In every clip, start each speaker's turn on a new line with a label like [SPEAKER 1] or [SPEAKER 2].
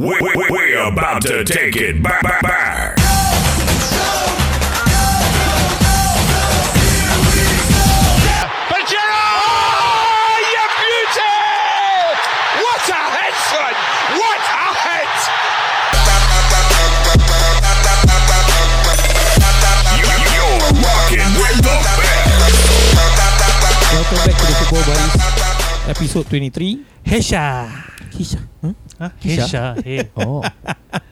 [SPEAKER 1] We, we, we're about to take it back. back, back.
[SPEAKER 2] Pajero! Oh, you beauty! What a head, son! What a head!
[SPEAKER 1] You, you're rocking with the best.
[SPEAKER 3] Welcome back to the Football Buddies Episode 23
[SPEAKER 4] Hesha
[SPEAKER 3] Kisha huh?
[SPEAKER 4] ha?
[SPEAKER 3] Hesha?
[SPEAKER 4] Hesha hey.
[SPEAKER 5] Oh.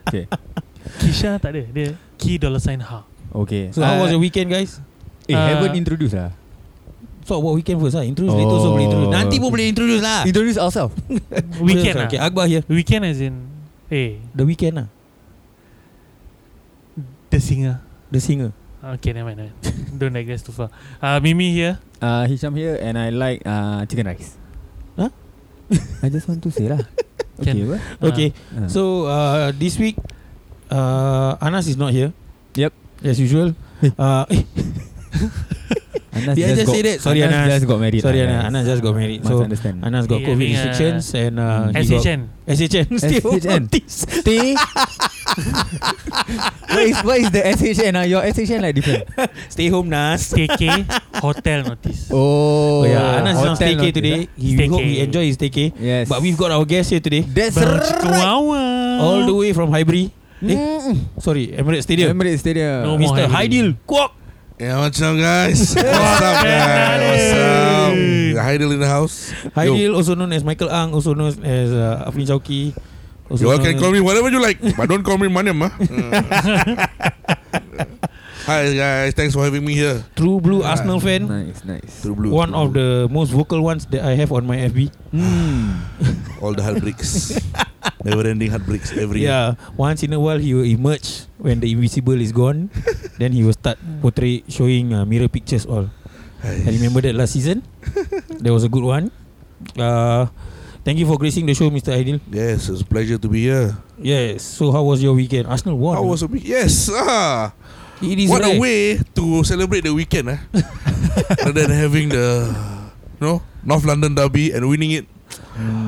[SPEAKER 5] Okay.
[SPEAKER 4] Kisha tak ada Dia Key dollar sign ha
[SPEAKER 5] Okay. Uh,
[SPEAKER 3] So how was your weekend guys?
[SPEAKER 5] Eh,
[SPEAKER 4] Uh,
[SPEAKER 5] haven't introduce lah.
[SPEAKER 3] Talk about weekend first lah Introduce oh. later so boleh introduce Nanti pun boleh introduce lah
[SPEAKER 5] Introduce ourselves.
[SPEAKER 4] Weekend lah
[SPEAKER 3] Okay Akbar here
[SPEAKER 4] Weekend as in Eh
[SPEAKER 3] The weekend lah
[SPEAKER 4] The singer
[SPEAKER 3] The singer
[SPEAKER 4] Okay never mind, never mind. Don't digress too far uh, Mimi here
[SPEAKER 5] Uh, Hisham here and I like uh, chicken rice.
[SPEAKER 3] Huh?
[SPEAKER 5] I just want to say lah.
[SPEAKER 4] Can.
[SPEAKER 5] Okay, apa?
[SPEAKER 3] Okay
[SPEAKER 5] Uh. So,
[SPEAKER 3] So uh, this week uh, Anas is not here
[SPEAKER 5] Yep.
[SPEAKER 3] As usual uh, eh,
[SPEAKER 5] Anas
[SPEAKER 3] Did I just ah,
[SPEAKER 5] got,
[SPEAKER 3] say that? Sorry, Anas.
[SPEAKER 5] just got married.
[SPEAKER 3] Sorry Anas
[SPEAKER 5] lah, guys.
[SPEAKER 3] Anas just got married
[SPEAKER 5] Must
[SPEAKER 3] So
[SPEAKER 5] understand.
[SPEAKER 3] Anas got
[SPEAKER 4] He
[SPEAKER 3] COVID
[SPEAKER 4] having a-
[SPEAKER 3] restrictions And uh, he got-
[SPEAKER 4] SHN
[SPEAKER 3] SHN Still
[SPEAKER 5] SHN. Stay. what is what is the SHN? Uh? Your SHN like different.
[SPEAKER 3] Stay home Nas
[SPEAKER 4] KK Hotel notice
[SPEAKER 3] Oh
[SPEAKER 5] Oh,
[SPEAKER 3] yeah Anas is on
[SPEAKER 5] Hotel
[SPEAKER 3] staycay
[SPEAKER 5] notice,
[SPEAKER 3] today
[SPEAKER 5] ah.
[SPEAKER 3] He, We hope he
[SPEAKER 4] Staycay.
[SPEAKER 3] enjoy his staycay
[SPEAKER 5] Yes.
[SPEAKER 3] But we've got Eh, our guest here today
[SPEAKER 5] That's right.
[SPEAKER 4] Berkawawa
[SPEAKER 3] All the way from Highbury eh,
[SPEAKER 5] Mm.
[SPEAKER 3] Sorry Emirates Stadium
[SPEAKER 5] Emirates Stadium.
[SPEAKER 4] No more
[SPEAKER 3] Mr.
[SPEAKER 4] Highbury.
[SPEAKER 3] Haidil Kuok
[SPEAKER 6] Yeah, what's up, guys? what's up, guys? What's up?
[SPEAKER 4] Hey.
[SPEAKER 6] Heidel in the house. Yo,
[SPEAKER 3] Haidil also known as Michael Ang Also known as uh, Afrin Chowki also
[SPEAKER 6] you all
[SPEAKER 3] known
[SPEAKER 6] can
[SPEAKER 3] as-
[SPEAKER 6] call me whatever you like, but don't call me ah. Maniam. Huh? Hi, guys. Thanks for having me here.
[SPEAKER 3] True Blue Arsenal fan
[SPEAKER 5] Nice, nice.
[SPEAKER 6] True Blue.
[SPEAKER 3] One of the most vocal ones That I have on my FB
[SPEAKER 5] Hmm.
[SPEAKER 6] all the heartbreaks, never-ending heartbreaks every year.
[SPEAKER 3] Yeah Once in a while He will emerge When the invisible is gone Then he will start Portray Showing uh, mirror pictures all I remember that last season That was a good one uh, Thank you for gracing the show Mr. Haidil
[SPEAKER 6] Yes, it's a pleasure to be here.
[SPEAKER 3] Yes. So how was your weekend? Arsenal won.
[SPEAKER 6] How was a week? Yes. Ah,
[SPEAKER 3] it is
[SPEAKER 6] what
[SPEAKER 3] rare.
[SPEAKER 6] a way to celebrate the weekend, eh? Rather than having the, you know, North London derby and winning it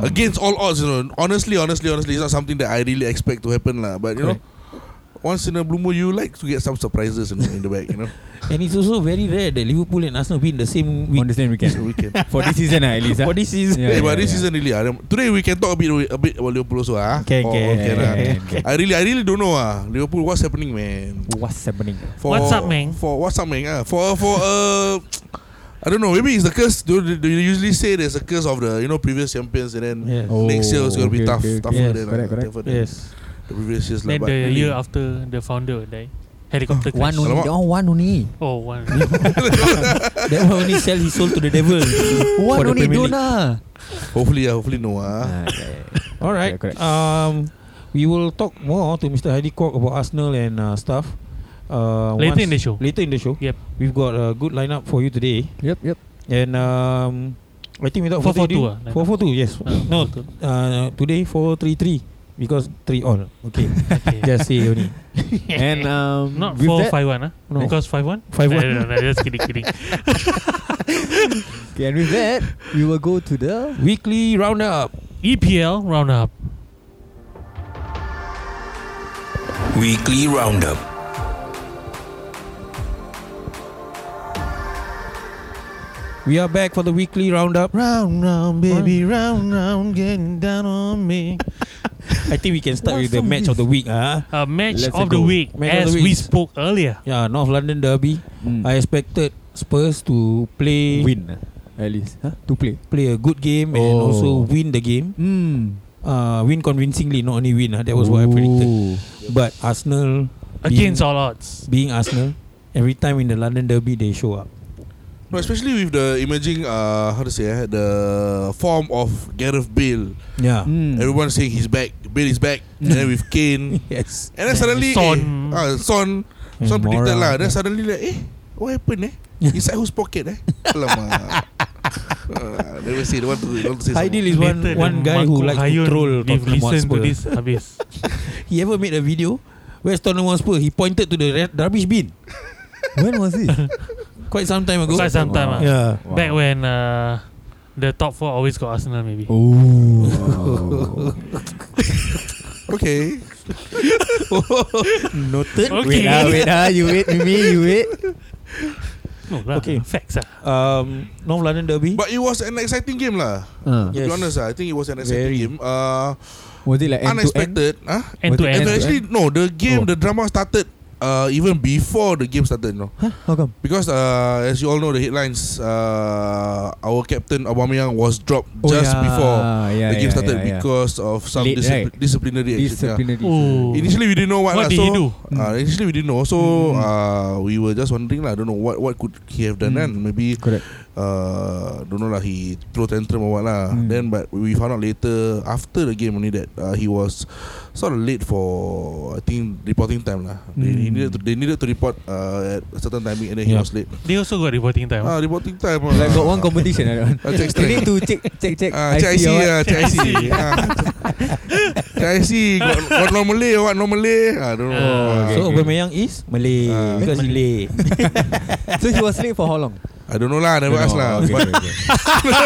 [SPEAKER 6] against all odds. You know, honestly, honestly, honestly, it's not something that I really expect to happen, lah. But you know, once in a blue moon, you like to get some surprises in, in the back, you know.
[SPEAKER 3] And it's also very rare that Liverpool and Arsenal be in the same week.
[SPEAKER 5] On the same
[SPEAKER 6] It's
[SPEAKER 5] weekend.
[SPEAKER 6] a weekend.
[SPEAKER 5] For this season ah, lah at least
[SPEAKER 3] For this season.
[SPEAKER 6] Yeah, but this season really, ah, today we can talk a bit, a bit about Liverpool also, ah.
[SPEAKER 3] Can,
[SPEAKER 6] Oh,
[SPEAKER 3] can,
[SPEAKER 6] okay,
[SPEAKER 3] can,
[SPEAKER 6] lah.
[SPEAKER 3] can.
[SPEAKER 6] I really, I really don't know, ah. Liverpool, what's happening, man?
[SPEAKER 5] What's happening
[SPEAKER 6] For,
[SPEAKER 4] What's up, man?
[SPEAKER 6] For what's up, man? Uh, for for uh, I don't know. Maybe it's the curse. Do, do do you usually say there's a curse of the you know previous champions, and then
[SPEAKER 3] Yes.
[SPEAKER 5] Oh,
[SPEAKER 6] next year it's gonna be
[SPEAKER 5] okay,
[SPEAKER 6] tough,
[SPEAKER 5] okay, okay.
[SPEAKER 6] tougher
[SPEAKER 3] Yes,
[SPEAKER 6] than, uh,
[SPEAKER 5] correct, correct.
[SPEAKER 6] tougher than
[SPEAKER 3] Yes.
[SPEAKER 6] the previous years. lah,
[SPEAKER 4] Then
[SPEAKER 6] but
[SPEAKER 4] the
[SPEAKER 6] really-
[SPEAKER 4] year after The founder died Helicopter crash
[SPEAKER 5] One only
[SPEAKER 6] Alamak.
[SPEAKER 5] Oh one only
[SPEAKER 4] Oh one
[SPEAKER 3] that one only sell his soul to the devil.
[SPEAKER 5] One
[SPEAKER 3] the
[SPEAKER 5] only
[SPEAKER 3] Premier League.
[SPEAKER 5] Dona
[SPEAKER 6] hopefully, uh, hopefully no.
[SPEAKER 5] Ah,
[SPEAKER 6] Uh.
[SPEAKER 3] All right.
[SPEAKER 5] Correct, correct.
[SPEAKER 3] Um, we will talk more to Mr. Heidi Kwok about Arsenal and uh, stuff. Uh,
[SPEAKER 4] Later
[SPEAKER 3] once-
[SPEAKER 4] in the show.
[SPEAKER 3] Later in the show.
[SPEAKER 4] Yep.
[SPEAKER 3] We've got a good lineup for you today,
[SPEAKER 5] Yep yep
[SPEAKER 3] and um, I think without
[SPEAKER 4] 442
[SPEAKER 3] further ado,
[SPEAKER 4] ah, lineup.
[SPEAKER 3] four four two. Yes.
[SPEAKER 4] Ah,
[SPEAKER 3] no. Uh, today four three three because three all. Okay.
[SPEAKER 4] okay.
[SPEAKER 3] Just say only.
[SPEAKER 5] And um,
[SPEAKER 4] Not
[SPEAKER 5] with
[SPEAKER 4] 4
[SPEAKER 5] that,
[SPEAKER 4] 5 1 huh?
[SPEAKER 3] No.
[SPEAKER 4] Because 5 1
[SPEAKER 3] Five
[SPEAKER 4] no,
[SPEAKER 3] one.
[SPEAKER 4] no, no, Just kidding kidding
[SPEAKER 5] okay, And with that We will go to the
[SPEAKER 3] Weekly roundup.
[SPEAKER 4] EPL Roundup
[SPEAKER 1] Weekly roundup.
[SPEAKER 3] We are back for the weekly roundup.
[SPEAKER 4] Round round baby round round getting down on me
[SPEAKER 3] I think we can start with the match of the week. Ah,
[SPEAKER 4] A Uh, match
[SPEAKER 5] Let's
[SPEAKER 4] of the
[SPEAKER 5] go.
[SPEAKER 4] week
[SPEAKER 3] Match of
[SPEAKER 4] as
[SPEAKER 3] the
[SPEAKER 4] we
[SPEAKER 3] week.
[SPEAKER 4] spoke earlier.
[SPEAKER 3] yeah, North London derby.
[SPEAKER 5] mm,
[SPEAKER 3] I expected Spurs to play
[SPEAKER 5] Win ah, At least huh? To play
[SPEAKER 3] play a good game and
[SPEAKER 5] Oh.
[SPEAKER 3] also win the game.
[SPEAKER 5] mm.
[SPEAKER 3] Uh, win convincingly, not only win. Ah, that was what I predicted. But Arsenal
[SPEAKER 4] Against
[SPEAKER 3] being,
[SPEAKER 4] all odds.
[SPEAKER 3] being Arsenal, every time in the London derby they show up.
[SPEAKER 6] No, especially with the emerging uh, how to say uh, the form of Gareth Bale.
[SPEAKER 3] Yeah.
[SPEAKER 4] Hmm.
[SPEAKER 5] mm.
[SPEAKER 6] Everyone saying he's back. Bale is back. and then with Kane,
[SPEAKER 3] Yes.
[SPEAKER 6] and then suddenly
[SPEAKER 4] Son.
[SPEAKER 6] eh, ah, Son,
[SPEAKER 5] Eh,
[SPEAKER 6] Son
[SPEAKER 3] And
[SPEAKER 6] predicted
[SPEAKER 3] Mora.
[SPEAKER 6] lah. Then suddenly like, eh, what happened eh? Inside whose pocket eh? Alamak. Uh, never say. Don't want to, don't want to say some
[SPEAKER 3] Haidil
[SPEAKER 6] more.
[SPEAKER 3] is one
[SPEAKER 4] Later
[SPEAKER 3] one
[SPEAKER 4] than
[SPEAKER 3] guy
[SPEAKER 4] Marco
[SPEAKER 3] who likes to
[SPEAKER 4] Hayun,
[SPEAKER 3] troll
[SPEAKER 4] They've
[SPEAKER 3] Tottenham
[SPEAKER 4] listened to
[SPEAKER 3] Hotspur.
[SPEAKER 4] this habis.
[SPEAKER 3] He ever made a video where Tottenham Hotspur he pointed to the re- rubbish bin
[SPEAKER 5] When was this?
[SPEAKER 3] quite some time ago.
[SPEAKER 4] Quite some time. ah.
[SPEAKER 3] Yeah.
[SPEAKER 5] Wow.
[SPEAKER 4] Back when uh,
[SPEAKER 3] Oh.
[SPEAKER 4] the top four always got Arsenal maybe.
[SPEAKER 5] Oh
[SPEAKER 6] Okay.
[SPEAKER 3] Noted.
[SPEAKER 5] Wait ah, wait ah, you wait, Mimi, you wait.
[SPEAKER 7] No lah.
[SPEAKER 3] Okay.
[SPEAKER 7] Facts
[SPEAKER 4] ah.
[SPEAKER 7] lah.
[SPEAKER 3] Um, North London Derby.
[SPEAKER 6] But it was an exciting game lah.
[SPEAKER 5] Uh,
[SPEAKER 6] To
[SPEAKER 3] Yes.
[SPEAKER 6] be honest, ah, I think it was an exciting
[SPEAKER 3] Very.
[SPEAKER 6] game. Uh,
[SPEAKER 5] was it like end to end?
[SPEAKER 6] unexpected. Huh?
[SPEAKER 7] End to
[SPEAKER 5] End Oh.
[SPEAKER 6] And
[SPEAKER 7] end.
[SPEAKER 5] to
[SPEAKER 6] actually, no, the game, the drama started uh, even before the game started, you know.
[SPEAKER 5] Huh? How come?
[SPEAKER 6] Because uh, as you all know, the headlines, uh, our captain Aubameyang was dropped just
[SPEAKER 5] Oh, yeah,
[SPEAKER 6] before
[SPEAKER 5] yeah,
[SPEAKER 6] the game
[SPEAKER 5] yeah,
[SPEAKER 6] started
[SPEAKER 5] yeah, yeah.
[SPEAKER 6] because of some
[SPEAKER 5] Late,
[SPEAKER 6] discipl-
[SPEAKER 5] right?
[SPEAKER 6] disciplinary action. yeah.
[SPEAKER 5] disciplinary.
[SPEAKER 7] Oh.
[SPEAKER 6] Initially, we didn't know what.
[SPEAKER 7] What
[SPEAKER 6] lah,
[SPEAKER 7] did
[SPEAKER 6] so,
[SPEAKER 7] he do? Hmm.
[SPEAKER 6] Uh, initially, we didn't know. So uh, we were just wondering lah. I don't know what what could he have done.
[SPEAKER 5] Mm.
[SPEAKER 7] Hmm.
[SPEAKER 6] Then maybe
[SPEAKER 5] Correct.
[SPEAKER 6] uh, don't know lah. He throw tantrum or what lah.
[SPEAKER 7] Hmm.
[SPEAKER 5] Mm.
[SPEAKER 6] Then but we found out later after the game only that uh, he was sort of late for I think reporting time lah. They,
[SPEAKER 7] Hmm.
[SPEAKER 6] he
[SPEAKER 5] Mm.
[SPEAKER 6] needed to, they needed to report uh, at a certain timing and then he
[SPEAKER 3] Yeah.
[SPEAKER 6] was late.
[SPEAKER 7] They also got reporting time.
[SPEAKER 6] Ah, reporting time. ah.
[SPEAKER 5] Like got one competition I don't
[SPEAKER 6] Ah, check
[SPEAKER 5] You
[SPEAKER 6] strength.
[SPEAKER 5] need to check check check.
[SPEAKER 6] Ah, check IC,
[SPEAKER 5] or what?
[SPEAKER 6] ah, check IC. Ah, Check IC, got, got no Malay or what? No Malay? I don't know.
[SPEAKER 7] Oh,
[SPEAKER 6] Ah.
[SPEAKER 3] So Aubameyang is Malay
[SPEAKER 6] Ah.
[SPEAKER 3] because he late.
[SPEAKER 5] So he was late for how long?
[SPEAKER 6] I don't know lah, I never ask lah.
[SPEAKER 5] Okay,
[SPEAKER 6] But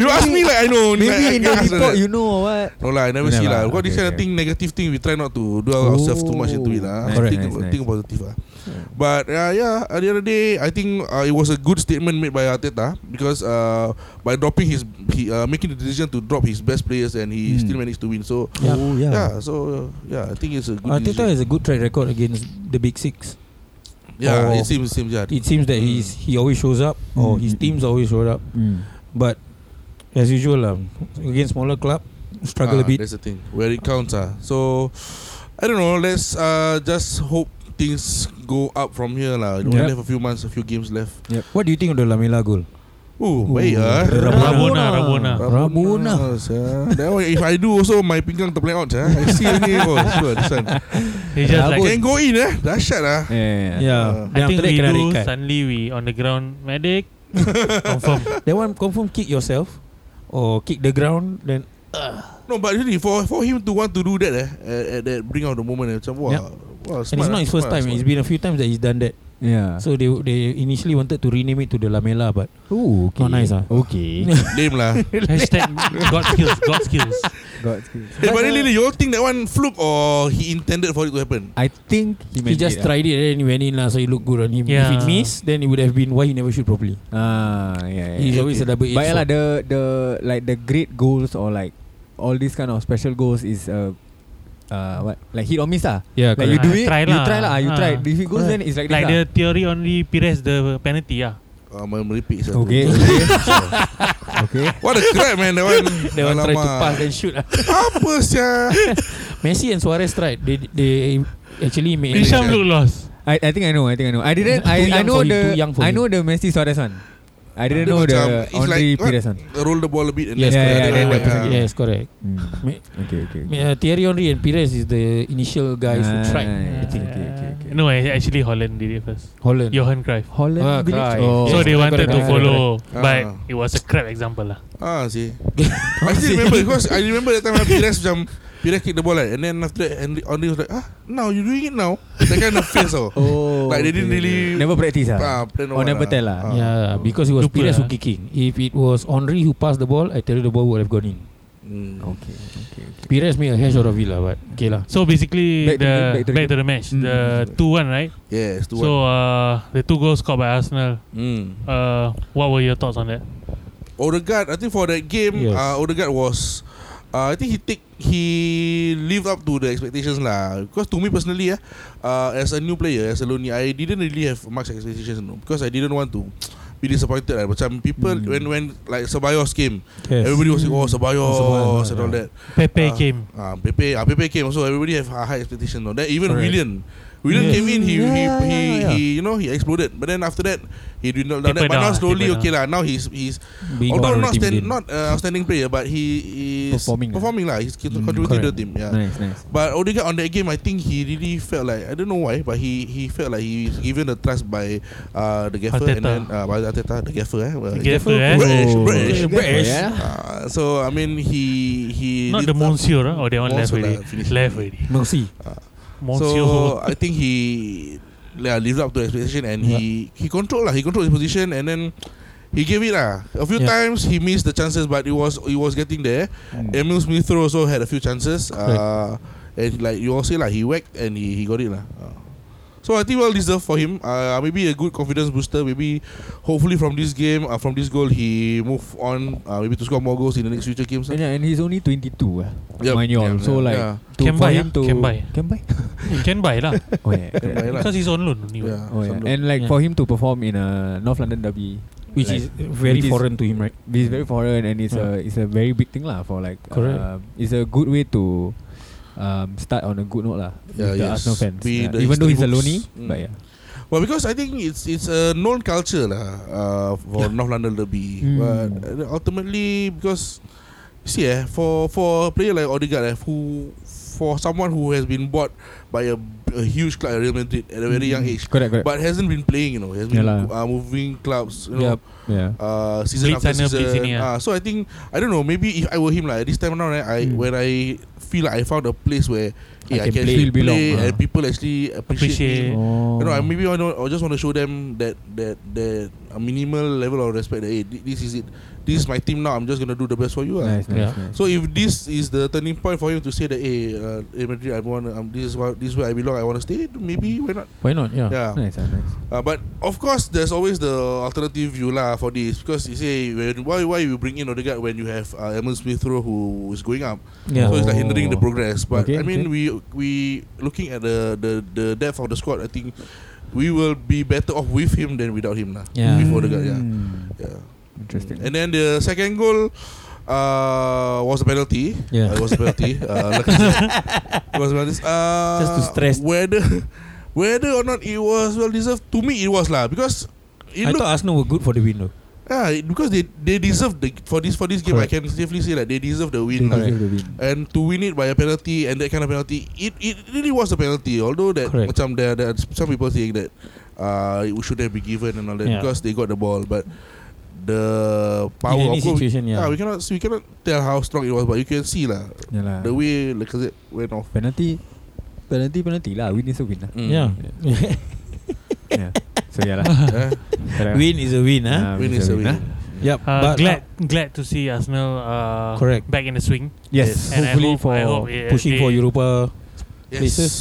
[SPEAKER 6] you ask me like I know. only like, I
[SPEAKER 5] Maybe in
[SPEAKER 6] can
[SPEAKER 5] the
[SPEAKER 6] ask like
[SPEAKER 5] report
[SPEAKER 6] that.
[SPEAKER 5] you know or what?
[SPEAKER 6] No lah, I never
[SPEAKER 5] You
[SPEAKER 6] see
[SPEAKER 5] never,
[SPEAKER 6] lah. Because this
[SPEAKER 5] okay,
[SPEAKER 6] kind of
[SPEAKER 5] okay.
[SPEAKER 6] thing, negative thing, we try not to do ourselves too much into it lah.
[SPEAKER 5] Nice,
[SPEAKER 6] think,
[SPEAKER 5] nice, nice.
[SPEAKER 6] think positive lah. But uh, yeah, at the other day, I think uh, it was a good statement made by Arteta because uh, by dropping his, he, uh, making the decision to drop his best players, and he
[SPEAKER 5] Hmm.
[SPEAKER 6] still managed to win. So
[SPEAKER 5] Oh
[SPEAKER 6] yeah, so uh, yeah, I think it's a good.
[SPEAKER 3] Arteta
[SPEAKER 6] decision.
[SPEAKER 3] has a good track record against the big six. Oh.
[SPEAKER 6] yeah, it seems seems yeah.
[SPEAKER 3] It seems that he's he always shows up or
[SPEAKER 5] Mm,
[SPEAKER 3] his
[SPEAKER 5] mm,
[SPEAKER 3] teams always show up.
[SPEAKER 5] Mm.
[SPEAKER 3] But as usual, um, against smaller club, struggle
[SPEAKER 6] Ah,
[SPEAKER 3] a bit.
[SPEAKER 6] That's the thing. Where it counts. Ah. So, I don't know. Let's uh, just hope things go up from here. lah. We
[SPEAKER 3] Yep.
[SPEAKER 6] only have a few months, a few games left.
[SPEAKER 3] What do you think of the Lamela goal?
[SPEAKER 6] Oh, baik ah.
[SPEAKER 7] Rabona, Rabona.
[SPEAKER 3] Rabona.
[SPEAKER 6] sia. That one, if I do also, my pinggang terplay out. sia. I see only. Oh, sure, this one.
[SPEAKER 7] They just like
[SPEAKER 6] Can go in eh. Dahsyat ah.
[SPEAKER 5] Yeah, yeah, yeah.
[SPEAKER 3] Yeah,
[SPEAKER 7] I
[SPEAKER 3] then
[SPEAKER 7] think
[SPEAKER 3] after that
[SPEAKER 7] we
[SPEAKER 3] kena
[SPEAKER 7] do
[SPEAKER 3] red card.
[SPEAKER 7] Suddenly we on the ground Medic Confirm
[SPEAKER 3] That one confirm kick yourself or kick the ground. Then
[SPEAKER 6] No, but really, for for him to want to do that eh, at, at that bring out the moment, eh, macam wah,
[SPEAKER 3] Yep.
[SPEAKER 6] wah,
[SPEAKER 3] and
[SPEAKER 6] smart,
[SPEAKER 3] it's not
[SPEAKER 6] ah,
[SPEAKER 3] his first time.
[SPEAKER 6] smart, smart.
[SPEAKER 3] It's been a few times that he's done that.
[SPEAKER 5] yeah.
[SPEAKER 3] Ah. So they they initially wanted to rename it to the Lamela, but
[SPEAKER 5] oh, okay.
[SPEAKER 3] Not nice, ah.
[SPEAKER 5] Okay.
[SPEAKER 6] lame lah.
[SPEAKER 7] Hashtag God skills God skills
[SPEAKER 5] God's grace.
[SPEAKER 6] hey, but really, you all think that one fluke or he intended for it to happen?
[SPEAKER 5] I think
[SPEAKER 3] he
[SPEAKER 5] he, meant
[SPEAKER 3] just
[SPEAKER 5] it, ah.
[SPEAKER 3] tried it and then he went in lah, so it looked good on him.
[SPEAKER 7] Yeah.
[SPEAKER 3] If it missed, then it would have been why he never shoot properly.
[SPEAKER 5] Ah, ah yeah, yeah.
[SPEAKER 3] He's
[SPEAKER 5] yeah.
[SPEAKER 3] always a double
[SPEAKER 5] But yeah, lah,
[SPEAKER 3] edged.
[SPEAKER 5] the the like the great goals or like all these kind of special goals is uh, uh what like hit or miss ah.
[SPEAKER 3] Yeah,
[SPEAKER 5] Like you
[SPEAKER 7] correct.
[SPEAKER 5] do it,
[SPEAKER 7] Try
[SPEAKER 5] you
[SPEAKER 7] lah.
[SPEAKER 5] try lah, you
[SPEAKER 7] Ah.
[SPEAKER 5] try. If it goes, then it's like,
[SPEAKER 7] Like the
[SPEAKER 5] this, lah.
[SPEAKER 7] theory only Pires the penalty ah.
[SPEAKER 6] Uh, my meripik
[SPEAKER 5] lah.
[SPEAKER 6] satu.
[SPEAKER 5] Okay, okay, okay.
[SPEAKER 6] What a crap man That one
[SPEAKER 3] They were trying to
[SPEAKER 6] Alamak.
[SPEAKER 3] pass and shoot. ah.
[SPEAKER 6] Apa sia
[SPEAKER 3] Messi and Suarez tried. They they actually made.
[SPEAKER 7] Isham look lost
[SPEAKER 5] I, I think I know. I think I know. I didn't.
[SPEAKER 3] Too
[SPEAKER 5] I, I
[SPEAKER 3] young
[SPEAKER 5] know
[SPEAKER 3] for you,
[SPEAKER 5] the.
[SPEAKER 3] too young for
[SPEAKER 5] I
[SPEAKER 3] you.
[SPEAKER 5] know the Messi Suarez one. I didn't
[SPEAKER 6] Dia
[SPEAKER 5] know
[SPEAKER 6] macam,
[SPEAKER 5] the
[SPEAKER 6] it's
[SPEAKER 5] Andre
[SPEAKER 6] like, what?
[SPEAKER 5] Pires one.
[SPEAKER 6] Roll the ball a bit and
[SPEAKER 3] Yes,
[SPEAKER 5] Yeah,
[SPEAKER 6] then
[SPEAKER 5] yeah,
[SPEAKER 3] correct.
[SPEAKER 5] yeah,
[SPEAKER 6] Like,
[SPEAKER 5] yeah.
[SPEAKER 6] uh,
[SPEAKER 3] Yes, correct.
[SPEAKER 5] Mm. Okay, okay. okay.
[SPEAKER 3] Uh, Thierry Henry and Pires is the initial guys who tried.
[SPEAKER 5] Ah, okay, okay, okay, okay.
[SPEAKER 7] No eh, actually Holland did it first
[SPEAKER 3] Holland.
[SPEAKER 7] Johan Cruyff
[SPEAKER 5] Holland
[SPEAKER 3] Ah,
[SPEAKER 5] Village.
[SPEAKER 3] cry.
[SPEAKER 5] Oh.
[SPEAKER 7] So
[SPEAKER 3] Yes,
[SPEAKER 7] they
[SPEAKER 3] correct,
[SPEAKER 7] wanted to
[SPEAKER 3] correct,
[SPEAKER 7] follow But
[SPEAKER 6] Ah.
[SPEAKER 7] it was a crap example lah
[SPEAKER 6] Ah see I still remember Because I remember that time Pires E macam Pires kicked the ball right And then after that Henry, Andre was like Ah now you doing it now That kind of face oh
[SPEAKER 5] oh.
[SPEAKER 6] Like, they didn't really-
[SPEAKER 5] Never practice ah.
[SPEAKER 6] Ah, plan
[SPEAKER 5] Or
[SPEAKER 6] what
[SPEAKER 5] never
[SPEAKER 6] lah.
[SPEAKER 5] tell lah.
[SPEAKER 6] Ah.
[SPEAKER 3] Yeah, because it was
[SPEAKER 7] Lupa
[SPEAKER 3] Pires who
[SPEAKER 7] lah.
[SPEAKER 3] kicking. If it was Henry who passed the ball, I tell you the ball would have gone in.
[SPEAKER 6] Hmm.
[SPEAKER 5] Okay, okay, okay.
[SPEAKER 3] Pires made a hash out of it lah, but okay lah.
[SPEAKER 7] So basically
[SPEAKER 5] Back to
[SPEAKER 7] the,
[SPEAKER 5] the- back to the
[SPEAKER 7] back to the match
[SPEAKER 5] Mm.
[SPEAKER 7] The 2-1 right
[SPEAKER 6] Yes tu
[SPEAKER 7] So uh, the two goals scored by Arsenal
[SPEAKER 6] Hmm.
[SPEAKER 7] uh, What were your thoughts on that?
[SPEAKER 6] Odegaard I think for that game
[SPEAKER 3] Yes.
[SPEAKER 6] uh, Odegaard was uh, I think he take he lived up to the expectations lah. Because to me personally, eh, uh, as a new player, as a lonely, I didn't really have much expectations, you know, because I didn't want to be disappointed. Like, macam people
[SPEAKER 5] Mm.
[SPEAKER 6] when when like Ceballos came, everybody was like, oh Ceballos
[SPEAKER 3] Ceballos,
[SPEAKER 6] and all that.
[SPEAKER 7] Pepe
[SPEAKER 6] Ah.
[SPEAKER 7] came
[SPEAKER 6] Uh, Pepe, uh, Pepe came also. Everybody have a high expectation. No, that even
[SPEAKER 3] Correct.
[SPEAKER 6] Willian.
[SPEAKER 3] Yes.
[SPEAKER 6] Willian came in. He
[SPEAKER 5] Yeah,
[SPEAKER 6] he,
[SPEAKER 5] yeah,
[SPEAKER 6] he,
[SPEAKER 5] yeah, yeah.
[SPEAKER 6] he you know he exploded. But then after that he did not. Down that.
[SPEAKER 7] Tapered
[SPEAKER 6] But now
[SPEAKER 7] down,
[SPEAKER 6] slowly
[SPEAKER 7] tapered
[SPEAKER 6] okay
[SPEAKER 7] down.
[SPEAKER 6] lah. Now he's he's
[SPEAKER 3] Being part
[SPEAKER 6] although
[SPEAKER 3] of the
[SPEAKER 6] not
[SPEAKER 3] team
[SPEAKER 6] stand,
[SPEAKER 3] again.
[SPEAKER 6] not uh, outstanding player, but he is
[SPEAKER 5] Performing, ah.
[SPEAKER 6] performing lah. He's
[SPEAKER 5] Mm,
[SPEAKER 6] contributing to
[SPEAKER 5] correct.
[SPEAKER 6] the team. Yeah.
[SPEAKER 5] Nice, nice.
[SPEAKER 6] But Odegaard on that game, I think he really felt like I don't know why, but he he felt like he was given the trust by uh, the gaffer and
[SPEAKER 7] Arteta.
[SPEAKER 6] then uh, by Arteta, the gaffer. Eh, well,
[SPEAKER 7] Gaffer, eh?
[SPEAKER 6] British,
[SPEAKER 5] Oh.
[SPEAKER 6] British.
[SPEAKER 5] British. Yeah.
[SPEAKER 6] Uh, so I mean, he he
[SPEAKER 7] Not the
[SPEAKER 6] lived up-
[SPEAKER 7] Monsieur ah, or that one left
[SPEAKER 6] Monsieur
[SPEAKER 7] already
[SPEAKER 6] lah, finish.
[SPEAKER 7] Left already Ah.
[SPEAKER 3] Mercy.
[SPEAKER 7] Monsieur
[SPEAKER 6] So I think he yeah, lived up to expectation and he he controlled lah. He controlled his position and then He gave it ah. A few
[SPEAKER 3] Yeah.
[SPEAKER 6] times he missed the chances, but it was he was getting there. Mm. Emil Smith Rowe also had a few chances. Uh, and like you all say, like he whacked and he, he got it lah. Uh. So I think well deserved for him. Uh, maybe a good confidence booster. Maybe hopefully from this game, uh, from this goal, he move on. Uh, maybe to score more goals in the next future games. lah.
[SPEAKER 5] And, and he's only 22 ah.
[SPEAKER 6] Yup.
[SPEAKER 5] Mind you all.
[SPEAKER 6] Yeah,
[SPEAKER 5] so
[SPEAKER 6] yeah.
[SPEAKER 5] like
[SPEAKER 6] Yeah.
[SPEAKER 5] to,
[SPEAKER 7] Can
[SPEAKER 5] for
[SPEAKER 7] buy,
[SPEAKER 5] him
[SPEAKER 7] ah.
[SPEAKER 5] to
[SPEAKER 7] Can buy.
[SPEAKER 5] Can buy.
[SPEAKER 7] You can buy lah
[SPEAKER 5] Oh yeah. correct.
[SPEAKER 6] Baiklah.
[SPEAKER 7] Because he's on loan anyway
[SPEAKER 6] Yeah,
[SPEAKER 5] Oh yeah.
[SPEAKER 6] some
[SPEAKER 5] And like
[SPEAKER 3] Yeah.
[SPEAKER 5] for him to perform in a North London derby
[SPEAKER 3] Which is
[SPEAKER 5] Like,
[SPEAKER 3] very
[SPEAKER 5] which is-
[SPEAKER 3] foreign to him right
[SPEAKER 5] It's very foreign and it's
[SPEAKER 3] Yeah.
[SPEAKER 5] a it's a very big thing lah for like
[SPEAKER 3] Correct.
[SPEAKER 5] um, it's a good way to um, start on a good note lah. with
[SPEAKER 6] Yeah,
[SPEAKER 5] the
[SPEAKER 6] yes.
[SPEAKER 5] Arsenal fans.
[SPEAKER 6] Be
[SPEAKER 5] Yeah.
[SPEAKER 6] the
[SPEAKER 5] Even though he's a
[SPEAKER 6] history
[SPEAKER 5] loony,
[SPEAKER 6] books. Mm.
[SPEAKER 5] but yeah.
[SPEAKER 6] Well, because I think it's it's a known culture lah uh, for North London derby,
[SPEAKER 5] Mm.
[SPEAKER 6] but uh, ultimately because see eh, for for a player like Odegaard eh, who for someone who has been bought by a, a huge club like Real Madrid at a very young age,
[SPEAKER 5] Correct, correct.
[SPEAKER 6] but hasn't been playing, you know, has been
[SPEAKER 5] Hmm. Yeah lah.
[SPEAKER 6] uh, moving clubs, you
[SPEAKER 5] Yup.
[SPEAKER 6] know,
[SPEAKER 5] yeah.
[SPEAKER 6] uh, season
[SPEAKER 7] Blitz
[SPEAKER 6] after
[SPEAKER 7] sana, blitz
[SPEAKER 6] season.
[SPEAKER 7] sini, ah.
[SPEAKER 6] Uh, so I think I don't know. Maybe if I were him like this time around, eh, I
[SPEAKER 5] Mm.
[SPEAKER 6] when I feel like I found a place where eh, I,
[SPEAKER 5] can play.
[SPEAKER 6] can actually
[SPEAKER 5] Feel belong,
[SPEAKER 6] play
[SPEAKER 5] ah.
[SPEAKER 6] and people actually
[SPEAKER 7] Appreciate.
[SPEAKER 6] appreciate, me.
[SPEAKER 5] Oh.
[SPEAKER 6] You know, I maybe I, know, I just want to show them that that that a minimal level of respect. That, hey, thi- this is it. This is my team now. I'm just gonna do the best for you. ah.
[SPEAKER 5] Oh. nice, nice,
[SPEAKER 7] Yeah.
[SPEAKER 5] nice.
[SPEAKER 6] So if this is the turning point for him to say that, hey, uh, Real Madrid, I want, um, this is what this is where I belong. I want to stay. Maybe why not?
[SPEAKER 3] Why not yeah,
[SPEAKER 6] Yeah.
[SPEAKER 5] Nice, ah, nice.
[SPEAKER 6] Uh, but of course, there's always the alternative view lah for this because you say when, why why you bring in Odegaard when you have uh, Emil Smith Rowe who is going up,
[SPEAKER 3] Yeah.
[SPEAKER 6] so it's like
[SPEAKER 5] Oh.
[SPEAKER 6] hindering the progress. But
[SPEAKER 5] Okay,
[SPEAKER 6] I mean,
[SPEAKER 5] okay.
[SPEAKER 6] we we looking at the, the the depth of the squad, I think we will be better off with him than without him lah.
[SPEAKER 3] Yeah.
[SPEAKER 6] With Odegaard, yeah.
[SPEAKER 5] Mm.
[SPEAKER 6] yeah.
[SPEAKER 5] Interesting.
[SPEAKER 6] And then the second goal. Uh, was a penalty.
[SPEAKER 3] Yeah.
[SPEAKER 6] Uh, it was a penalty. Uh, lucky- it was a penalty. Uh,
[SPEAKER 3] Just to stress.
[SPEAKER 6] whether whether or not it was well deserved. To me, it was lah because it
[SPEAKER 3] I
[SPEAKER 6] looked,
[SPEAKER 3] thought Arsenal were good for the win though
[SPEAKER 6] yeah, it- because they they deserve the for this for this game.
[SPEAKER 3] Correct.
[SPEAKER 6] I can safely say that they deserve the win.
[SPEAKER 5] They
[SPEAKER 6] lah.
[SPEAKER 5] deserve the win.
[SPEAKER 6] And to win it by a penalty and that kind of penalty, it, it really was a penalty. Although that
[SPEAKER 3] Correct.
[SPEAKER 6] macam there, there are some people saying that uh, it should have been given and all that
[SPEAKER 3] Yeah.
[SPEAKER 6] because they got the ball, but the power
[SPEAKER 3] In any
[SPEAKER 6] of goal-
[SPEAKER 3] situation yeah,
[SPEAKER 6] Ah, we cannot we cannot tell how strong it was, but you can see lah
[SPEAKER 5] Yeah lah.
[SPEAKER 6] the way Lacazette went off.
[SPEAKER 5] penalty, penalty, penalty lah. Win is a win lah.
[SPEAKER 3] Mm. yeah.
[SPEAKER 5] yeah. So yeah lah.
[SPEAKER 6] Eh,
[SPEAKER 5] Correct.
[SPEAKER 3] Win is a win huh?
[SPEAKER 5] Ah,
[SPEAKER 6] win is a win.
[SPEAKER 5] ah.
[SPEAKER 3] Yep
[SPEAKER 7] uh,
[SPEAKER 3] but
[SPEAKER 7] glad glad to see Arsenal uh,
[SPEAKER 3] Correct.
[SPEAKER 7] back in the swing.
[SPEAKER 5] Yes.
[SPEAKER 7] And I
[SPEAKER 5] Hopefully
[SPEAKER 7] hope- I hope
[SPEAKER 5] for
[SPEAKER 7] it-
[SPEAKER 3] Pushing for
[SPEAKER 7] it-
[SPEAKER 3] Europa
[SPEAKER 6] Yes.
[SPEAKER 3] Places.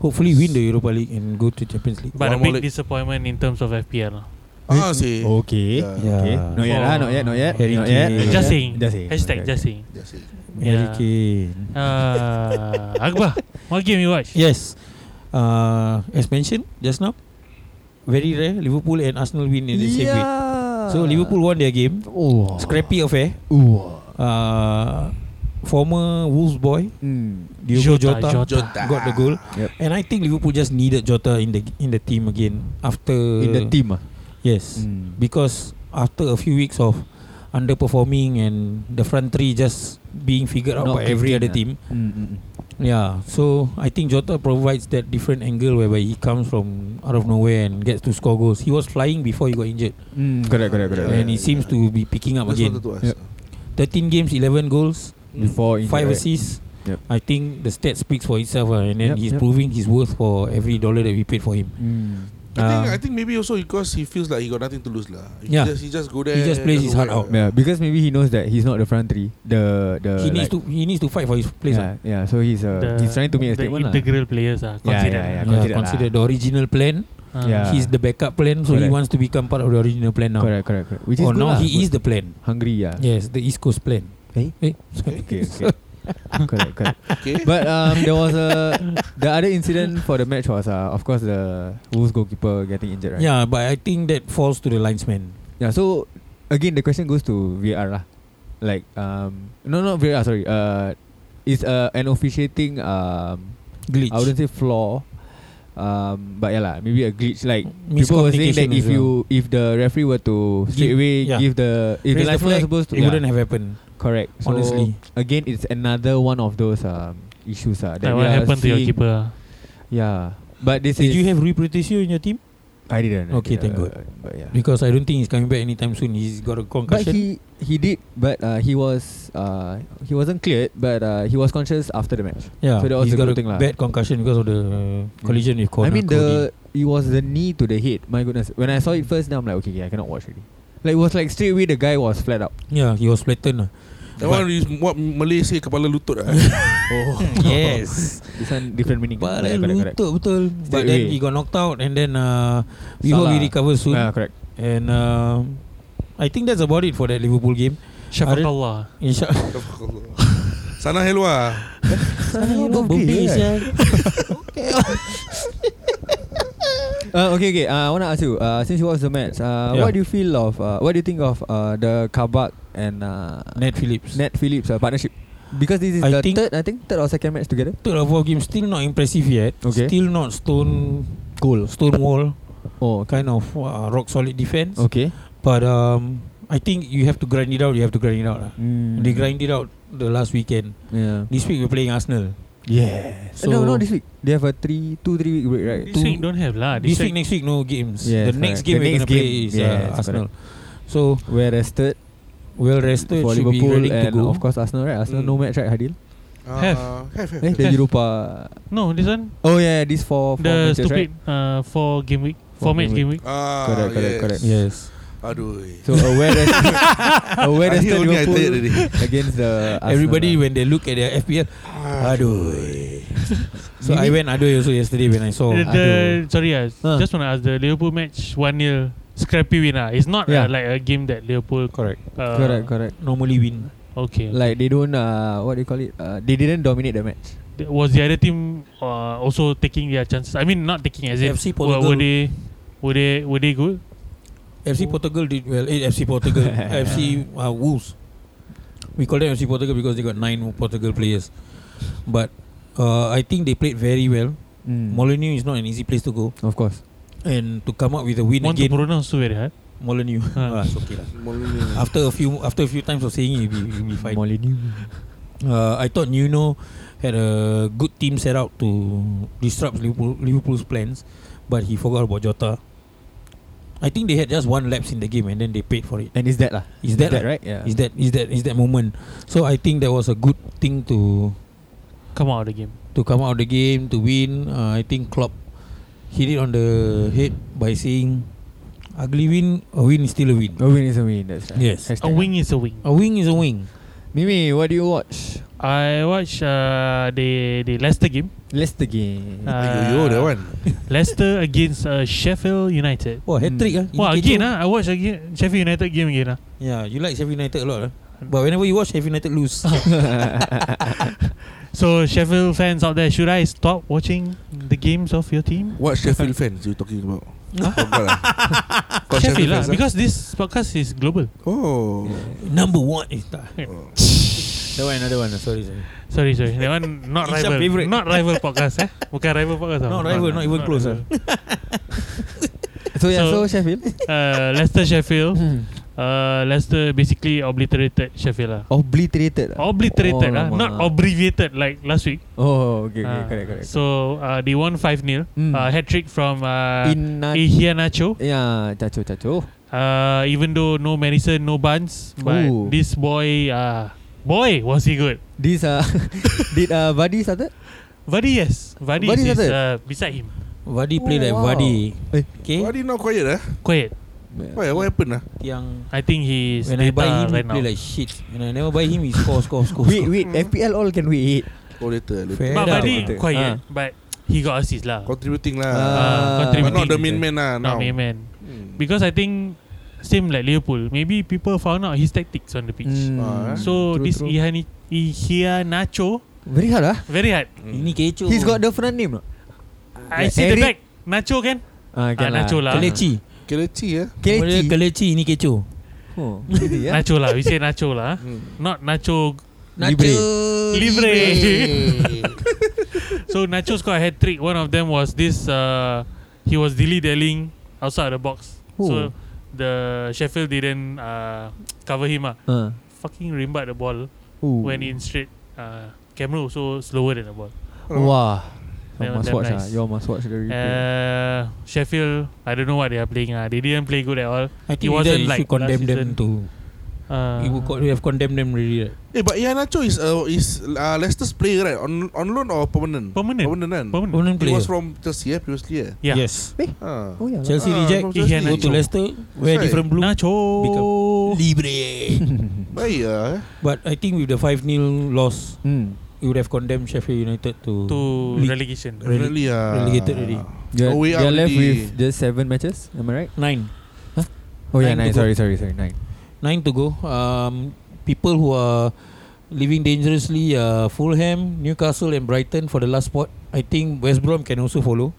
[SPEAKER 3] Hopefully win the Europa League And go to Champions League
[SPEAKER 7] But a
[SPEAKER 6] One more
[SPEAKER 7] big
[SPEAKER 6] leg.
[SPEAKER 7] disappointment in terms of FPL. lah.
[SPEAKER 6] Ah, see.
[SPEAKER 3] Oh.
[SPEAKER 5] Okay.
[SPEAKER 6] Yeah.
[SPEAKER 3] Yeah.
[SPEAKER 5] Okay. Not yet lah. Not yet. Not yet.
[SPEAKER 3] Harry
[SPEAKER 5] Not yet.
[SPEAKER 3] Kane.
[SPEAKER 5] not
[SPEAKER 7] Just
[SPEAKER 5] yet.
[SPEAKER 7] saying.
[SPEAKER 5] Just saying.
[SPEAKER 7] Hashtag
[SPEAKER 5] Okay,
[SPEAKER 7] just
[SPEAKER 5] okay.
[SPEAKER 7] saying.
[SPEAKER 6] Yes, yes.
[SPEAKER 3] Harry
[SPEAKER 7] Yeah.
[SPEAKER 3] Kane
[SPEAKER 7] Uh, Akbar, what game you watch?
[SPEAKER 3] Yes. Uh, as mentioned just now, very rare Liverpool and Arsenal win in the same week. So Liverpool won their game.
[SPEAKER 5] Oh.
[SPEAKER 3] Scrappy affair.
[SPEAKER 5] Ooh.
[SPEAKER 3] Uh, former Wolves boy Hmm.
[SPEAKER 5] Mm.
[SPEAKER 3] Diogo Jota,
[SPEAKER 6] Jota.
[SPEAKER 3] got the goal.
[SPEAKER 5] Yep.
[SPEAKER 3] And I think Liverpool just needed Jota in the in the team again after
[SPEAKER 5] In the team Hmm. ah.
[SPEAKER 3] Yes. Because after a few weeks of underperforming and the front three just being figured out
[SPEAKER 5] Not
[SPEAKER 3] by every
[SPEAKER 5] clicking,
[SPEAKER 3] other
[SPEAKER 5] ah.
[SPEAKER 3] team.
[SPEAKER 5] Mm, mm, mm.
[SPEAKER 3] Yeah, so I think Jota provides that different angle whereby he comes from out of nowhere and gets to score goals. He was flying before he got injured,
[SPEAKER 5] Mm, correct, correct, correct.
[SPEAKER 6] Yeah,
[SPEAKER 3] and he
[SPEAKER 6] yeah,
[SPEAKER 3] seems
[SPEAKER 6] yeah.
[SPEAKER 3] to be picking up
[SPEAKER 6] That's
[SPEAKER 3] again.
[SPEAKER 6] what they do us.
[SPEAKER 5] Yep.
[SPEAKER 3] 13 games, 11 goals,
[SPEAKER 5] Before injury,
[SPEAKER 3] 5
[SPEAKER 5] right?
[SPEAKER 3] assists.
[SPEAKER 5] Yep.
[SPEAKER 3] I think the stat speaks for itself, ah, and then
[SPEAKER 5] Yep,
[SPEAKER 3] he's
[SPEAKER 5] yep.
[SPEAKER 3] proving his worth for every dollar that we paid for him.
[SPEAKER 5] Mm.
[SPEAKER 6] I think
[SPEAKER 3] Uh,
[SPEAKER 6] I think maybe also because he feels like he got nothing to lose lah. He
[SPEAKER 3] Yeah.
[SPEAKER 6] just he just go there.
[SPEAKER 3] He just plays his heart out.
[SPEAKER 5] Yeah, because maybe he knows that he's not the front three. The the
[SPEAKER 3] he needs
[SPEAKER 5] Uh,
[SPEAKER 3] to
[SPEAKER 5] like,
[SPEAKER 3] he needs to fight for his place. ah.
[SPEAKER 5] Yeah, yeah. So he's uh,
[SPEAKER 7] The-
[SPEAKER 5] he's trying to
[SPEAKER 7] the
[SPEAKER 5] make a statement lah.
[SPEAKER 7] integral players are
[SPEAKER 5] Yeah,
[SPEAKER 7] considered.
[SPEAKER 5] yeah,
[SPEAKER 3] Yeah,
[SPEAKER 5] considered
[SPEAKER 3] consider,
[SPEAKER 5] lah.
[SPEAKER 3] the original plan.
[SPEAKER 7] Uh,
[SPEAKER 5] Yeah.
[SPEAKER 3] He's the backup plan, so he
[SPEAKER 5] Correct.
[SPEAKER 3] wants to become part of the original plan now.
[SPEAKER 5] Correct, correct, correct. Which is
[SPEAKER 3] or
[SPEAKER 5] good
[SPEAKER 3] now Oh,
[SPEAKER 5] lah.
[SPEAKER 3] he
[SPEAKER 5] Good.
[SPEAKER 3] is the plan.
[SPEAKER 5] hungry. Yeah.
[SPEAKER 3] Yes, the East Coast plan.
[SPEAKER 5] Eh?
[SPEAKER 3] Eh?
[SPEAKER 5] Okay, okay. correct, correct.
[SPEAKER 6] Okay.
[SPEAKER 5] But um, there was a the other incident for the match was uh, of course the Wolves goalkeeper getting injured, right?
[SPEAKER 3] Yeah, but I think that falls to the linesman.
[SPEAKER 5] Yeah. So again, the question goes to VAR lah. Like um, no, not VAR. Sorry. Uh, is uh, an officiating um,
[SPEAKER 3] Glitch.
[SPEAKER 5] I wouldn't say flaw. Um, but yeah lah, maybe a glitch. Like people were saying
[SPEAKER 3] Miscommunication
[SPEAKER 5] that if
[SPEAKER 3] as well.
[SPEAKER 5] you if the referee were to
[SPEAKER 3] Give-
[SPEAKER 5] straight away
[SPEAKER 3] yeah.
[SPEAKER 5] give the
[SPEAKER 3] Raise
[SPEAKER 5] if the linesman was supposed to
[SPEAKER 3] it
[SPEAKER 5] yeah,
[SPEAKER 3] wouldn't have happened.
[SPEAKER 5] correct. So
[SPEAKER 3] honestly.
[SPEAKER 5] again, it's another one of those um, issues uh, that
[SPEAKER 7] Like
[SPEAKER 5] we
[SPEAKER 7] what
[SPEAKER 5] are
[SPEAKER 7] happened to your
[SPEAKER 5] seeing.
[SPEAKER 7] keeper?
[SPEAKER 5] Yeah, but this
[SPEAKER 3] Did
[SPEAKER 5] is
[SPEAKER 3] you have Rui Patricio in your team?
[SPEAKER 5] I didn't. I
[SPEAKER 3] Okay, thank
[SPEAKER 5] didn't,
[SPEAKER 3] God.
[SPEAKER 5] uh, But yeah.
[SPEAKER 3] Because I don't think he's coming back anytime soon. He's got a
[SPEAKER 5] But
[SPEAKER 3] concussion.
[SPEAKER 5] he he did, but uh, he was uh, he wasn't cleared, but uh, he was conscious after the match.
[SPEAKER 3] yeah,
[SPEAKER 5] so that was
[SPEAKER 3] he's
[SPEAKER 5] a
[SPEAKER 3] got a
[SPEAKER 5] good thing lah.
[SPEAKER 3] bad concussion because of the uh, collision with Connor
[SPEAKER 5] I mean
[SPEAKER 3] Cody.
[SPEAKER 5] the it was the knee to the head. My goodness, when I saw it first, now I'm like, okay, yeah, I cannot watch already. Like it was like straight away the guy was flat out.
[SPEAKER 3] Yeah, he was flattened. lah.
[SPEAKER 6] That one is what Malay say kepala lutut lah.
[SPEAKER 5] Oh
[SPEAKER 3] Yes.
[SPEAKER 5] This one different meaning.
[SPEAKER 3] But
[SPEAKER 5] Correct, correct, correct.
[SPEAKER 3] lutut betul. But
[SPEAKER 5] Straight
[SPEAKER 3] then
[SPEAKER 5] away.
[SPEAKER 3] he got knocked out and then uh, we hope
[SPEAKER 5] Salah.
[SPEAKER 3] he recover soon.
[SPEAKER 5] Ah, correct.
[SPEAKER 3] And uh, I think that's about it for that Liverpool game.
[SPEAKER 7] Shafakallah.
[SPEAKER 3] Inshallah.
[SPEAKER 6] Sana helwa.
[SPEAKER 5] kan? Uh, okay, okay. Uh, I wanna ask you. Uh, since you watched the match, uh,
[SPEAKER 3] Yeah.
[SPEAKER 5] what do you feel of? Uh, what do you think of uh, the Kabak and uh,
[SPEAKER 3] Ned Phillips.
[SPEAKER 5] Ned Phillips uh, partnership? Because this is
[SPEAKER 3] I
[SPEAKER 5] the
[SPEAKER 3] think-
[SPEAKER 5] third, I think third or second match together.
[SPEAKER 3] Third of all game lah, still not impressive yet.
[SPEAKER 5] Okay.
[SPEAKER 3] Still not stone goal, stone wall
[SPEAKER 5] Oh,
[SPEAKER 3] kind of uh, rock solid defense.
[SPEAKER 5] okay.
[SPEAKER 3] But um, I think you have to grind it out. You have to grind it out. lah.
[SPEAKER 5] Mm.
[SPEAKER 3] They grind it out the last weekend.
[SPEAKER 5] Yeah.
[SPEAKER 3] This week we're playing Arsenal.
[SPEAKER 5] Yeah.
[SPEAKER 3] So-
[SPEAKER 5] no, not this week. They have a three, two, three week break, right?
[SPEAKER 7] This week don't have
[SPEAKER 3] Ah,
[SPEAKER 7] lah.
[SPEAKER 3] this week, next week, no games.
[SPEAKER 5] Yes,
[SPEAKER 3] the next
[SPEAKER 5] correct.
[SPEAKER 3] game
[SPEAKER 5] The
[SPEAKER 3] we're
[SPEAKER 5] next
[SPEAKER 3] gonna play
[SPEAKER 5] game.
[SPEAKER 3] is
[SPEAKER 5] Yes,
[SPEAKER 3] uh, Arsenal. So
[SPEAKER 5] Whereas third
[SPEAKER 3] well rested,
[SPEAKER 5] for
[SPEAKER 3] should
[SPEAKER 5] Liverpool
[SPEAKER 3] be ready to
[SPEAKER 5] and
[SPEAKER 3] go.
[SPEAKER 5] of course Arsenal, right? Arsenal
[SPEAKER 6] Mm.
[SPEAKER 5] no match, right? Hadil?
[SPEAKER 7] Have.
[SPEAKER 6] Ah, have, have.
[SPEAKER 5] Eh, the
[SPEAKER 7] Yes.
[SPEAKER 5] Europa.
[SPEAKER 7] No, this one.
[SPEAKER 5] Oh yeah, yeah, these four, four
[SPEAKER 7] The
[SPEAKER 5] matches,
[SPEAKER 7] stupid
[SPEAKER 5] right?
[SPEAKER 7] uh, four game week. Four,
[SPEAKER 5] Four
[SPEAKER 7] match
[SPEAKER 5] game
[SPEAKER 7] game week.
[SPEAKER 6] Ah,
[SPEAKER 5] Correct, correct,
[SPEAKER 6] yes.
[SPEAKER 5] correct.
[SPEAKER 3] Yes.
[SPEAKER 6] Aduh. eh.
[SPEAKER 5] So a whereas a
[SPEAKER 6] I
[SPEAKER 5] whereas
[SPEAKER 6] hear only I tired
[SPEAKER 5] Liverpool
[SPEAKER 6] already.
[SPEAKER 5] against the uh, Arsenal,
[SPEAKER 3] Everybody
[SPEAKER 5] right?
[SPEAKER 3] when they look at their FPL, aduh. so I went aduh also yesterday when I saw.
[SPEAKER 7] the, the, sorry, uh,
[SPEAKER 5] Oh, Huh.
[SPEAKER 7] just want to ask the Liverpool match 1 0. Scrappy win. ah. It's not
[SPEAKER 5] Yeah.
[SPEAKER 7] uh, like a game that Liverpool.
[SPEAKER 3] Correct.
[SPEAKER 7] Uh,
[SPEAKER 5] correct, correct.
[SPEAKER 3] Normally win.
[SPEAKER 7] Okay.
[SPEAKER 5] Like they don't uh, what do you call it? Uh, they didn't dominate the match.
[SPEAKER 7] Th- Was the other team uh, also taking their chances? I mean, not taking as in.
[SPEAKER 3] FC
[SPEAKER 7] were,
[SPEAKER 3] Portugal.
[SPEAKER 7] were they were they were they good?
[SPEAKER 3] FC Portugal did well. Eh, FC Portugal, FC uh, Wolves. We call them FC Portugal because they got nine Portugal players. But uh, I think they played very well. Molineux is not an easy place to go,
[SPEAKER 5] Hmm. of course.
[SPEAKER 3] and to come up with a win
[SPEAKER 7] Want
[SPEAKER 3] again,
[SPEAKER 7] to pronounce so very hard.
[SPEAKER 3] Molineux.
[SPEAKER 7] Ah.
[SPEAKER 3] ah, it's okay lah. After a few, after a few times of saying it, you'll be, you'll be fine.
[SPEAKER 5] Molineux.
[SPEAKER 3] Uh, I thought Nuno had a good team set out to disrupt Liverpool, Liverpool's plans, but he forgot about Jota. I think they had just one lapse in the game and then they paid for it.
[SPEAKER 5] And is that lah?
[SPEAKER 3] Is that
[SPEAKER 5] right? Yeah.
[SPEAKER 3] Is that is that is that moment? So I think that was a good thing to
[SPEAKER 7] Come out of the game.
[SPEAKER 3] to come out of the game to win. Uh, I think Klopp hit it on the head by saying, "Ugly win, a win is still a win.
[SPEAKER 5] Oh, a win is a win. That's right.
[SPEAKER 3] Yes.
[SPEAKER 7] A
[SPEAKER 5] Hashtag. lah.
[SPEAKER 7] wing is a wing.
[SPEAKER 3] A
[SPEAKER 5] Oh.
[SPEAKER 3] wing is a wing."
[SPEAKER 5] Mimi, what do you watch?
[SPEAKER 7] I watch uh, the the Leicester game.
[SPEAKER 5] Leicester game.
[SPEAKER 7] Ah.
[SPEAKER 6] Ayo, Eh, that one.
[SPEAKER 7] Leicester against uh, Sheffield United.
[SPEAKER 3] Wow, hat trick ah!
[SPEAKER 7] Wah,
[SPEAKER 3] Indicator.
[SPEAKER 7] again ah, I watch again Sheffield United game again ah.
[SPEAKER 3] Yeah, you like Sheffield United a lot, ah. But whenever you watch Sheffield United lose,
[SPEAKER 7] So Sheffield fans out there, should I stop watching the games of your team?
[SPEAKER 6] What Sheffield fans you talking about? Forgot lah. Kau
[SPEAKER 7] Sheffield lah,
[SPEAKER 6] fans,
[SPEAKER 7] because this podcast is global.
[SPEAKER 6] Oh.
[SPEAKER 3] number one is that.
[SPEAKER 6] Oh.
[SPEAKER 3] That one, another one. Sorry, sorry.
[SPEAKER 7] Sorry, sorry. That one not
[SPEAKER 3] It's your
[SPEAKER 7] rival,
[SPEAKER 3] favourite.
[SPEAKER 7] not rival podcast eh. Bukan rival podcast. tau.
[SPEAKER 3] No, rival, not even close. ah.
[SPEAKER 7] rival.
[SPEAKER 5] so yeah,
[SPEAKER 7] So-
[SPEAKER 5] so, Sheffield
[SPEAKER 7] Uh, Leicester Sheffield.
[SPEAKER 5] Hmm.
[SPEAKER 7] Uh, Leicester basically obliterated Sheffield lah.
[SPEAKER 5] obliterated. ah?
[SPEAKER 7] Obliterated
[SPEAKER 5] Oh,
[SPEAKER 7] lah,
[SPEAKER 5] lama.
[SPEAKER 7] not abbreviated like last week.
[SPEAKER 5] Oh, okay, okay,
[SPEAKER 7] Ah,
[SPEAKER 5] correct, correct.
[SPEAKER 7] So uh, they won five 0
[SPEAKER 5] Mm.
[SPEAKER 7] uh, hat trick from
[SPEAKER 3] Ah,
[SPEAKER 7] uh,
[SPEAKER 5] in
[SPEAKER 7] Ihia Nacho.
[SPEAKER 5] yeah, caco caco.
[SPEAKER 7] Uh, even though no medicine, no buns, but
[SPEAKER 5] Ooh.
[SPEAKER 7] this boy, uh, boy, was he good?
[SPEAKER 5] These uh, did uh, Vadi started?
[SPEAKER 7] Vadi yes, Vadi is
[SPEAKER 5] Vardy started?
[SPEAKER 7] uh, beside him.
[SPEAKER 3] Vadi play like
[SPEAKER 5] wow.
[SPEAKER 3] Vadi.
[SPEAKER 5] Eh.
[SPEAKER 3] Okay,
[SPEAKER 6] Why are you not quiet ah?
[SPEAKER 7] Quiet.
[SPEAKER 6] Why? What happened ah?
[SPEAKER 3] yang
[SPEAKER 7] I think he is
[SPEAKER 3] when I buy him, he
[SPEAKER 7] right now.
[SPEAKER 3] play like shit. When I never buy him, he score, score, score.
[SPEAKER 5] Wait,
[SPEAKER 3] score.
[SPEAKER 5] wait,
[SPEAKER 6] Hmm.
[SPEAKER 5] FPL all can wait.
[SPEAKER 6] Oh later, later.
[SPEAKER 3] Fair
[SPEAKER 7] but
[SPEAKER 3] enough.
[SPEAKER 7] Vadi
[SPEAKER 5] Better.
[SPEAKER 7] quiet,
[SPEAKER 5] Ah.
[SPEAKER 7] but he got assist lah.
[SPEAKER 6] Contributing
[SPEAKER 5] Ah.
[SPEAKER 6] lah.
[SPEAKER 7] Uh,
[SPEAKER 6] But not the
[SPEAKER 7] contributing.
[SPEAKER 6] main man lah
[SPEAKER 7] Not
[SPEAKER 6] now.
[SPEAKER 7] main man.
[SPEAKER 6] Hmm.
[SPEAKER 7] Because I think same like Liverpool, maybe people found out his tactics on the pitch.
[SPEAKER 5] Mm. Hmm.
[SPEAKER 6] Ah, eh.
[SPEAKER 7] So
[SPEAKER 5] True,
[SPEAKER 7] this
[SPEAKER 5] true.
[SPEAKER 7] Ihani, Ihia Nacho
[SPEAKER 5] very hard ah.
[SPEAKER 7] very hard.
[SPEAKER 3] Ini kecoh.
[SPEAKER 5] He's got the front name. not?
[SPEAKER 7] I
[SPEAKER 5] Yeah,
[SPEAKER 7] see the
[SPEAKER 5] Eric-
[SPEAKER 7] back Nacho kan?
[SPEAKER 5] Ah,
[SPEAKER 7] Ah, Nacho lah.
[SPEAKER 3] Keleci.
[SPEAKER 6] Kelechi eh.
[SPEAKER 3] Kelechi.
[SPEAKER 5] Keleti.
[SPEAKER 3] Kelechi ini kecoh.
[SPEAKER 5] Oh, really, ah?
[SPEAKER 7] Nacho lah. We say Nacho lah. Not Nacho.
[SPEAKER 5] Libre.
[SPEAKER 7] Libre. So Nacho scored a hat trick. One of them was this. Uh, he was dilly dallying outside the box.
[SPEAKER 5] Who?
[SPEAKER 7] So the Sheffield didn't uh, cover him. Ah,
[SPEAKER 5] Ah.
[SPEAKER 7] fucking rimbat the ball
[SPEAKER 5] Ooh.
[SPEAKER 7] went in straight. Uh, Cameron also slower than the ball.
[SPEAKER 5] Wah.
[SPEAKER 7] That
[SPEAKER 5] You
[SPEAKER 7] one
[SPEAKER 5] must
[SPEAKER 7] damn
[SPEAKER 5] watch ah.
[SPEAKER 7] nice.
[SPEAKER 5] You all must watch the replay.
[SPEAKER 7] Uh, Sheffield, I don't know what they are playing. Ah, they didn't play good at all.
[SPEAKER 3] I
[SPEAKER 7] He
[SPEAKER 3] think
[SPEAKER 7] wasn't
[SPEAKER 3] either you
[SPEAKER 7] like
[SPEAKER 3] should condemn
[SPEAKER 7] last
[SPEAKER 3] them
[SPEAKER 7] season.
[SPEAKER 3] to
[SPEAKER 7] Uh,
[SPEAKER 3] It would co- we have condemned them really. Right?
[SPEAKER 6] Eh, but Iheanacho is uh, is uh, Leicester's player right? On on loan or permanent?
[SPEAKER 7] Permanent.
[SPEAKER 6] Permanent kan?
[SPEAKER 7] Permanent.
[SPEAKER 3] Permanent
[SPEAKER 6] He
[SPEAKER 3] player.
[SPEAKER 6] was from Chelsea eh, previously eh.
[SPEAKER 7] Yeah.
[SPEAKER 3] Yes.
[SPEAKER 6] Ah.
[SPEAKER 5] Oh yeah.
[SPEAKER 3] Chelsea
[SPEAKER 6] Ah,
[SPEAKER 3] reject.
[SPEAKER 6] from
[SPEAKER 7] He
[SPEAKER 6] Chelsea.
[SPEAKER 7] had
[SPEAKER 3] Go to Leicester. Wear
[SPEAKER 6] right.
[SPEAKER 3] different blue.
[SPEAKER 7] Nacho.
[SPEAKER 3] Libre.
[SPEAKER 6] Baik lah eh.
[SPEAKER 3] but I think with the 5 0 loss,
[SPEAKER 5] Mm.
[SPEAKER 3] it would have condemned Sheffield United to,
[SPEAKER 7] To
[SPEAKER 3] League.
[SPEAKER 7] relegation.
[SPEAKER 3] Rele-
[SPEAKER 6] Really ah.
[SPEAKER 3] relegated already.
[SPEAKER 5] You're,
[SPEAKER 6] Oh, we
[SPEAKER 5] you're
[SPEAKER 6] are
[SPEAKER 5] left
[SPEAKER 6] already-
[SPEAKER 5] with just seven matches. Am I right?
[SPEAKER 3] 9.
[SPEAKER 5] Oh yeah,
[SPEAKER 3] Nine
[SPEAKER 5] nine.
[SPEAKER 3] to go.
[SPEAKER 5] Sorry, sorry, sorry, nine.
[SPEAKER 3] 9 to go. Um, people who are living dangerously uh, Fulham, Newcastle, and Brighton for the last spot. I think West Brom can also follow.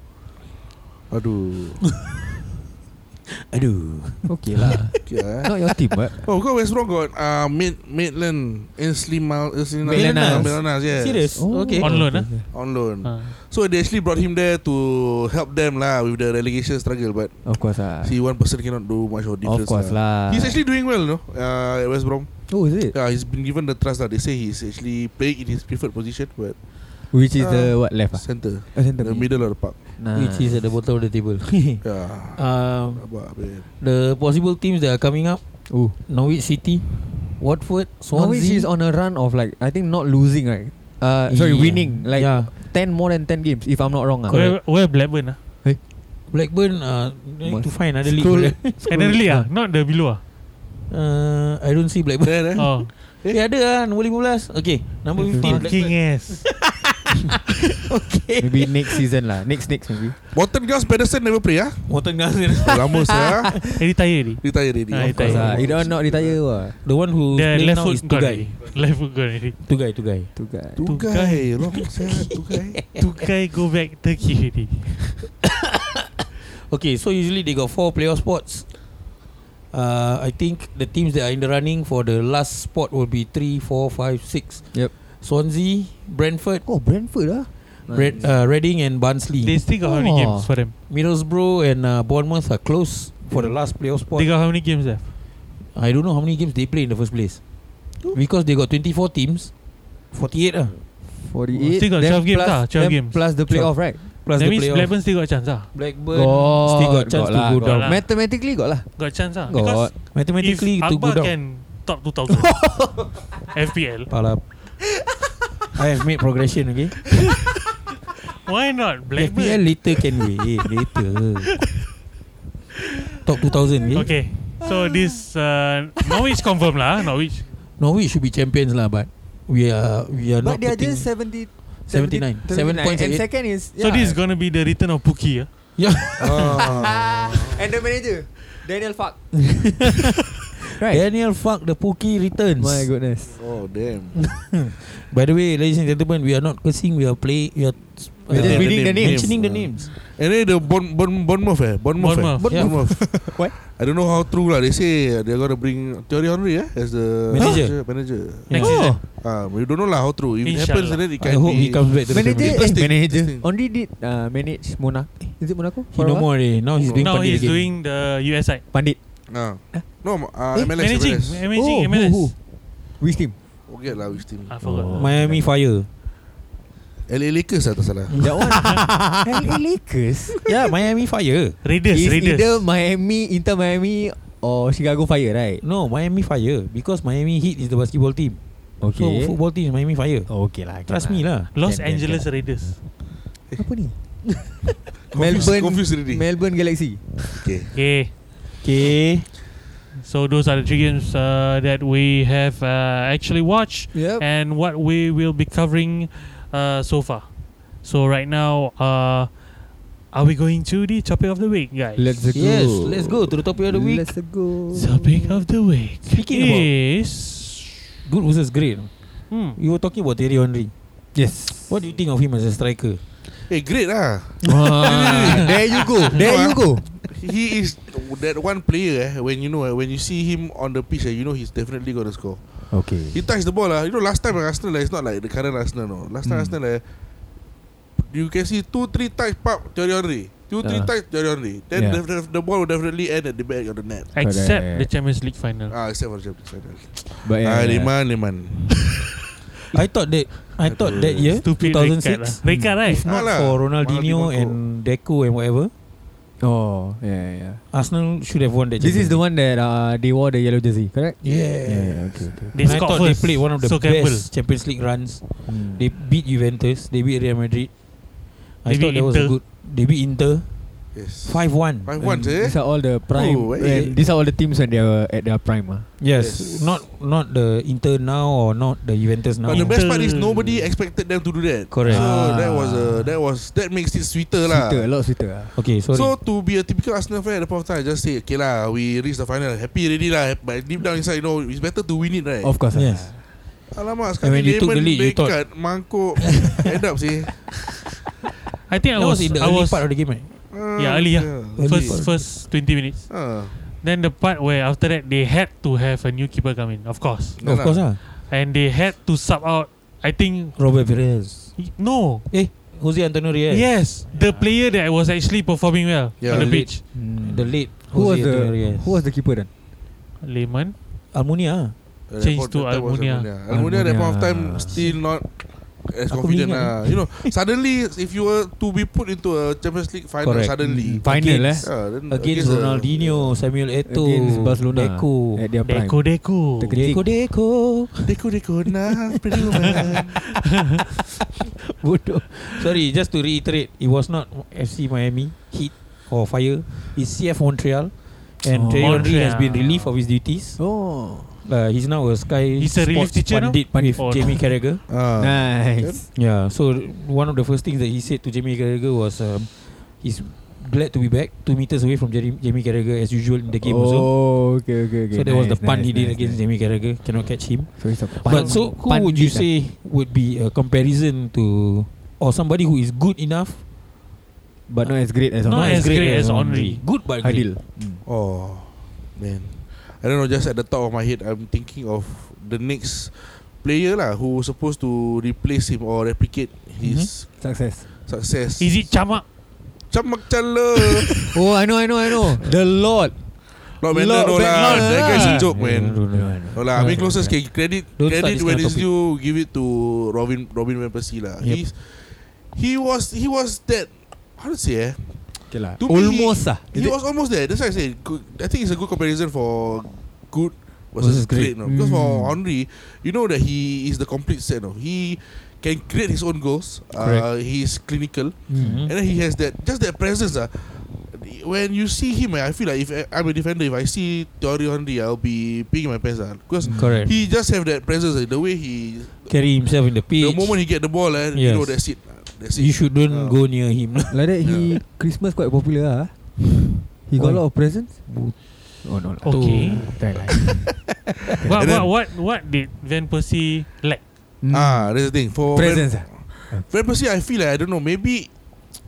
[SPEAKER 6] Aduh.
[SPEAKER 3] Aduh.
[SPEAKER 5] Okay lah.
[SPEAKER 6] Okay lah, eh.
[SPEAKER 5] Not your team, but
[SPEAKER 6] Oh, kau West Brom got uh, Mid Midland, Ainsley Mal, Ainsley
[SPEAKER 3] Midland.
[SPEAKER 6] Midland, yes.
[SPEAKER 3] Serious?
[SPEAKER 5] Oh.
[SPEAKER 3] Okay.
[SPEAKER 7] On loan, eh?
[SPEAKER 6] On loan.
[SPEAKER 5] Ah.
[SPEAKER 7] Uh,
[SPEAKER 6] So they actually brought him there to help them lah with the relegation struggle, but
[SPEAKER 5] of course lah.
[SPEAKER 6] see one person cannot do much of
[SPEAKER 5] Of
[SPEAKER 6] difference. ah.
[SPEAKER 5] course lah.
[SPEAKER 6] He's actually doing well, no? Uh, at West Brom.
[SPEAKER 5] Oh, is it?
[SPEAKER 6] Yeah, he's been given the trust that they say he's actually playing in his preferred position, but
[SPEAKER 5] Which is
[SPEAKER 6] Uh,
[SPEAKER 5] the what left? Ah,
[SPEAKER 6] center,
[SPEAKER 5] Oh, center
[SPEAKER 6] the
[SPEAKER 5] mid.
[SPEAKER 6] middle of the park.
[SPEAKER 5] Nah.
[SPEAKER 3] Which is at the bottom of the table.
[SPEAKER 5] Ah.
[SPEAKER 6] Yeah.
[SPEAKER 3] uh,
[SPEAKER 6] Rabak, man.
[SPEAKER 3] the possible teams that are coming up
[SPEAKER 5] Oh.
[SPEAKER 3] Norwich City, Watford, Swansea.
[SPEAKER 5] Norwich is on a run of like I think not losing right. Uh, sorry,
[SPEAKER 3] Yeah.
[SPEAKER 5] winning like
[SPEAKER 3] yeah.
[SPEAKER 5] ten more than ten games if I'm not wrong. ah.
[SPEAKER 7] where, where Blackburn? ah?
[SPEAKER 3] Blackburn uh, they need to
[SPEAKER 5] Must
[SPEAKER 3] find another league.
[SPEAKER 5] scroll-
[SPEAKER 3] brother.
[SPEAKER 7] Secondary ah, not the below ah.
[SPEAKER 3] Uh, I don't see Blackburn.
[SPEAKER 6] There, eh?
[SPEAKER 7] Oh,
[SPEAKER 3] Eh ada lah Nombor 15 Okay Number 15
[SPEAKER 7] fucking
[SPEAKER 3] Oh, Blackburn.
[SPEAKER 7] ass.
[SPEAKER 3] Okay
[SPEAKER 5] Maybe next season lah. Next next maybe.
[SPEAKER 6] Morton Gus Pedersen never play, ah.
[SPEAKER 3] Morton Garsen
[SPEAKER 6] Lama saya.
[SPEAKER 7] He retired already.
[SPEAKER 6] Retire already.
[SPEAKER 7] Ah,
[SPEAKER 6] of course,
[SPEAKER 7] retire.
[SPEAKER 5] Ah,
[SPEAKER 6] ah.
[SPEAKER 5] you don't not retire ah. wah.
[SPEAKER 3] The one who
[SPEAKER 7] The
[SPEAKER 3] playing
[SPEAKER 7] left
[SPEAKER 3] now
[SPEAKER 7] foot
[SPEAKER 3] is
[SPEAKER 7] gone
[SPEAKER 3] Tugai
[SPEAKER 7] already. Left foot gone already.
[SPEAKER 3] Tugai Tugai
[SPEAKER 5] Tu guy.
[SPEAKER 6] Tugai, wrong saya. Tugai.
[SPEAKER 7] Tukai go back Turkey already.
[SPEAKER 3] Okay so usually they got 4 playoff spots uh, I think the teams that are in the running For the last spot will be 3, 4, 5, 6
[SPEAKER 5] Yep.
[SPEAKER 3] Swansea Brentford
[SPEAKER 5] Oh, Brentford lah.
[SPEAKER 3] Red, uh, Reading and Barnsley
[SPEAKER 7] They still got how many
[SPEAKER 5] Oh.
[SPEAKER 7] games for them?
[SPEAKER 3] Middlesbrough and uh, Bournemouth are close For the last playoff spot
[SPEAKER 7] They got how many games left?
[SPEAKER 3] I don't know how many games they play in the first place Because they got 24 teams 48 ah
[SPEAKER 5] Forty-eight.
[SPEAKER 7] Still got
[SPEAKER 5] then
[SPEAKER 7] 12 games
[SPEAKER 5] plus-
[SPEAKER 7] lah, 12
[SPEAKER 5] then
[SPEAKER 7] games.
[SPEAKER 5] Plus the playoff right.
[SPEAKER 3] Plus
[SPEAKER 7] that
[SPEAKER 3] the
[SPEAKER 7] means
[SPEAKER 3] playoff
[SPEAKER 7] Blackburn still got chance ah.
[SPEAKER 3] Blackburn Still got chance to
[SPEAKER 5] lah,
[SPEAKER 3] go
[SPEAKER 5] got
[SPEAKER 3] down
[SPEAKER 5] lah. Mathematically got lah.
[SPEAKER 7] Got chance ah.
[SPEAKER 5] Got.
[SPEAKER 7] Because
[SPEAKER 3] Mathematically
[SPEAKER 7] if
[SPEAKER 3] to go
[SPEAKER 7] Akbar
[SPEAKER 3] down
[SPEAKER 7] can top 2000 FPL,
[SPEAKER 3] Palap I have made progression okay
[SPEAKER 7] why not
[SPEAKER 3] FPL
[SPEAKER 7] Blackburn?
[SPEAKER 3] later can we eh, Later Top 2000 okay?
[SPEAKER 7] Okay.
[SPEAKER 3] Ah.
[SPEAKER 7] So this uh, Norwich confirm lah, ah, Norwich.
[SPEAKER 3] Norwich should be champions lah But We are We are not
[SPEAKER 5] But they are
[SPEAKER 3] putting
[SPEAKER 5] just 70
[SPEAKER 3] 79. Seven points
[SPEAKER 5] and
[SPEAKER 3] ahead.
[SPEAKER 5] second is
[SPEAKER 7] So this is gonna be the return of Pookie. ah.
[SPEAKER 6] Ah.
[SPEAKER 5] and the manager Daniel Fuck right
[SPEAKER 3] Daniel Fuck the Pookie returns
[SPEAKER 5] my goodness
[SPEAKER 6] Oh, damn.
[SPEAKER 3] By the way Ladies and gentlemen We are not cursing We are play We are uh,
[SPEAKER 5] We're just
[SPEAKER 6] Yeah,
[SPEAKER 5] reading the names.
[SPEAKER 3] Mentioning the
[SPEAKER 6] Yeah.
[SPEAKER 3] names
[SPEAKER 6] And then the Eh, Bon Bon Bournemouth eh, Bournemouth,
[SPEAKER 7] Bournemouth,
[SPEAKER 6] eh?
[SPEAKER 3] yeah.
[SPEAKER 6] Bournemouth.
[SPEAKER 5] What?
[SPEAKER 6] I don't know how true lah. They say they're gonna bring Thierry Henry eh as the
[SPEAKER 3] Manager.
[SPEAKER 6] Manager.
[SPEAKER 7] Next
[SPEAKER 3] Yeah.
[SPEAKER 7] season.
[SPEAKER 6] Ah, we don't know lah how true. If it
[SPEAKER 7] Inshallah.
[SPEAKER 6] happens, then
[SPEAKER 3] I
[SPEAKER 6] it can
[SPEAKER 3] hope he
[SPEAKER 6] be.
[SPEAKER 3] comes back to the
[SPEAKER 5] manager
[SPEAKER 3] family
[SPEAKER 5] eh,
[SPEAKER 6] Interesting,
[SPEAKER 5] manager
[SPEAKER 6] interesting.
[SPEAKER 5] only did uh, manage Monaco is it Monaco
[SPEAKER 3] He
[SPEAKER 5] For a
[SPEAKER 3] no
[SPEAKER 5] while?
[SPEAKER 3] more already. Now he's doing
[SPEAKER 7] Oh. Now
[SPEAKER 3] Pandit
[SPEAKER 7] he's
[SPEAKER 3] again.
[SPEAKER 7] doing the US side.
[SPEAKER 5] Pandit
[SPEAKER 6] Ah. No, uh,
[SPEAKER 5] Eh,
[SPEAKER 6] MLS.
[SPEAKER 7] Managing,
[SPEAKER 6] MLS.
[SPEAKER 7] managing
[SPEAKER 3] Oh,
[SPEAKER 5] who,
[SPEAKER 7] MLS.
[SPEAKER 5] who? which team
[SPEAKER 6] Forget lah which team.
[SPEAKER 7] I forgot.
[SPEAKER 3] Miami Fire
[SPEAKER 6] LA Lakers lah tak salah.
[SPEAKER 5] that one LA Lakers
[SPEAKER 3] Yeah Miami Fire
[SPEAKER 7] Raiders,
[SPEAKER 5] is
[SPEAKER 7] Raiders.
[SPEAKER 5] either Miami Inter Miami or Chicago Fire right
[SPEAKER 3] No Miami Fire Because Miami Heat is the basketball team
[SPEAKER 5] okay
[SPEAKER 3] So football team is Miami Fire
[SPEAKER 5] oh, okay lah okay
[SPEAKER 3] Trust me lah
[SPEAKER 7] Los
[SPEAKER 5] Can, can,
[SPEAKER 7] Angeles Raiders.
[SPEAKER 5] apa ni
[SPEAKER 6] Confused-
[SPEAKER 5] Melbourne-
[SPEAKER 6] Confused already.
[SPEAKER 5] Melbourne Galaxy
[SPEAKER 6] Okay.
[SPEAKER 7] Okay.
[SPEAKER 3] Okay
[SPEAKER 7] So those are the three games uh, that we have uh, actually watched
[SPEAKER 5] yep
[SPEAKER 7] and what we will be covering uh, so far. So right now, uh, are we going to the topic of the week, guys?
[SPEAKER 5] let's go
[SPEAKER 3] Yes Let's go to the topic of the week
[SPEAKER 5] let's go
[SPEAKER 7] topic of the week
[SPEAKER 3] Speaking about-
[SPEAKER 7] is
[SPEAKER 3] Good versus great
[SPEAKER 7] hmm,
[SPEAKER 3] You were talking about Thierry Henry
[SPEAKER 5] yes
[SPEAKER 3] What do you think of him as a striker?
[SPEAKER 6] Eh, great lah.
[SPEAKER 5] Ah, there you go. There you go.
[SPEAKER 6] He is that one player eh, when you know eh, when you see him on the pitch eh, you know he's definitely gonna score.
[SPEAKER 5] Okay.
[SPEAKER 6] He touched the ball lah. You know last time Arsenal like, it's not like the current Arsenal no. Last time
[SPEAKER 5] Hmm.
[SPEAKER 6] Arsenal like, you can see two three touch pop Thierry Henry. Two three
[SPEAKER 5] Ah.
[SPEAKER 6] touch Thierry Henry. Then
[SPEAKER 5] Yeah.
[SPEAKER 6] the, the, the ball will definitely end at the back of the net.
[SPEAKER 7] except
[SPEAKER 5] Correct.
[SPEAKER 7] the Champions League final.
[SPEAKER 6] Ah, except for the Champions final.
[SPEAKER 5] But yeah,
[SPEAKER 6] ah,
[SPEAKER 5] yeah.
[SPEAKER 6] Liman Liman.
[SPEAKER 3] I thought that I thought that year
[SPEAKER 7] Stupid lah.
[SPEAKER 3] 2006
[SPEAKER 7] Reka, right?
[SPEAKER 3] Not
[SPEAKER 6] Alah,
[SPEAKER 3] for Ronaldinho
[SPEAKER 6] Ronaldinho
[SPEAKER 3] and Deco and whatever
[SPEAKER 5] Oh, yeah, yeah, yeah.
[SPEAKER 3] Arsenal should have won that.
[SPEAKER 5] This is the one that uh, they wore the yellow jersey, correct?
[SPEAKER 3] Yeah.
[SPEAKER 5] Yeah, yeah okay, okay.
[SPEAKER 7] They
[SPEAKER 3] And I
[SPEAKER 7] scored
[SPEAKER 3] thought
[SPEAKER 7] first.
[SPEAKER 3] they played one of the
[SPEAKER 7] so
[SPEAKER 3] best
[SPEAKER 7] Campbell.
[SPEAKER 3] Champions League runs.
[SPEAKER 5] Hmm.
[SPEAKER 3] They beat Juventus. They beat Real Madrid. I
[SPEAKER 7] They
[SPEAKER 3] thought
[SPEAKER 7] beat
[SPEAKER 3] that was a
[SPEAKER 7] Inter.
[SPEAKER 3] good. They beat Inter
[SPEAKER 6] Yes.
[SPEAKER 3] five one.
[SPEAKER 6] Five
[SPEAKER 5] And
[SPEAKER 6] one, eh?
[SPEAKER 5] These are all the prime.
[SPEAKER 6] Oh, eh.
[SPEAKER 5] and these are all the teams when they were at their prime. Ah.
[SPEAKER 3] Yes,
[SPEAKER 6] Yes.
[SPEAKER 3] not not the Inter now or not the Juventus now.
[SPEAKER 6] But the best part is
[SPEAKER 7] Inter.
[SPEAKER 6] nobody expected them to do that.
[SPEAKER 3] Correct.
[SPEAKER 6] So
[SPEAKER 5] Hmm.
[SPEAKER 6] that
[SPEAKER 5] Ah.
[SPEAKER 6] was a that was that makes it sweeter,
[SPEAKER 5] Sweeter, a
[SPEAKER 6] lah.
[SPEAKER 5] lot sweeter. Ah.
[SPEAKER 3] Okay, sorry.
[SPEAKER 6] So to be a typical Arsenal fan at the point of time, I just say, okay lah, we reach the final, happy already lah. But deep down inside, you know, it's better to win it, right?
[SPEAKER 5] Of course.
[SPEAKER 3] Yes.
[SPEAKER 5] Ah.
[SPEAKER 6] Alamak,
[SPEAKER 3] And
[SPEAKER 6] sekali
[SPEAKER 3] when they took the lead, you thought-
[SPEAKER 6] dekat mangkuk, end up sih.
[SPEAKER 7] I think I
[SPEAKER 3] that was,
[SPEAKER 7] was,
[SPEAKER 3] in the
[SPEAKER 7] I
[SPEAKER 3] early
[SPEAKER 7] was
[SPEAKER 3] part of the game, right?
[SPEAKER 7] Yeah, early, yeah.
[SPEAKER 3] Early
[SPEAKER 7] first
[SPEAKER 3] part.
[SPEAKER 7] first 20 minutes.
[SPEAKER 6] Ah,
[SPEAKER 7] Then the part where after that they had to have a new keeper come in, of course.
[SPEAKER 3] of
[SPEAKER 6] no lah.
[SPEAKER 3] course, ah.
[SPEAKER 7] And they had to sub out I think
[SPEAKER 3] Robert Perez,
[SPEAKER 7] no.
[SPEAKER 3] Jose Antonio Reyes.
[SPEAKER 7] Yes, the player that was actually performing well
[SPEAKER 6] Yeah.
[SPEAKER 7] on the
[SPEAKER 3] Elite.
[SPEAKER 7] pitch.
[SPEAKER 5] Hmm.
[SPEAKER 3] the late
[SPEAKER 5] who was
[SPEAKER 3] Jose
[SPEAKER 5] the
[SPEAKER 3] Antonio Reyes.
[SPEAKER 5] who was the keeper then?
[SPEAKER 7] Lehman.
[SPEAKER 3] Almunia?
[SPEAKER 6] At that
[SPEAKER 7] Change
[SPEAKER 6] point-
[SPEAKER 7] to
[SPEAKER 6] that was
[SPEAKER 7] Almunia.
[SPEAKER 6] Almunia. Almunia at that point of time
[SPEAKER 5] Almunia.
[SPEAKER 6] still not as
[SPEAKER 3] Aku
[SPEAKER 6] confident
[SPEAKER 3] beringat.
[SPEAKER 6] lah. You know, suddenly if you were to be put into a Champions League final
[SPEAKER 3] Correct.
[SPEAKER 6] suddenly.
[SPEAKER 5] Final eh.
[SPEAKER 6] Ah, then
[SPEAKER 3] Against
[SPEAKER 6] the-
[SPEAKER 3] Ronaldinho, Samuel Eto'o,
[SPEAKER 5] Against Barcelona.
[SPEAKER 3] Deco.
[SPEAKER 5] At their prime.
[SPEAKER 7] Deco Deco.
[SPEAKER 5] Terkejut.
[SPEAKER 3] Deco, Deco.
[SPEAKER 6] Deku deku nah, pretty woman.
[SPEAKER 3] Bodoh. Sorry, just to reiterate, it was not FC Miami Heat or Fire. It's CF Montreal. And
[SPEAKER 5] Oh.
[SPEAKER 3] Thierry Henry has been
[SPEAKER 7] Montreal.
[SPEAKER 3] relieved of his duties.
[SPEAKER 5] Oh.
[SPEAKER 3] Uh, he's now a Sky
[SPEAKER 7] He's a relief
[SPEAKER 3] Sports
[SPEAKER 7] teacher now?
[SPEAKER 3] pundit with
[SPEAKER 7] Or-
[SPEAKER 3] Jamie Carragher.
[SPEAKER 6] Ah,
[SPEAKER 5] Nice.
[SPEAKER 3] Yeah, so one of the first things that he said to Jamie Carragher was um, he's glad to be back, two meters away from Jerry, Jamie Carragher as usual in the game also.
[SPEAKER 5] oh, okay, okay, okay.
[SPEAKER 3] So that was
[SPEAKER 5] Nice,
[SPEAKER 3] the pun
[SPEAKER 5] nice,
[SPEAKER 3] he did
[SPEAKER 5] nice,
[SPEAKER 3] against
[SPEAKER 5] nice.
[SPEAKER 3] Jamie Carragher. Cannot catch him.
[SPEAKER 5] So it's a pun.
[SPEAKER 3] but so who
[SPEAKER 5] pun
[SPEAKER 3] would you
[SPEAKER 5] did, ah.
[SPEAKER 3] say would be a comparison to or somebody who is good enough?
[SPEAKER 5] But not as great as
[SPEAKER 7] Not
[SPEAKER 5] Onana.
[SPEAKER 7] as great as Henry.
[SPEAKER 3] Good but great.
[SPEAKER 5] Adil. Hmm.
[SPEAKER 6] oh man, I don't know. Just at the top of my head, I'm thinking of the next player lah who was supposed to replace him or replicate his
[SPEAKER 5] Success.
[SPEAKER 3] Mm-hmm.
[SPEAKER 6] success.
[SPEAKER 7] Is it Chamak?
[SPEAKER 6] Chamak Chala.
[SPEAKER 5] oh, I know, I know, I know. The Lord.
[SPEAKER 6] Not matter
[SPEAKER 5] Lord,
[SPEAKER 6] no
[SPEAKER 5] bad
[SPEAKER 6] lah.
[SPEAKER 5] Lord
[SPEAKER 6] That
[SPEAKER 5] lah.
[SPEAKER 6] guy's a joke,
[SPEAKER 3] Yeah,
[SPEAKER 6] man.
[SPEAKER 3] I don't know.
[SPEAKER 6] No lah, I mean closest okay. credit
[SPEAKER 3] Don't start
[SPEAKER 6] credit
[SPEAKER 3] this
[SPEAKER 6] when
[SPEAKER 3] kind of
[SPEAKER 6] it's due, give it to Robin Robin Van Persie lah.
[SPEAKER 3] Yep.
[SPEAKER 6] He's he was he was that how to say eh? E.
[SPEAKER 5] Okay lah.
[SPEAKER 6] To me,
[SPEAKER 5] Almost ah.
[SPEAKER 6] He
[SPEAKER 5] Is it-
[SPEAKER 6] was almost there. That's why I say good. I think it's a good comparison for good versus,
[SPEAKER 3] Versus great.
[SPEAKER 6] great. no? Because for
[SPEAKER 5] Mm.
[SPEAKER 6] Henry, you know that he is the complete set. No? He can create his own goals. Uh,
[SPEAKER 3] Correct.
[SPEAKER 6] he's clinical,
[SPEAKER 3] Mhm.
[SPEAKER 6] and then he has that just that presence. Ah, when you see him, eh, I feel like if I- I'm a defender, if I see Thierry Henry, I'll be peeing my pants. ah. because
[SPEAKER 3] Correct.
[SPEAKER 6] he just have that presence. eh, the way he,
[SPEAKER 3] Carry himself in the pitch.
[SPEAKER 6] the moment he get the ball, and you
[SPEAKER 3] Yes.
[SPEAKER 6] know that's it. That's it.
[SPEAKER 3] you shouldn't
[SPEAKER 6] Ah.
[SPEAKER 3] go near him.
[SPEAKER 5] Like that, he
[SPEAKER 6] Yeah.
[SPEAKER 5] Christmas quite popular ah. He got a
[SPEAKER 3] Why?
[SPEAKER 5] lot of presents. Oh no lah.
[SPEAKER 7] Okay.
[SPEAKER 5] Try lah.
[SPEAKER 7] What what
[SPEAKER 6] And then-
[SPEAKER 7] what what did Van Persie lack?
[SPEAKER 6] Ah, that's the thing. For
[SPEAKER 5] Hmm.
[SPEAKER 6] when-
[SPEAKER 5] presents ah.
[SPEAKER 6] Van Persie, I feel like I don't know. Maybe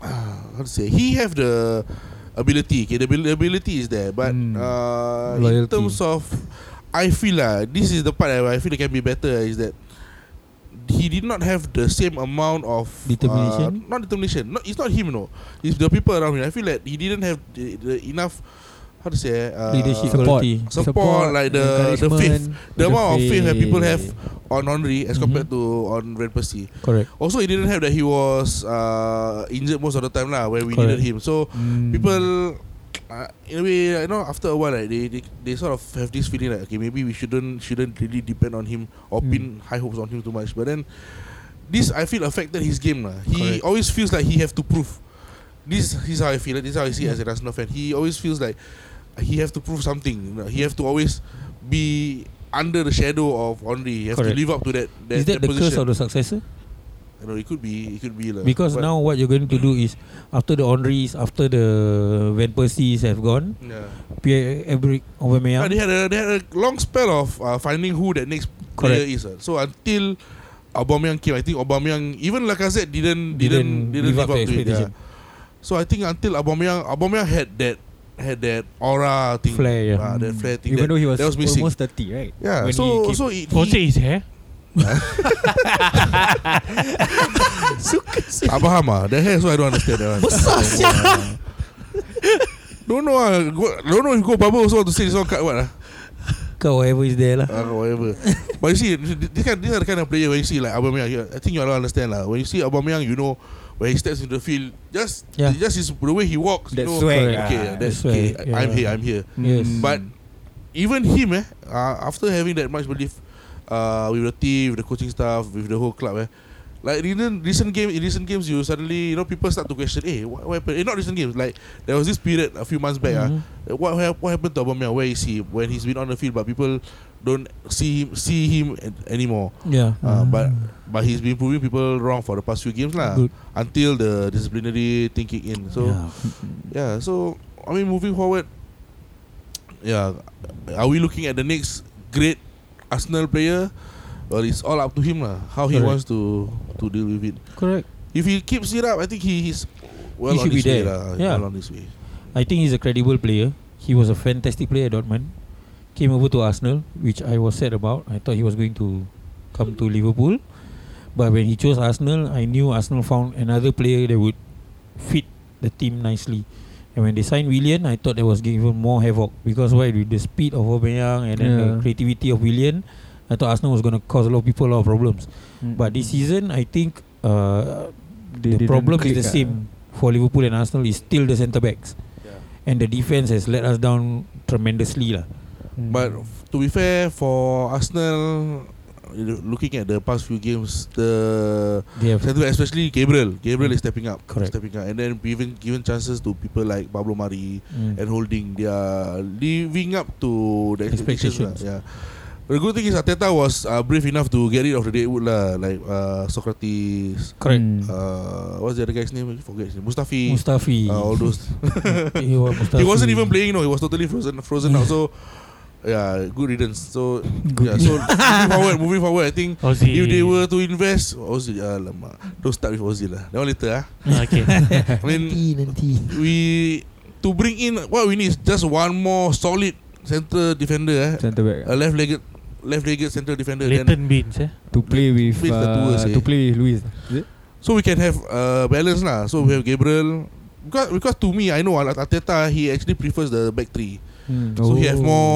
[SPEAKER 6] uh, how to say he have the ability. Okay, the abil- ability is there, but
[SPEAKER 5] Hmm.
[SPEAKER 6] uh, in
[SPEAKER 3] Loyalty.
[SPEAKER 6] terms of, I feel lah this is the part that I feel it can be better is that he did not have the same amount of
[SPEAKER 3] Determination?
[SPEAKER 6] Uh, not determination. Not it's not him. No, it's the people around him. I feel like he didn't have the, the enough. How to say uh,
[SPEAKER 3] Leadership
[SPEAKER 5] Support.
[SPEAKER 3] quality.
[SPEAKER 6] Support, like the- the faith.
[SPEAKER 5] encouragement,
[SPEAKER 6] The amount of faith that people have
[SPEAKER 5] faith.
[SPEAKER 6] on Henry as
[SPEAKER 3] Mhm.
[SPEAKER 6] compared to on Van Persie.
[SPEAKER 3] Correct.
[SPEAKER 6] Also, he didn't have that he was uh, injured most of the time lah when we
[SPEAKER 3] Correct.
[SPEAKER 6] needed him. So
[SPEAKER 5] Mm.
[SPEAKER 6] people, uh, in a way, you know, after a while, like, they, they they sort of have this feeling like okay, maybe we shouldn't shouldn't really depend on him or
[SPEAKER 3] Hmm.
[SPEAKER 5] Mm.
[SPEAKER 6] pin high hopes on him too much. But then this I feel affected his game lah. He
[SPEAKER 3] Correct.
[SPEAKER 6] always feels like he have to prove. This is how I feel. it, This is how I see it as
[SPEAKER 3] Hmm.
[SPEAKER 6] an Arsenal fan. He always feels like he have to prove something. you know. He have to always be under the shadow of Henry. He have
[SPEAKER 3] Correct.
[SPEAKER 6] to live up to that. that
[SPEAKER 3] Is that the curse
[SPEAKER 6] position.
[SPEAKER 3] of the successor?
[SPEAKER 6] You know, it could be, it could be lah.
[SPEAKER 3] Because
[SPEAKER 6] But-
[SPEAKER 3] now what you're going to do is after the Henrys, after the Van Persies have gone,
[SPEAKER 6] yeah.
[SPEAKER 3] Pierre Emerick
[SPEAKER 6] yeah.
[SPEAKER 3] Aubameyang.
[SPEAKER 6] they had a they had a long spell of uh, finding who that next player
[SPEAKER 3] Correct.
[SPEAKER 6] is. Uh. So until Aubameyang came, I think Aubameyang even Lacazette didn't didn't didn't, live up, to it. Yeah.
[SPEAKER 3] expectation.
[SPEAKER 6] So I think until Aubameyang Aubameyang had that had that aura thing,
[SPEAKER 3] Flair, yeah.
[SPEAKER 6] uh, that flair thing.
[SPEAKER 5] Even
[SPEAKER 6] that,
[SPEAKER 5] though he was,
[SPEAKER 6] that was missing.
[SPEAKER 5] almost 30, right?
[SPEAKER 6] yeah.
[SPEAKER 5] when he
[SPEAKER 6] so
[SPEAKER 5] came.
[SPEAKER 6] so it,
[SPEAKER 7] Forte is hair.
[SPEAKER 6] Abraham ah, the hair so I don't understand that one. Don't know ah, go, don't know if go barber also want to say this one cut what ah.
[SPEAKER 3] Kau whoever is there lah.
[SPEAKER 6] uh, whatever. but you see, this kind, these are the kind of player where you see like Aubameyang. you- I think you all understand lah. When you see Aubameyang, you know when he steps into the field, just
[SPEAKER 3] Yeah.
[SPEAKER 6] just his, the way he walks,
[SPEAKER 5] That
[SPEAKER 6] you know,
[SPEAKER 5] swag,
[SPEAKER 6] okay,
[SPEAKER 5] ah.
[SPEAKER 6] yeah, that's
[SPEAKER 3] The swag,
[SPEAKER 6] okay. I- I'm
[SPEAKER 3] yeah.
[SPEAKER 6] here, I'm here.
[SPEAKER 5] Mm,
[SPEAKER 3] Yes.
[SPEAKER 6] Mm. But even him, eh, uh, after having that much belief uh, with the team, with the coaching staff, with the whole club, eh, like in recent game, in recent games, you suddenly you know people start to question, hey, what, what happened? Eh, not recent games, like there was this period a few months back, ah,
[SPEAKER 3] Mhm.
[SPEAKER 6] uh, what hap- what happened to Aubameyang? Where is he? When he's been on the field, but people don't see him see him an- anymore.
[SPEAKER 3] Yeah.
[SPEAKER 6] Uh, but but he's been proving people wrong for the past few games lah.
[SPEAKER 3] Mm-hmm. Good.
[SPEAKER 6] Until the disciplinary thinking in. So
[SPEAKER 3] yeah.
[SPEAKER 6] yeah, so I mean, moving forward, yeah, are we looking at the next great Arsenal player? Well, it's all up to him lah. How he
[SPEAKER 3] Correct.
[SPEAKER 6] wants to to deal with it.
[SPEAKER 3] correct.
[SPEAKER 6] If he keeps it up, I think he he's well
[SPEAKER 3] He
[SPEAKER 6] on
[SPEAKER 3] should
[SPEAKER 6] his
[SPEAKER 3] be
[SPEAKER 6] way
[SPEAKER 3] there.
[SPEAKER 6] lah.
[SPEAKER 3] Yeah.
[SPEAKER 6] Well on his way.
[SPEAKER 3] I think he's a credible player. He was a fantastic player at Dortmund. Came over to Arsenal, which I was sad about. I thought he was going to come to Liverpool. But when he chose Arsenal, I knew Arsenal found another player that would fit the team nicely. And when they signed Willian, I thought there was even more havoc because why with the speed of Aubameyang and then
[SPEAKER 5] Yeah.
[SPEAKER 3] the creativity of Willian, I thought Arsenal was going to cause a lot of people a lot of problems. But this season, I think uh,
[SPEAKER 5] They
[SPEAKER 3] the
[SPEAKER 5] didn't
[SPEAKER 3] problem is
[SPEAKER 5] click,
[SPEAKER 3] the
[SPEAKER 5] ah.
[SPEAKER 3] same for Liverpool and Arsenal is still the centre backs. And the defense has let us down tremendously lah.
[SPEAKER 5] Hmm.
[SPEAKER 6] But f- to be fair, for Arsenal, you know, looking at the past few games, the
[SPEAKER 3] They have
[SPEAKER 6] centre back, especially Gabriel, Gabriel is stepping up,
[SPEAKER 3] Correct.
[SPEAKER 6] stepping up, and then even given chances to people like Pablo Mari,
[SPEAKER 3] mm,
[SPEAKER 6] and holding. They are living up to the expectations.
[SPEAKER 3] Expectations.
[SPEAKER 6] lah. Yeah. The good thing is Ateta was uh, brave enough to get rid of the deadwood lah, like uh, Socrates.
[SPEAKER 3] correct.
[SPEAKER 6] Uh, what's the other guy's name? I forget his name. Mustafi.
[SPEAKER 3] Mustafi.
[SPEAKER 6] uh, all those.
[SPEAKER 3] He was
[SPEAKER 6] he
[SPEAKER 3] Mustafi.
[SPEAKER 6] wasn't even playing. No, he was totally frozen, frozen out. So, yeah, good riddance. So, yeah, so moving forward, moving forward, I think.
[SPEAKER 7] Ozzy.
[SPEAKER 6] If they were to invest Ozil ya, Alamak Don't start with Ozil lah That one later ah.
[SPEAKER 7] Okay.
[SPEAKER 6] I mean we to bring in what we need is just one more solid centre defender eh.
[SPEAKER 5] Centre back uh,
[SPEAKER 6] a left legged left legged central defender then
[SPEAKER 7] Leighton Beans eh.
[SPEAKER 5] to play with
[SPEAKER 6] With the
[SPEAKER 5] uh,
[SPEAKER 6] duos, eh.
[SPEAKER 5] to play with Luis. Is it?
[SPEAKER 6] so we can have uh, balance lah so we have Gabriel because, because to me I know Al- Arteta he actually prefers the back three
[SPEAKER 3] Mm.
[SPEAKER 6] so he
[SPEAKER 5] Oh.
[SPEAKER 6] have more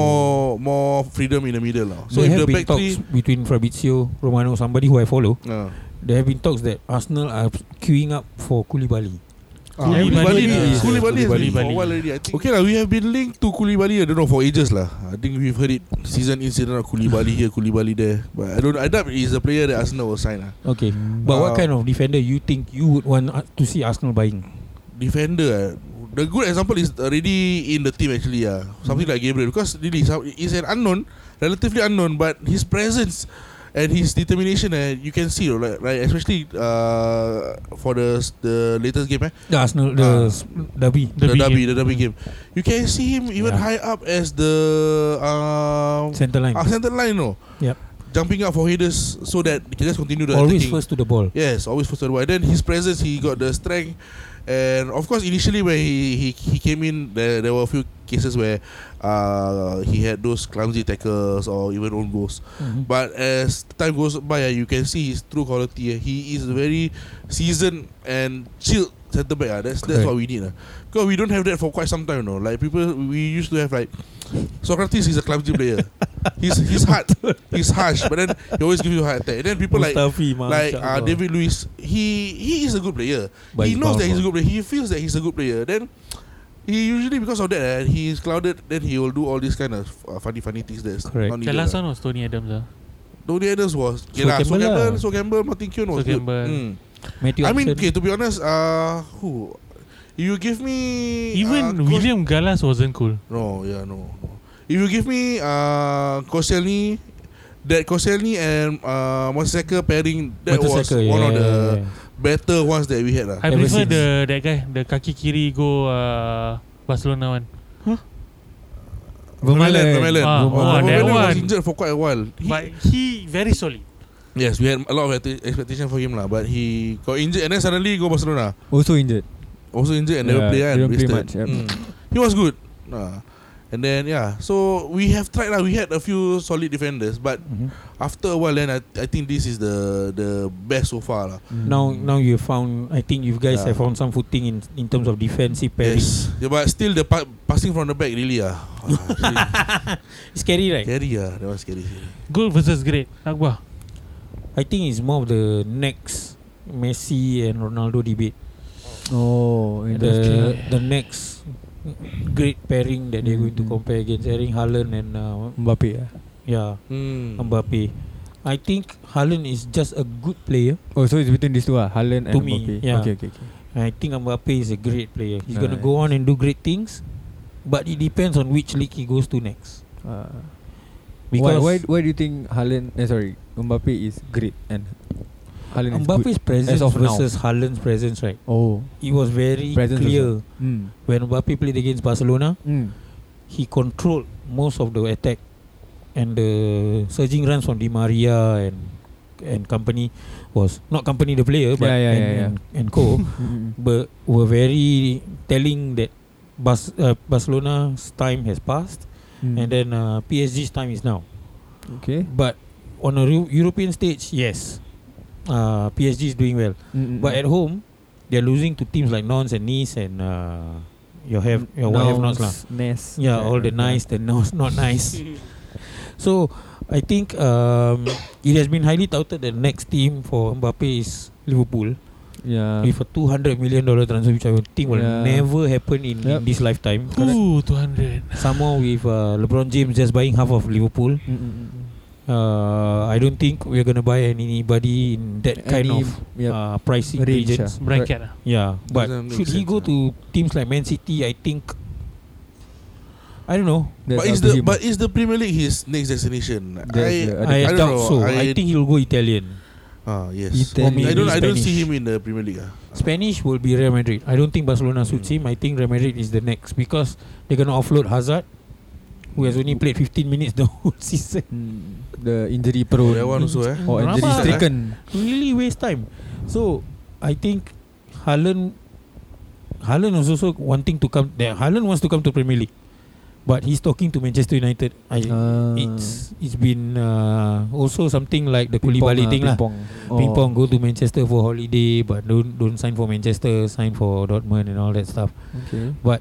[SPEAKER 6] more freedom in the middle lah so
[SPEAKER 3] there
[SPEAKER 6] if
[SPEAKER 3] have
[SPEAKER 6] the
[SPEAKER 3] been
[SPEAKER 6] back
[SPEAKER 3] talks
[SPEAKER 6] three
[SPEAKER 3] between Fabrizio Romano, somebody who I follow.
[SPEAKER 6] uh,
[SPEAKER 3] There have been talks that Arsenal are queuing up for Koulibaly.
[SPEAKER 6] Ah. Koulibaly
[SPEAKER 7] Koulibaly.
[SPEAKER 6] Koulibaly has been for
[SPEAKER 7] Koulibaly.
[SPEAKER 6] a while already I think okay lah we have been linked to Koulibaly I don't know for ages lah I think we've heard it season incident of Koulibaly here Koulibaly there but I don't I doubt he's a player that Arsenal will sign lah
[SPEAKER 3] Okay. But what
[SPEAKER 6] Uh,
[SPEAKER 3] kind of defender you think you would want uh, to see Arsenal buying?
[SPEAKER 6] defender. eh. The good example is already in the team actually. Yeah, something like Gabriel because really he's a- he's an unknown, relatively unknown, but his presence and his determination, eh, you can see, right, right especially uh, for the s- the latest game, eh,
[SPEAKER 3] The Arsenal, the
[SPEAKER 6] Uh,
[SPEAKER 3] s- derby.
[SPEAKER 6] the,
[SPEAKER 7] Derby
[SPEAKER 6] derby,
[SPEAKER 7] game.
[SPEAKER 6] the derby game. You can see him even
[SPEAKER 3] Yeah.
[SPEAKER 6] high up as the uh,
[SPEAKER 3] Centre line.
[SPEAKER 6] uh, center line, no.
[SPEAKER 3] Yep.
[SPEAKER 6] Jumping up for headers so that he can just continue the
[SPEAKER 3] Always
[SPEAKER 6] attacking.
[SPEAKER 3] first to the ball.
[SPEAKER 6] Yes, always first to the wide. Then his presence, he got the strength, and of course, initially when he he, he came in, there, there were a few cases where uh, he had those clumsy tackles or even own goals.
[SPEAKER 3] Mhm.
[SPEAKER 6] But as time goes by, uh, you can see his true quality. Uh, he is very seasoned and chilled centre back. Uh. That's that's
[SPEAKER 3] Correct.
[SPEAKER 6] what we need. Uh. Because we don't have that for quite some time. No, like people we used to have like Socrates is a clumsy player. he's he's hard, he's harsh, but then he always gives you heart attack. And then people like
[SPEAKER 3] Mustafi,
[SPEAKER 6] like
[SPEAKER 3] Masya Allah.
[SPEAKER 6] uh, David Luiz, he he is a good player.
[SPEAKER 3] But
[SPEAKER 6] he
[SPEAKER 3] he's
[SPEAKER 6] knows that he's a
[SPEAKER 3] powerful.
[SPEAKER 6] good player. He feels that he's a good player. Then he usually because of that eh, he is clouded. Then he will do all these kind of uh, funny funny things that's
[SPEAKER 3] Correct.
[SPEAKER 6] not
[SPEAKER 7] The
[SPEAKER 6] needed.
[SPEAKER 7] last
[SPEAKER 6] lah.
[SPEAKER 7] one was Tony Adams lah.
[SPEAKER 6] The only others was okay
[SPEAKER 3] So
[SPEAKER 6] lah, so
[SPEAKER 3] Campbell lah.
[SPEAKER 6] Campbell, so Campbell, Martin Keown was
[SPEAKER 7] So Campbell. kan.
[SPEAKER 6] good. Mm.
[SPEAKER 3] Matthew
[SPEAKER 6] I mean,
[SPEAKER 3] Upson.
[SPEAKER 6] okay, to be honest, uh, who if you give me
[SPEAKER 7] Even
[SPEAKER 6] uh, Kos-
[SPEAKER 7] William Gallas wasn't cool.
[SPEAKER 6] No, yeah, no, no. If you give me uh, Koscielny, that Koscielny and uh, Monseka pairing, that was
[SPEAKER 3] Mertesacker,
[SPEAKER 6] one of
[SPEAKER 3] yeah,
[SPEAKER 6] the
[SPEAKER 3] yeah, yeah.
[SPEAKER 6] better ones that we had lah.
[SPEAKER 7] I
[SPEAKER 3] Ever
[SPEAKER 7] prefer
[SPEAKER 3] since.
[SPEAKER 7] the that guy, the kaki kiri go uh, Barcelona one.
[SPEAKER 6] Vermaelen, Vermaelen.
[SPEAKER 7] Ah,
[SPEAKER 6] Oh,
[SPEAKER 7] ah, that
[SPEAKER 6] Vermaelen was
[SPEAKER 7] one.
[SPEAKER 6] injured for quite a while. He,
[SPEAKER 7] But he very solid.
[SPEAKER 6] yes, we had a lot of expect- expectation for him lah, but he got injured and then suddenly go Barcelona.
[SPEAKER 5] Also injured.
[SPEAKER 6] Also injured and never
[SPEAKER 5] Yeah,
[SPEAKER 6] play kan.
[SPEAKER 5] didn't play
[SPEAKER 6] wasted.
[SPEAKER 5] much, yep.
[SPEAKER 6] Mm. He was good. Ah. And then yeah, so we have tried lah. We had a few solid defenders, but
[SPEAKER 3] Mhm.
[SPEAKER 6] after a while, then I, I think this is the the best so far lah.
[SPEAKER 3] Mm. Now, now you found. I think you guys
[SPEAKER 6] Yeah.
[SPEAKER 3] have found some footing in in terms of defensive pairing.
[SPEAKER 6] Yes. Yeah, but still the pa- passing from the back really ah. ah
[SPEAKER 3] Scary, right?
[SPEAKER 6] scary ah. That was scary.
[SPEAKER 7] Goal versus great. Akbar.
[SPEAKER 3] I think it's more of the next Messi and Ronaldo debate.
[SPEAKER 5] Oh,
[SPEAKER 3] The the next great pairing that they're going to compare against Erling Haaland and uh,
[SPEAKER 5] Mbappe. ah.
[SPEAKER 3] yeah
[SPEAKER 6] Hmm.
[SPEAKER 3] Mbappe. I think Haaland is just a good player.
[SPEAKER 5] Oh, so it's between these two, ah, Haaland
[SPEAKER 3] To
[SPEAKER 5] and
[SPEAKER 3] me,
[SPEAKER 5] Mbappe.
[SPEAKER 3] yeah.
[SPEAKER 5] Okay, okay, okay.
[SPEAKER 3] And I think Mbappe is a great player. He's gonna
[SPEAKER 5] Nice.
[SPEAKER 3] go on and do great things, but it depends on which league he goes to next.
[SPEAKER 5] Uh, why,
[SPEAKER 3] Because
[SPEAKER 5] why, why do you think Haaland? Eh, sorry, Mbappe is great and Haaland is good.
[SPEAKER 3] Mbappe's presence
[SPEAKER 5] of now.
[SPEAKER 3] versus Haaland's presence, right?
[SPEAKER 5] Oh,
[SPEAKER 3] It was very
[SPEAKER 5] Presence
[SPEAKER 3] clear
[SPEAKER 5] mm.
[SPEAKER 3] when Mbappe played against Barcelona.
[SPEAKER 5] Mm.
[SPEAKER 3] he controlled most of the attack and the surging runs from Di Maria and and company was not company the player but
[SPEAKER 5] Yeah, yeah,
[SPEAKER 3] and,
[SPEAKER 5] yeah, yeah.
[SPEAKER 3] and, and co
[SPEAKER 5] Mm.
[SPEAKER 3] but were very telling that Bas- uh, Barcelona's time has passed
[SPEAKER 5] Mm.
[SPEAKER 3] and then uh, PSG's time is now
[SPEAKER 5] okay.
[SPEAKER 3] but on a Ru- European stage yes uh, PSG is doing well
[SPEAKER 5] Mm, mm,
[SPEAKER 3] but
[SPEAKER 5] mm.
[SPEAKER 3] at home they're losing to teams like Nons and Nice and uh, your have your what have nots lah
[SPEAKER 5] Nouns, Nest.
[SPEAKER 3] yeah, all the nice, the not not nice. so I think um, it has been highly touted that next team for Mbappe is Liverpool
[SPEAKER 5] Yeah.
[SPEAKER 3] with a 200 million dollar transfer, which I would think will
[SPEAKER 5] Ah. Yeah.
[SPEAKER 3] never happen in, in
[SPEAKER 5] Yep.
[SPEAKER 3] this lifetime.
[SPEAKER 7] Ooh, 200.
[SPEAKER 3] Somehow with uh, LeBron James just buying half of Liverpool,
[SPEAKER 5] Mm, mm, mm, mm.
[SPEAKER 3] uh, I don't think we're gonna buy anybody in that kind
[SPEAKER 5] Any-
[SPEAKER 3] of
[SPEAKER 5] yep.
[SPEAKER 3] uh, pricing
[SPEAKER 5] Range,
[SPEAKER 3] regions.
[SPEAKER 5] ah.
[SPEAKER 7] Bracket. ah.
[SPEAKER 3] Yeah, but
[SPEAKER 6] Doesn't make
[SPEAKER 3] should he
[SPEAKER 6] sense,
[SPEAKER 3] go
[SPEAKER 6] ah.
[SPEAKER 3] to teams like Man City? I think I don't know.
[SPEAKER 5] That's
[SPEAKER 6] But
[SPEAKER 5] up
[SPEAKER 6] is
[SPEAKER 5] to
[SPEAKER 6] the
[SPEAKER 5] him.
[SPEAKER 6] but is the Premier League his next destination?
[SPEAKER 5] That's the-
[SPEAKER 3] I,
[SPEAKER 5] I
[SPEAKER 6] don't
[SPEAKER 3] doubt
[SPEAKER 6] know.
[SPEAKER 3] so. I, think he'll go Italian.
[SPEAKER 6] Ah yes.
[SPEAKER 5] Italy.
[SPEAKER 3] Or maybe
[SPEAKER 6] I don't. I don't see
[SPEAKER 3] Spanish.
[SPEAKER 6] him in the Premier League. ah.
[SPEAKER 3] Spanish will be Real Madrid. I don't think Barcelona suits him. I think Real Madrid is the next because they're gonna offload Hazard, who has only played 15 minutes the whole season.
[SPEAKER 5] Mm, the injury
[SPEAKER 6] Oh,
[SPEAKER 5] prone
[SPEAKER 6] that one also eh.
[SPEAKER 5] or
[SPEAKER 7] Rabak.
[SPEAKER 5] injury
[SPEAKER 3] lah.
[SPEAKER 5] stricken.
[SPEAKER 3] Really waste time. So I think Haaland, Haaland is also wanting to come. There. Haaland wants to come to Premier League, but he's talking to Manchester United. I,
[SPEAKER 5] Ah.
[SPEAKER 3] it's it's been uh, also something like the Koulibaly
[SPEAKER 5] ah,
[SPEAKER 3] thing lah.
[SPEAKER 5] ping-pong. Oh.
[SPEAKER 3] ping pong go to Manchester for holiday but don't don't sign for Manchester sign for Dortmund and all that stuff
[SPEAKER 5] Okay.
[SPEAKER 3] but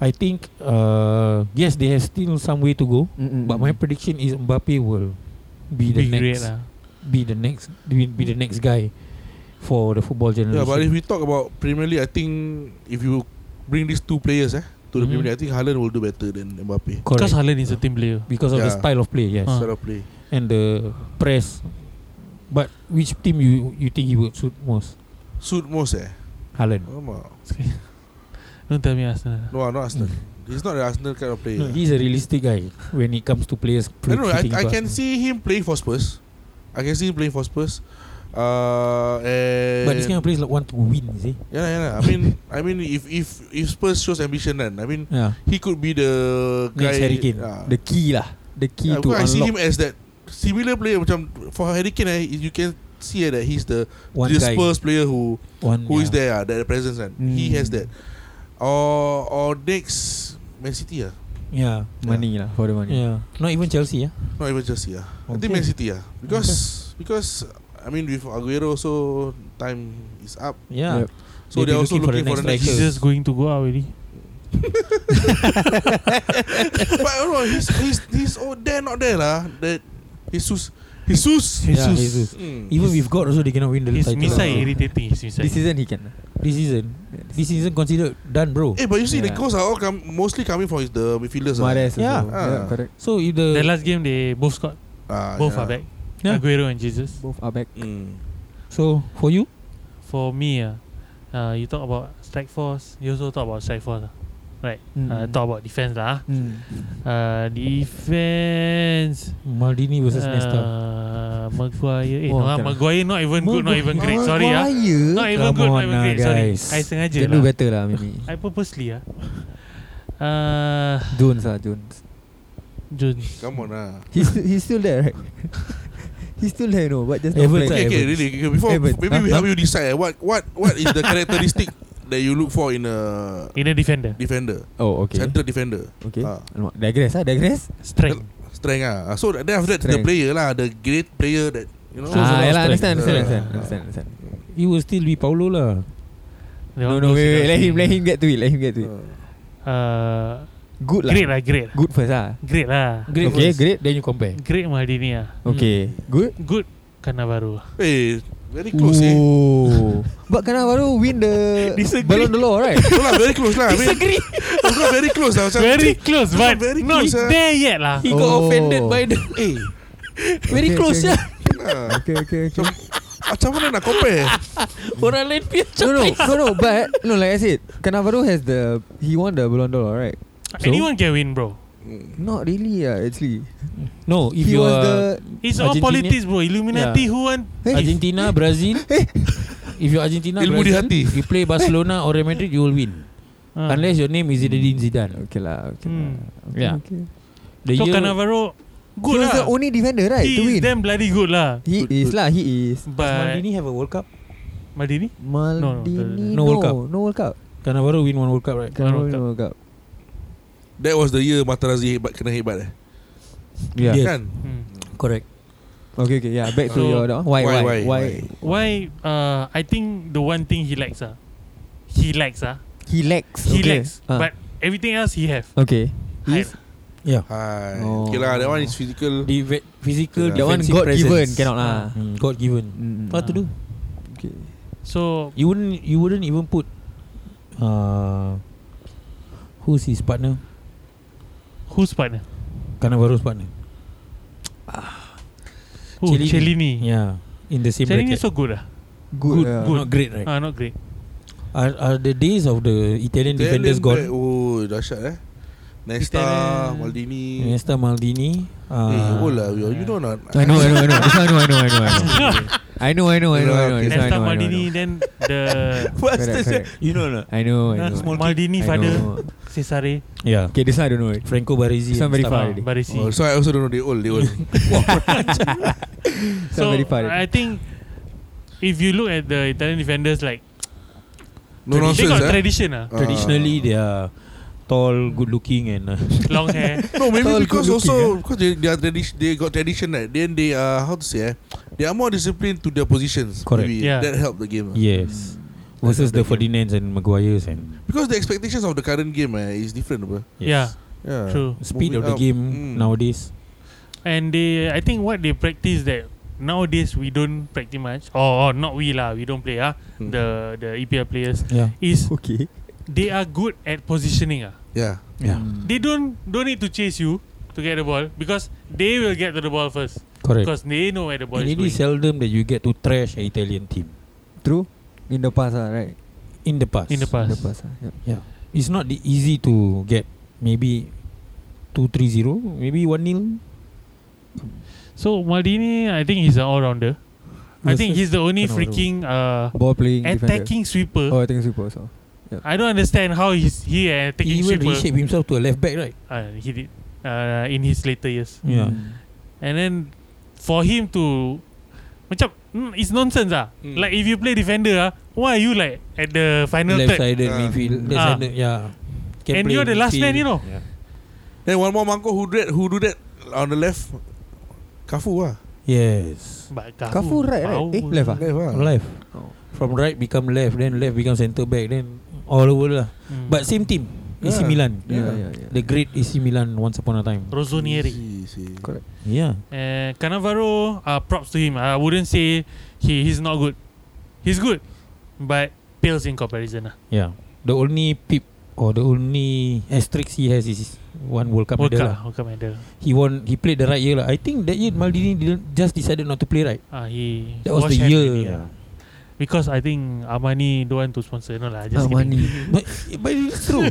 [SPEAKER 3] I think uh, yes they have still some way to go
[SPEAKER 5] Mm, mm,
[SPEAKER 3] but
[SPEAKER 5] mm.
[SPEAKER 6] Hmm.
[SPEAKER 3] my prediction is Mbappe will be the
[SPEAKER 7] Big
[SPEAKER 3] next
[SPEAKER 7] rate lah.
[SPEAKER 3] be the next be, be the next guy for the football generation
[SPEAKER 6] Yeah, but if we talk about Premier League, I think if you bring these two players eh to the
[SPEAKER 3] Mhm.
[SPEAKER 6] Premier League, I think Haaland will do better than Mbappe.
[SPEAKER 7] Because
[SPEAKER 3] Correct.
[SPEAKER 7] Haaland is a team player.
[SPEAKER 3] because of the
[SPEAKER 6] Yeah.
[SPEAKER 3] style of play yes
[SPEAKER 7] Ah.
[SPEAKER 6] Sort of play.
[SPEAKER 3] and the press but which team you you think he would suit most
[SPEAKER 6] Suit most eh.
[SPEAKER 3] Haaland
[SPEAKER 6] Alamak.
[SPEAKER 7] Don't tell me Arsenal.
[SPEAKER 6] No, ah, not Arsenal. He's not the Arsenal kind of player.
[SPEAKER 3] Hmm. no, he's a realistic guy when it comes to players
[SPEAKER 6] I don't know. I,
[SPEAKER 3] fitting
[SPEAKER 6] I
[SPEAKER 3] into
[SPEAKER 6] can
[SPEAKER 3] Arsenal.
[SPEAKER 6] see him playing for Spurs. I can see him playing for Spurs. Uh, and
[SPEAKER 3] but this kind of players like want to win is it?
[SPEAKER 6] yeah, yeah, yeah. I mean, I mean, if if if Spurs shows ambition, then I mean,
[SPEAKER 3] yeah
[SPEAKER 6] he could be the
[SPEAKER 3] Next
[SPEAKER 6] guy.
[SPEAKER 3] Harry Kane.
[SPEAKER 6] Ah.
[SPEAKER 5] the key lah. The key
[SPEAKER 6] Yeah,
[SPEAKER 5] to
[SPEAKER 6] because I see
[SPEAKER 5] unlock.
[SPEAKER 6] him as that similar player macam for Harry Kane eh, you can see eh, that he's the
[SPEAKER 3] one
[SPEAKER 6] the
[SPEAKER 3] guy
[SPEAKER 6] Spurs player who
[SPEAKER 3] one yeah.
[SPEAKER 6] who
[SPEAKER 3] Hmm.
[SPEAKER 6] is there ah, that presence kan. He
[SPEAKER 5] Mm.
[SPEAKER 6] has that. Or or next Man City ah.
[SPEAKER 3] yeah
[SPEAKER 5] money lah for the money.
[SPEAKER 3] yeah not even Chelsea yeah
[SPEAKER 6] Not even Chelsea ah. I think
[SPEAKER 3] Okay.
[SPEAKER 6] Man City ah. Because because I mean with Aguero so time is up.
[SPEAKER 3] yeah
[SPEAKER 5] Yep.
[SPEAKER 6] So
[SPEAKER 3] They'll
[SPEAKER 6] they're
[SPEAKER 3] be
[SPEAKER 6] also looking for the next.
[SPEAKER 7] He's just going to go out already.
[SPEAKER 6] but I don't know, he's he's he's oh there not there lah. That Jesus Jesus.
[SPEAKER 3] Yeah,
[SPEAKER 7] Jesus.
[SPEAKER 3] Jesus.
[SPEAKER 6] Mm.
[SPEAKER 3] even with God also they cannot win the
[SPEAKER 7] His
[SPEAKER 3] title
[SPEAKER 7] Misai
[SPEAKER 6] Ah.
[SPEAKER 7] irritating. His Misai.
[SPEAKER 5] This season he can.
[SPEAKER 3] this season this season considered done bro
[SPEAKER 6] Eh, but you see the
[SPEAKER 5] Yeah.
[SPEAKER 6] goals are all come mostly coming from his, the midfielders. ah.
[SPEAKER 5] Mahrez also.
[SPEAKER 3] Yeah.
[SPEAKER 5] yeah,
[SPEAKER 6] Ah.
[SPEAKER 5] correct.
[SPEAKER 3] so if the
[SPEAKER 7] the last game they both scored.
[SPEAKER 6] Ah,
[SPEAKER 7] both
[SPEAKER 6] yeah.
[SPEAKER 7] are back.
[SPEAKER 3] Yeah.
[SPEAKER 7] Aguero and Jesus.
[SPEAKER 5] Both are back.
[SPEAKER 6] Mm.
[SPEAKER 3] so for you
[SPEAKER 7] For me, uh, uh, you talk about strike force. You also talk about strike force. ah. Right.
[SPEAKER 3] Mm.
[SPEAKER 7] Uh, talk about defense lah.
[SPEAKER 6] Hmm.
[SPEAKER 5] Mm.
[SPEAKER 7] ah. Uh, defense.
[SPEAKER 3] Maldini versus Nesta
[SPEAKER 7] Uh, Maguire. Eh,
[SPEAKER 5] Oh,
[SPEAKER 7] no, ah,
[SPEAKER 5] cannot.
[SPEAKER 7] Maguire not even good, not even great. Sorry ah.
[SPEAKER 5] Maguire.
[SPEAKER 7] Not even
[SPEAKER 3] Come
[SPEAKER 7] good, not
[SPEAKER 3] on
[SPEAKER 7] even
[SPEAKER 3] lah,
[SPEAKER 7] great. Sorry.
[SPEAKER 3] guys.
[SPEAKER 7] I sengaja
[SPEAKER 5] Can do
[SPEAKER 7] lah.
[SPEAKER 5] better lah maybe.
[SPEAKER 7] I purposely ah. Uh,
[SPEAKER 5] Jones lah Jones.
[SPEAKER 7] Jun.
[SPEAKER 6] Come on lah.
[SPEAKER 5] He's still, he's still there right? he's still there no but just
[SPEAKER 3] Everton.
[SPEAKER 5] not
[SPEAKER 6] Okay,
[SPEAKER 5] playing.
[SPEAKER 6] okay,
[SPEAKER 3] Evans.
[SPEAKER 6] really. Okay, before
[SPEAKER 5] Evans,
[SPEAKER 6] maybe we
[SPEAKER 5] huh?
[SPEAKER 6] help you decide eh, what what what is the characteristic that you look for in a
[SPEAKER 7] Inner defender.
[SPEAKER 6] defender,
[SPEAKER 5] Oh okay.
[SPEAKER 6] central defender.
[SPEAKER 5] Okay.
[SPEAKER 6] Ah.
[SPEAKER 5] Alamak, digress ah digress.
[SPEAKER 7] Strength.
[SPEAKER 6] Strength ah. So then after that the
[SPEAKER 5] Strength.
[SPEAKER 6] player lah, the great player that you know.
[SPEAKER 3] a lot
[SPEAKER 5] ah,
[SPEAKER 3] of
[SPEAKER 5] yeah, lah, understand, understand,
[SPEAKER 6] strength.
[SPEAKER 5] understand,
[SPEAKER 6] Ah.
[SPEAKER 5] understand, understand.
[SPEAKER 3] he will still be Paulo lah
[SPEAKER 7] That one
[SPEAKER 5] No, no,
[SPEAKER 7] goes
[SPEAKER 5] wait, wait,
[SPEAKER 7] without
[SPEAKER 5] let him,
[SPEAKER 7] saying.
[SPEAKER 5] let him get to it, let him get to it.
[SPEAKER 6] Ah.
[SPEAKER 7] Uh,
[SPEAKER 5] Good lah.
[SPEAKER 7] Great lah, great.
[SPEAKER 5] Good first ah.
[SPEAKER 7] Great lah.
[SPEAKER 3] great
[SPEAKER 5] Okay,
[SPEAKER 3] first,
[SPEAKER 5] great.
[SPEAKER 6] Hmm.
[SPEAKER 3] then you compare
[SPEAKER 7] Great Maldini lah.
[SPEAKER 5] Okay, good.
[SPEAKER 7] Good Cannavaro.
[SPEAKER 6] Eh, Very close eh
[SPEAKER 5] Oh. But Kana baru win the
[SPEAKER 7] Disagree.
[SPEAKER 5] Ballon d'Or, right?
[SPEAKER 6] No lah very close lah I mean
[SPEAKER 3] Disagree.
[SPEAKER 6] No lah very close lah Macam
[SPEAKER 7] Very close but
[SPEAKER 6] very
[SPEAKER 7] not
[SPEAKER 6] close, ah.
[SPEAKER 7] there yet lah.
[SPEAKER 3] He got
[SPEAKER 5] Oh.
[SPEAKER 3] offended by the
[SPEAKER 6] Eh
[SPEAKER 3] Very
[SPEAKER 5] Okay,
[SPEAKER 3] close ya.
[SPEAKER 5] okay,
[SPEAKER 6] lah.
[SPEAKER 5] Okay, okay, okay.
[SPEAKER 6] Macam- Macam mana nak compare
[SPEAKER 3] Orang lain punya
[SPEAKER 5] No, no,
[SPEAKER 3] choice.
[SPEAKER 5] no, no. But no, like I said, Cannavaro has the he won the Ballon d'Or, right?
[SPEAKER 3] So?
[SPEAKER 7] Anyone can win, bro.
[SPEAKER 5] Not really, uh, actually.
[SPEAKER 3] No, if
[SPEAKER 5] he
[SPEAKER 3] you
[SPEAKER 5] was
[SPEAKER 3] are
[SPEAKER 5] the
[SPEAKER 7] It's all
[SPEAKER 3] Argentina?
[SPEAKER 7] politics, bro. Illuminati who want
[SPEAKER 3] Argentina, Brazil, if you're Argentina,
[SPEAKER 6] Ilmu di
[SPEAKER 3] Brazil,
[SPEAKER 6] hati.
[SPEAKER 3] you play Barcelona or Real Madrid, you will win.
[SPEAKER 7] Ah.
[SPEAKER 3] Unless your name is Zinedine Zidane.
[SPEAKER 5] okay lah, okay
[SPEAKER 7] Hmm.
[SPEAKER 5] lah. Okay,
[SPEAKER 3] Yeah.
[SPEAKER 5] Okay.
[SPEAKER 3] The
[SPEAKER 7] So
[SPEAKER 3] year
[SPEAKER 7] Cannavaro
[SPEAKER 5] he
[SPEAKER 7] good
[SPEAKER 5] was the
[SPEAKER 7] lah.
[SPEAKER 5] only defender, right? to
[SPEAKER 7] He
[SPEAKER 5] win.
[SPEAKER 7] is damn bloody good lah.
[SPEAKER 5] he
[SPEAKER 3] Good,
[SPEAKER 5] is
[SPEAKER 3] good.
[SPEAKER 5] lah. He is.
[SPEAKER 7] But
[SPEAKER 3] have a World Cup?
[SPEAKER 7] Maldini? no,
[SPEAKER 5] Maldini.
[SPEAKER 3] no, no. No World Cup.
[SPEAKER 5] No World Cup.
[SPEAKER 3] Cannavaro win one World Cup, right?
[SPEAKER 5] Cannavaro
[SPEAKER 7] World
[SPEAKER 5] no World Cup.
[SPEAKER 6] That was the year Matarazzi hebat, kena hebat eh
[SPEAKER 5] Yeah.
[SPEAKER 3] Yes.
[SPEAKER 6] Kan
[SPEAKER 7] Hmm.
[SPEAKER 3] Correct.
[SPEAKER 5] Okay, okay. Yeah. Back to
[SPEAKER 7] So-
[SPEAKER 5] your that one. why,
[SPEAKER 6] Why,
[SPEAKER 5] why,
[SPEAKER 6] why,
[SPEAKER 5] why,
[SPEAKER 6] why?
[SPEAKER 7] Why? Uh, I think the one thing he likes ah, he likes ah,
[SPEAKER 5] He lacks.
[SPEAKER 7] he
[SPEAKER 5] okay. Uh,
[SPEAKER 7] likes.
[SPEAKER 5] Ah.
[SPEAKER 7] But everything else he have.
[SPEAKER 5] okay.
[SPEAKER 7] Have.
[SPEAKER 3] Ya.
[SPEAKER 6] Hai
[SPEAKER 5] Oh.
[SPEAKER 6] Okay lah that one is physical
[SPEAKER 3] The ve- physical
[SPEAKER 5] That one
[SPEAKER 3] defensive
[SPEAKER 5] God
[SPEAKER 3] presence.
[SPEAKER 5] given cannot lah.
[SPEAKER 3] Mm, God given.
[SPEAKER 5] Mm.
[SPEAKER 3] What to do?
[SPEAKER 5] Okay.
[SPEAKER 7] So
[SPEAKER 3] You wouldn't you wouldn't even put uh, who's his partner?
[SPEAKER 7] who's partner?
[SPEAKER 3] Cannavaro's partner.
[SPEAKER 7] Who?
[SPEAKER 3] Cellini.
[SPEAKER 7] Cellini.
[SPEAKER 3] Yeah. Ya. In the same
[SPEAKER 7] Cellini
[SPEAKER 3] bracket. Uh,
[SPEAKER 7] so good ah.
[SPEAKER 5] Good.
[SPEAKER 7] Good,
[SPEAKER 5] yeah.
[SPEAKER 7] good.
[SPEAKER 3] Not great, right?
[SPEAKER 7] Ah, not great.
[SPEAKER 3] Are, are the days of the Italian
[SPEAKER 6] Talent
[SPEAKER 3] defenders
[SPEAKER 6] back.
[SPEAKER 3] gone?
[SPEAKER 6] Oh dahsyat eh Nesta
[SPEAKER 7] Italian.
[SPEAKER 6] Maldini
[SPEAKER 3] Nesta Maldini. Uh,
[SPEAKER 6] Eh old lah you, you know not
[SPEAKER 5] I know, I know, I know. This one, I know, I know, I know, I know. I know, I know, I know. This one I
[SPEAKER 6] Okay,
[SPEAKER 7] Nesta
[SPEAKER 5] know, I know, I know.
[SPEAKER 7] Maldini, then the
[SPEAKER 5] Correct,
[SPEAKER 6] eh.
[SPEAKER 5] correct.
[SPEAKER 3] You know not?
[SPEAKER 5] I know, I
[SPEAKER 7] Ah,
[SPEAKER 5] know.
[SPEAKER 7] small Maldini
[SPEAKER 5] I
[SPEAKER 7] father
[SPEAKER 5] know.
[SPEAKER 7] Cesare
[SPEAKER 3] Yeah.
[SPEAKER 5] Okay, this one I don't know.
[SPEAKER 3] ya.
[SPEAKER 5] it.
[SPEAKER 3] Franco Baresi.
[SPEAKER 5] This one
[SPEAKER 3] and
[SPEAKER 5] very
[SPEAKER 3] stuff.
[SPEAKER 5] far
[SPEAKER 7] ah,
[SPEAKER 5] already.
[SPEAKER 7] Baresi.
[SPEAKER 6] Oh, so I also don't know they old they old
[SPEAKER 5] This
[SPEAKER 7] So
[SPEAKER 5] one very far already.
[SPEAKER 7] I think if you look at the Italian defenders, like they
[SPEAKER 6] No nonsense
[SPEAKER 7] got
[SPEAKER 6] eh
[SPEAKER 7] tradition ah,
[SPEAKER 6] Ah.
[SPEAKER 3] Traditionally, they are tall, good looking, and uh,
[SPEAKER 7] long hair.
[SPEAKER 6] No, maybe
[SPEAKER 5] Tall,
[SPEAKER 6] because
[SPEAKER 5] good
[SPEAKER 6] also
[SPEAKER 5] looking,
[SPEAKER 6] because they they are tradition, they got tradition right. Then they are how to say eh, they are more disciplined to their positions.
[SPEAKER 3] Correct.
[SPEAKER 6] Maybe
[SPEAKER 7] Yeah.
[SPEAKER 6] that helped the game. ah.
[SPEAKER 3] yes. Versus the Ferdinands and Maguires and
[SPEAKER 6] Because the expectations of the current game eh, is different, bro.
[SPEAKER 3] yes.
[SPEAKER 7] Yeah,
[SPEAKER 6] Yeah.
[SPEAKER 7] true.
[SPEAKER 3] Speed
[SPEAKER 6] Move
[SPEAKER 3] of the
[SPEAKER 6] it up.
[SPEAKER 3] game
[SPEAKER 6] Mm.
[SPEAKER 3] nowadays.
[SPEAKER 7] And they, I think what they practice that nowadays we don't practice much, or, or not we lah, we don't play ah.
[SPEAKER 6] Hmm.
[SPEAKER 7] The the EPL players
[SPEAKER 3] Yeah.
[SPEAKER 7] is
[SPEAKER 5] Okay.
[SPEAKER 7] they are good at positioning ah.
[SPEAKER 6] Yeah.
[SPEAKER 3] Yeah.
[SPEAKER 5] Mm. Hmm.
[SPEAKER 7] They don't don't need to chase you to get the ball because they will get to the ball first
[SPEAKER 3] Correct.
[SPEAKER 7] because they know where the ball
[SPEAKER 3] And
[SPEAKER 7] is
[SPEAKER 3] it is
[SPEAKER 7] going.
[SPEAKER 3] seldom that you get to trash an Italian team
[SPEAKER 5] True. In the past, ah, right?
[SPEAKER 3] in the past.
[SPEAKER 7] In the
[SPEAKER 5] In
[SPEAKER 7] past,
[SPEAKER 5] the past. ah, yeah.
[SPEAKER 3] It's not the easy to get maybe 2-3-0, maybe 1-0.
[SPEAKER 7] so Maldini, I think he's an all rounder. I think he's the only
[SPEAKER 3] Cannavaro.
[SPEAKER 7] freaking uh,
[SPEAKER 5] Ball playing defender.
[SPEAKER 7] attacking sweeper.
[SPEAKER 5] Oh, attacking sweeper also.
[SPEAKER 7] I don't understand how he's he an
[SPEAKER 3] He
[SPEAKER 7] attacking
[SPEAKER 3] even
[SPEAKER 7] sweeper.
[SPEAKER 3] reshape himself to a left back, right?
[SPEAKER 7] Uh, he did uh, in his later years.
[SPEAKER 3] Yeah.
[SPEAKER 5] Hmm.
[SPEAKER 7] And then for him to macam mm, it's nonsense ah.
[SPEAKER 6] Mm.
[SPEAKER 7] Like if you play defender ah, why are you like at the final
[SPEAKER 3] left
[SPEAKER 7] third?
[SPEAKER 3] sided
[SPEAKER 6] Ah.
[SPEAKER 3] midfield. Left
[SPEAKER 7] Ah.
[SPEAKER 3] sided, yeah. play
[SPEAKER 7] And you're the last
[SPEAKER 3] midfield.
[SPEAKER 7] man, you know.
[SPEAKER 3] Yeah.
[SPEAKER 6] Then one more Manko who did who do that on the left, Kafu ah.
[SPEAKER 3] Yes.
[SPEAKER 7] But
[SPEAKER 5] Kafu right, right?
[SPEAKER 7] power.
[SPEAKER 5] Eh, left ah?
[SPEAKER 6] Left ah.
[SPEAKER 3] Left.
[SPEAKER 5] Oh.
[SPEAKER 3] From right become left, then left become centre back, then all over lah.
[SPEAKER 7] Mm.
[SPEAKER 3] But same team, AC
[SPEAKER 6] Yeah.
[SPEAKER 3] Milan.
[SPEAKER 5] Yeah, yeah, yeah.
[SPEAKER 3] The great AC Milan once upon a time.
[SPEAKER 7] Rosonieri.
[SPEAKER 6] See, see.
[SPEAKER 3] Yeah.
[SPEAKER 7] Uh, Cannavaro, uh, props to him. I wouldn't say he he's not good. He's good, but pales in comparison. Ah.
[SPEAKER 3] Yeah. The only peep or the only asterisk he has is one World Cup
[SPEAKER 7] World
[SPEAKER 3] medal.
[SPEAKER 7] Cup,
[SPEAKER 3] lah.
[SPEAKER 7] World Cup medal.
[SPEAKER 3] He won. He played the right year lah. I think that year Maldini didn't just decided not to play right.
[SPEAKER 7] Ah, he
[SPEAKER 3] That was
[SPEAKER 7] wash
[SPEAKER 3] the
[SPEAKER 7] hand
[SPEAKER 3] year.
[SPEAKER 7] already, ah. Because I think Armani don't want to sponsor. No
[SPEAKER 5] Ah,
[SPEAKER 7] lah, just kidding.
[SPEAKER 3] but, but it's true.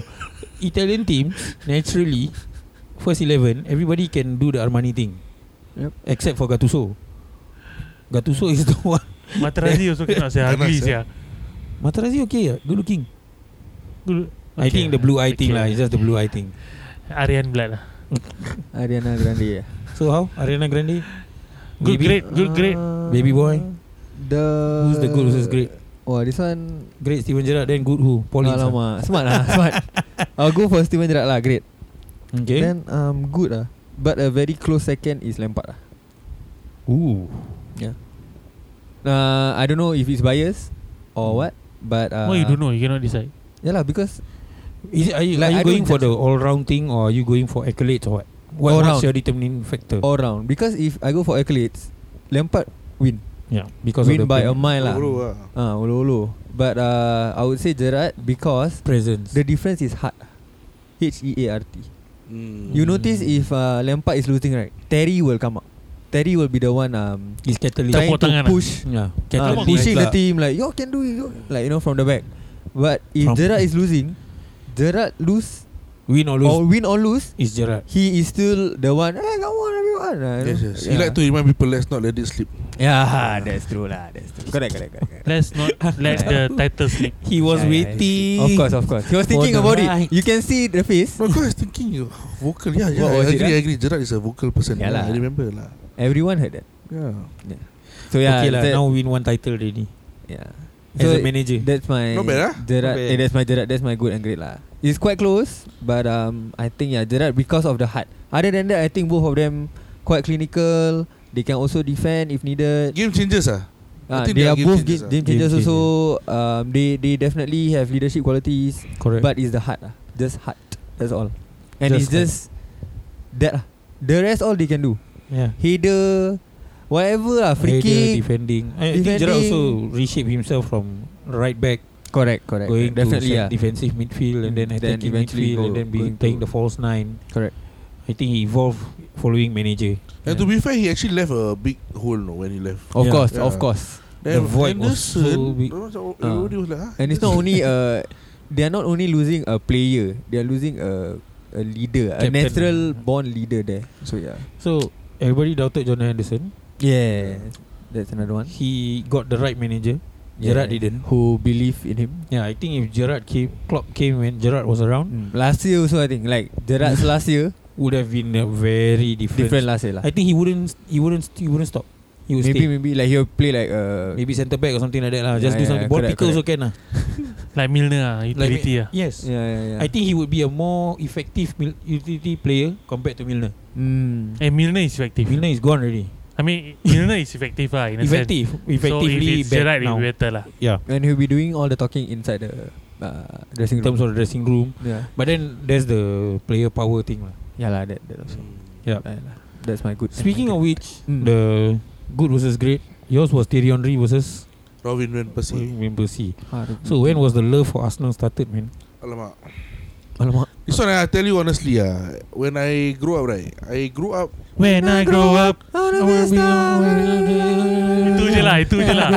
[SPEAKER 3] Italian team naturally first eleven everybody can do the Armani thing,
[SPEAKER 5] Yep.
[SPEAKER 3] except for Gattuso. Gattuso is the one.
[SPEAKER 7] Materazzi also cannot say
[SPEAKER 6] Cannot
[SPEAKER 7] ugly
[SPEAKER 6] say.
[SPEAKER 7] yeah.
[SPEAKER 3] Matarazzi okay, ah, good looking.
[SPEAKER 7] Good.
[SPEAKER 3] I think the blue eye thing lah. It's
[SPEAKER 7] okay.
[SPEAKER 3] just the blue eye thing.
[SPEAKER 7] Aryan blood lah.
[SPEAKER 5] Ariana Grande. Yeah.
[SPEAKER 3] So how Ariana Grande?
[SPEAKER 7] Good
[SPEAKER 3] Baby?
[SPEAKER 7] grade, good grade.
[SPEAKER 3] Baby boy.
[SPEAKER 5] Uh, The
[SPEAKER 3] Who's the good? Who's great?
[SPEAKER 5] Oh, this one.
[SPEAKER 3] Great Steven Gerrard then good who? Paul Ince, ah.
[SPEAKER 5] Alamak, smart lah, smart. I'll go for Steven Gerrard lah, great.
[SPEAKER 3] Okay.
[SPEAKER 5] Then um good lah. But a very close second is Lampard lah.
[SPEAKER 3] Ooh.
[SPEAKER 5] Uh, I don't know if it's bias or what, but uh,
[SPEAKER 7] Hmm. Why you don't know? You cannot decide.
[SPEAKER 5] Yeah lah, because
[SPEAKER 3] Is it, are you,
[SPEAKER 5] Like,
[SPEAKER 3] are you
[SPEAKER 5] I
[SPEAKER 3] going
[SPEAKER 5] don't
[SPEAKER 3] for the
[SPEAKER 5] judge.
[SPEAKER 3] all round thing or are you going for accolades or what? what
[SPEAKER 5] All
[SPEAKER 3] what's
[SPEAKER 5] round.
[SPEAKER 3] your determining factor?
[SPEAKER 5] all round. Because if I go for accolades, Lampard win.
[SPEAKER 3] Yeah, because
[SPEAKER 5] Win
[SPEAKER 3] of the
[SPEAKER 5] by
[SPEAKER 3] pre-
[SPEAKER 5] a mile lah.
[SPEAKER 6] Ulu lah.
[SPEAKER 5] Ah, ulu-ulu. But uh, I would say Gerard because
[SPEAKER 3] presence.
[SPEAKER 5] the difference is hard. H E A R T.
[SPEAKER 6] Mm.
[SPEAKER 7] Hmm.
[SPEAKER 5] You notice if uh, Lampard is losing right, Terry will come up. Terry will be the one um
[SPEAKER 3] is catalyst.
[SPEAKER 5] trying
[SPEAKER 7] Tepuk tangan lah.
[SPEAKER 5] to
[SPEAKER 7] Hmm.
[SPEAKER 5] push
[SPEAKER 3] Yeah,
[SPEAKER 5] uh,
[SPEAKER 3] catalyst.
[SPEAKER 5] pushing the
[SPEAKER 3] lah.
[SPEAKER 5] team like you can do it, yo," like you know from the back. But if
[SPEAKER 3] From-
[SPEAKER 5] Gerard is losing, Gerard lose,
[SPEAKER 3] Win or lose
[SPEAKER 5] or win or lose,
[SPEAKER 3] is Gerard.
[SPEAKER 5] he is still the one. Hey, come on, everyone. Uh, you
[SPEAKER 6] Yes,
[SPEAKER 5] know?
[SPEAKER 6] yes. He like to remind people let's not let it slip.
[SPEAKER 5] Yeah, that's true lah. That's true. Correct, correct, correct. correct.
[SPEAKER 7] Let's not let the title slip.
[SPEAKER 3] He was
[SPEAKER 5] Yeah, yeah, yeah.
[SPEAKER 3] waiting.
[SPEAKER 5] Of course, of course. He was
[SPEAKER 3] For
[SPEAKER 5] thinking
[SPEAKER 3] the
[SPEAKER 5] about
[SPEAKER 3] right.
[SPEAKER 5] it. You can see the face.
[SPEAKER 6] No, because I was thinking you vocal. Yeah, yeah.
[SPEAKER 5] What
[SPEAKER 6] I
[SPEAKER 5] was it,
[SPEAKER 6] agree,
[SPEAKER 5] ah?
[SPEAKER 6] I agree. Gerard is a vocal person.
[SPEAKER 5] Yeah
[SPEAKER 6] Yeah,
[SPEAKER 5] lah.
[SPEAKER 6] I remember lah.
[SPEAKER 5] Everyone heard that.
[SPEAKER 6] Yeah.
[SPEAKER 5] So yeah,
[SPEAKER 3] okay lah.
[SPEAKER 5] that,
[SPEAKER 3] Now win one title already
[SPEAKER 5] yeah.
[SPEAKER 3] as
[SPEAKER 5] So
[SPEAKER 3] a manager.
[SPEAKER 5] that's my
[SPEAKER 6] Not bad, ah?
[SPEAKER 5] Gerard,
[SPEAKER 3] Not bad.
[SPEAKER 5] eh, that's my Gerard. That's my good and great lah. It's quite close, but um, I think yeah, Gerard because of the heart. Other than that, I think both of them quite clinical. They can also defend if needed.
[SPEAKER 6] Game changes ah. I
[SPEAKER 5] Ah,
[SPEAKER 6] think
[SPEAKER 5] they
[SPEAKER 6] they
[SPEAKER 5] are
[SPEAKER 6] are game
[SPEAKER 5] both game,
[SPEAKER 6] changers, ah.
[SPEAKER 5] game
[SPEAKER 3] Game
[SPEAKER 5] changers also. Um, they they definitely have leadership qualities.
[SPEAKER 3] Correct.
[SPEAKER 5] But it's the heart lah. Just heart. That's all. And
[SPEAKER 3] Just
[SPEAKER 5] it's just that lah. The rest all they can do.
[SPEAKER 3] yeah.
[SPEAKER 5] Header, whatever lah. Free
[SPEAKER 3] Rider,
[SPEAKER 5] kick.
[SPEAKER 3] defending. Eh, I think Gerard
[SPEAKER 5] defending.
[SPEAKER 3] also reshape himself from right back
[SPEAKER 5] Correct, correct.
[SPEAKER 3] going to
[SPEAKER 5] definitely yeah.
[SPEAKER 3] set defensive midfield and then
[SPEAKER 5] Then
[SPEAKER 3] attacking
[SPEAKER 5] eventually
[SPEAKER 3] midfield
[SPEAKER 5] go-
[SPEAKER 3] and then being
[SPEAKER 5] going
[SPEAKER 3] playing
[SPEAKER 5] to-
[SPEAKER 3] the false nine.
[SPEAKER 5] Correct.
[SPEAKER 3] I think he evolved following manager.
[SPEAKER 6] And to be fair, he actually left a big hole no, when he left.
[SPEAKER 5] Of
[SPEAKER 3] Yeah.
[SPEAKER 5] course,
[SPEAKER 6] Yeah.
[SPEAKER 5] of course.
[SPEAKER 3] The void was
[SPEAKER 6] Henderson,
[SPEAKER 3] so big.
[SPEAKER 6] orang macam,
[SPEAKER 5] Ah.
[SPEAKER 6] everybody was like, ah,
[SPEAKER 5] And it's not only uh, they are not only losing a player, they are losing a a leader, a
[SPEAKER 3] Captain.
[SPEAKER 5] natural born leader there. So yeah.
[SPEAKER 3] So everybody doubted John Henderson.
[SPEAKER 5] Yeah. Uh, That's another one.
[SPEAKER 3] He got the right manager. Gerard didn't.
[SPEAKER 5] Who believe in him?
[SPEAKER 3] Yeah, I think if Gerard came, Klopp came when Gerard was around,
[SPEAKER 5] Mm. Last year also I think like Gerard's last year
[SPEAKER 3] would have been a very different.
[SPEAKER 5] different last year lah.
[SPEAKER 3] I think he wouldn't. He wouldn't. He wouldn't stop. He would
[SPEAKER 5] Maybe
[SPEAKER 3] stay.
[SPEAKER 5] maybe like he'll play like uh
[SPEAKER 3] Maybe centre back or something like that lah. Just
[SPEAKER 5] Yeah,
[SPEAKER 3] do
[SPEAKER 5] yeah,
[SPEAKER 3] something. Ball
[SPEAKER 5] correct,
[SPEAKER 3] picker also
[SPEAKER 5] correct.
[SPEAKER 3] can lah.
[SPEAKER 7] Like Milner, ah, utility. ah.
[SPEAKER 3] Yes.
[SPEAKER 5] yeah yeah yeah.
[SPEAKER 3] I think he would be a more effective mil- utility player compared to Milner.
[SPEAKER 5] mm.
[SPEAKER 7] Eh, Milner is effective.
[SPEAKER 3] Milner is gone already.
[SPEAKER 7] I mean, Milner is effective lah in a sense.
[SPEAKER 3] Effective,
[SPEAKER 7] so if
[SPEAKER 3] effectively
[SPEAKER 7] it's
[SPEAKER 3] back
[SPEAKER 7] Gerrard,
[SPEAKER 3] now.
[SPEAKER 7] it'll be better lah.
[SPEAKER 3] Yeah,
[SPEAKER 5] and he'll be doing all the talking inside the uh, dressing
[SPEAKER 3] in terms
[SPEAKER 5] room.
[SPEAKER 3] of the dressing room.
[SPEAKER 5] yeah.
[SPEAKER 3] But then there's the player power thing lah.
[SPEAKER 5] Yeah lah that that also.
[SPEAKER 3] Yeah.
[SPEAKER 5] Mm. Yeah lah. That's my good.
[SPEAKER 3] Speaking of which,
[SPEAKER 5] Mm.
[SPEAKER 3] the good versus great. Yours was Thierry Henry versus
[SPEAKER 6] Robin Van Persie.
[SPEAKER 3] Member C.
[SPEAKER 5] Hard.
[SPEAKER 3] So when was the love for Arsenal started, man?
[SPEAKER 6] Alamak.
[SPEAKER 5] Alamak.
[SPEAKER 6] This one, I tell you honestly, ah, when I grew up, right, I grew up.
[SPEAKER 7] When I grow up. Itu je lah, itu je lah.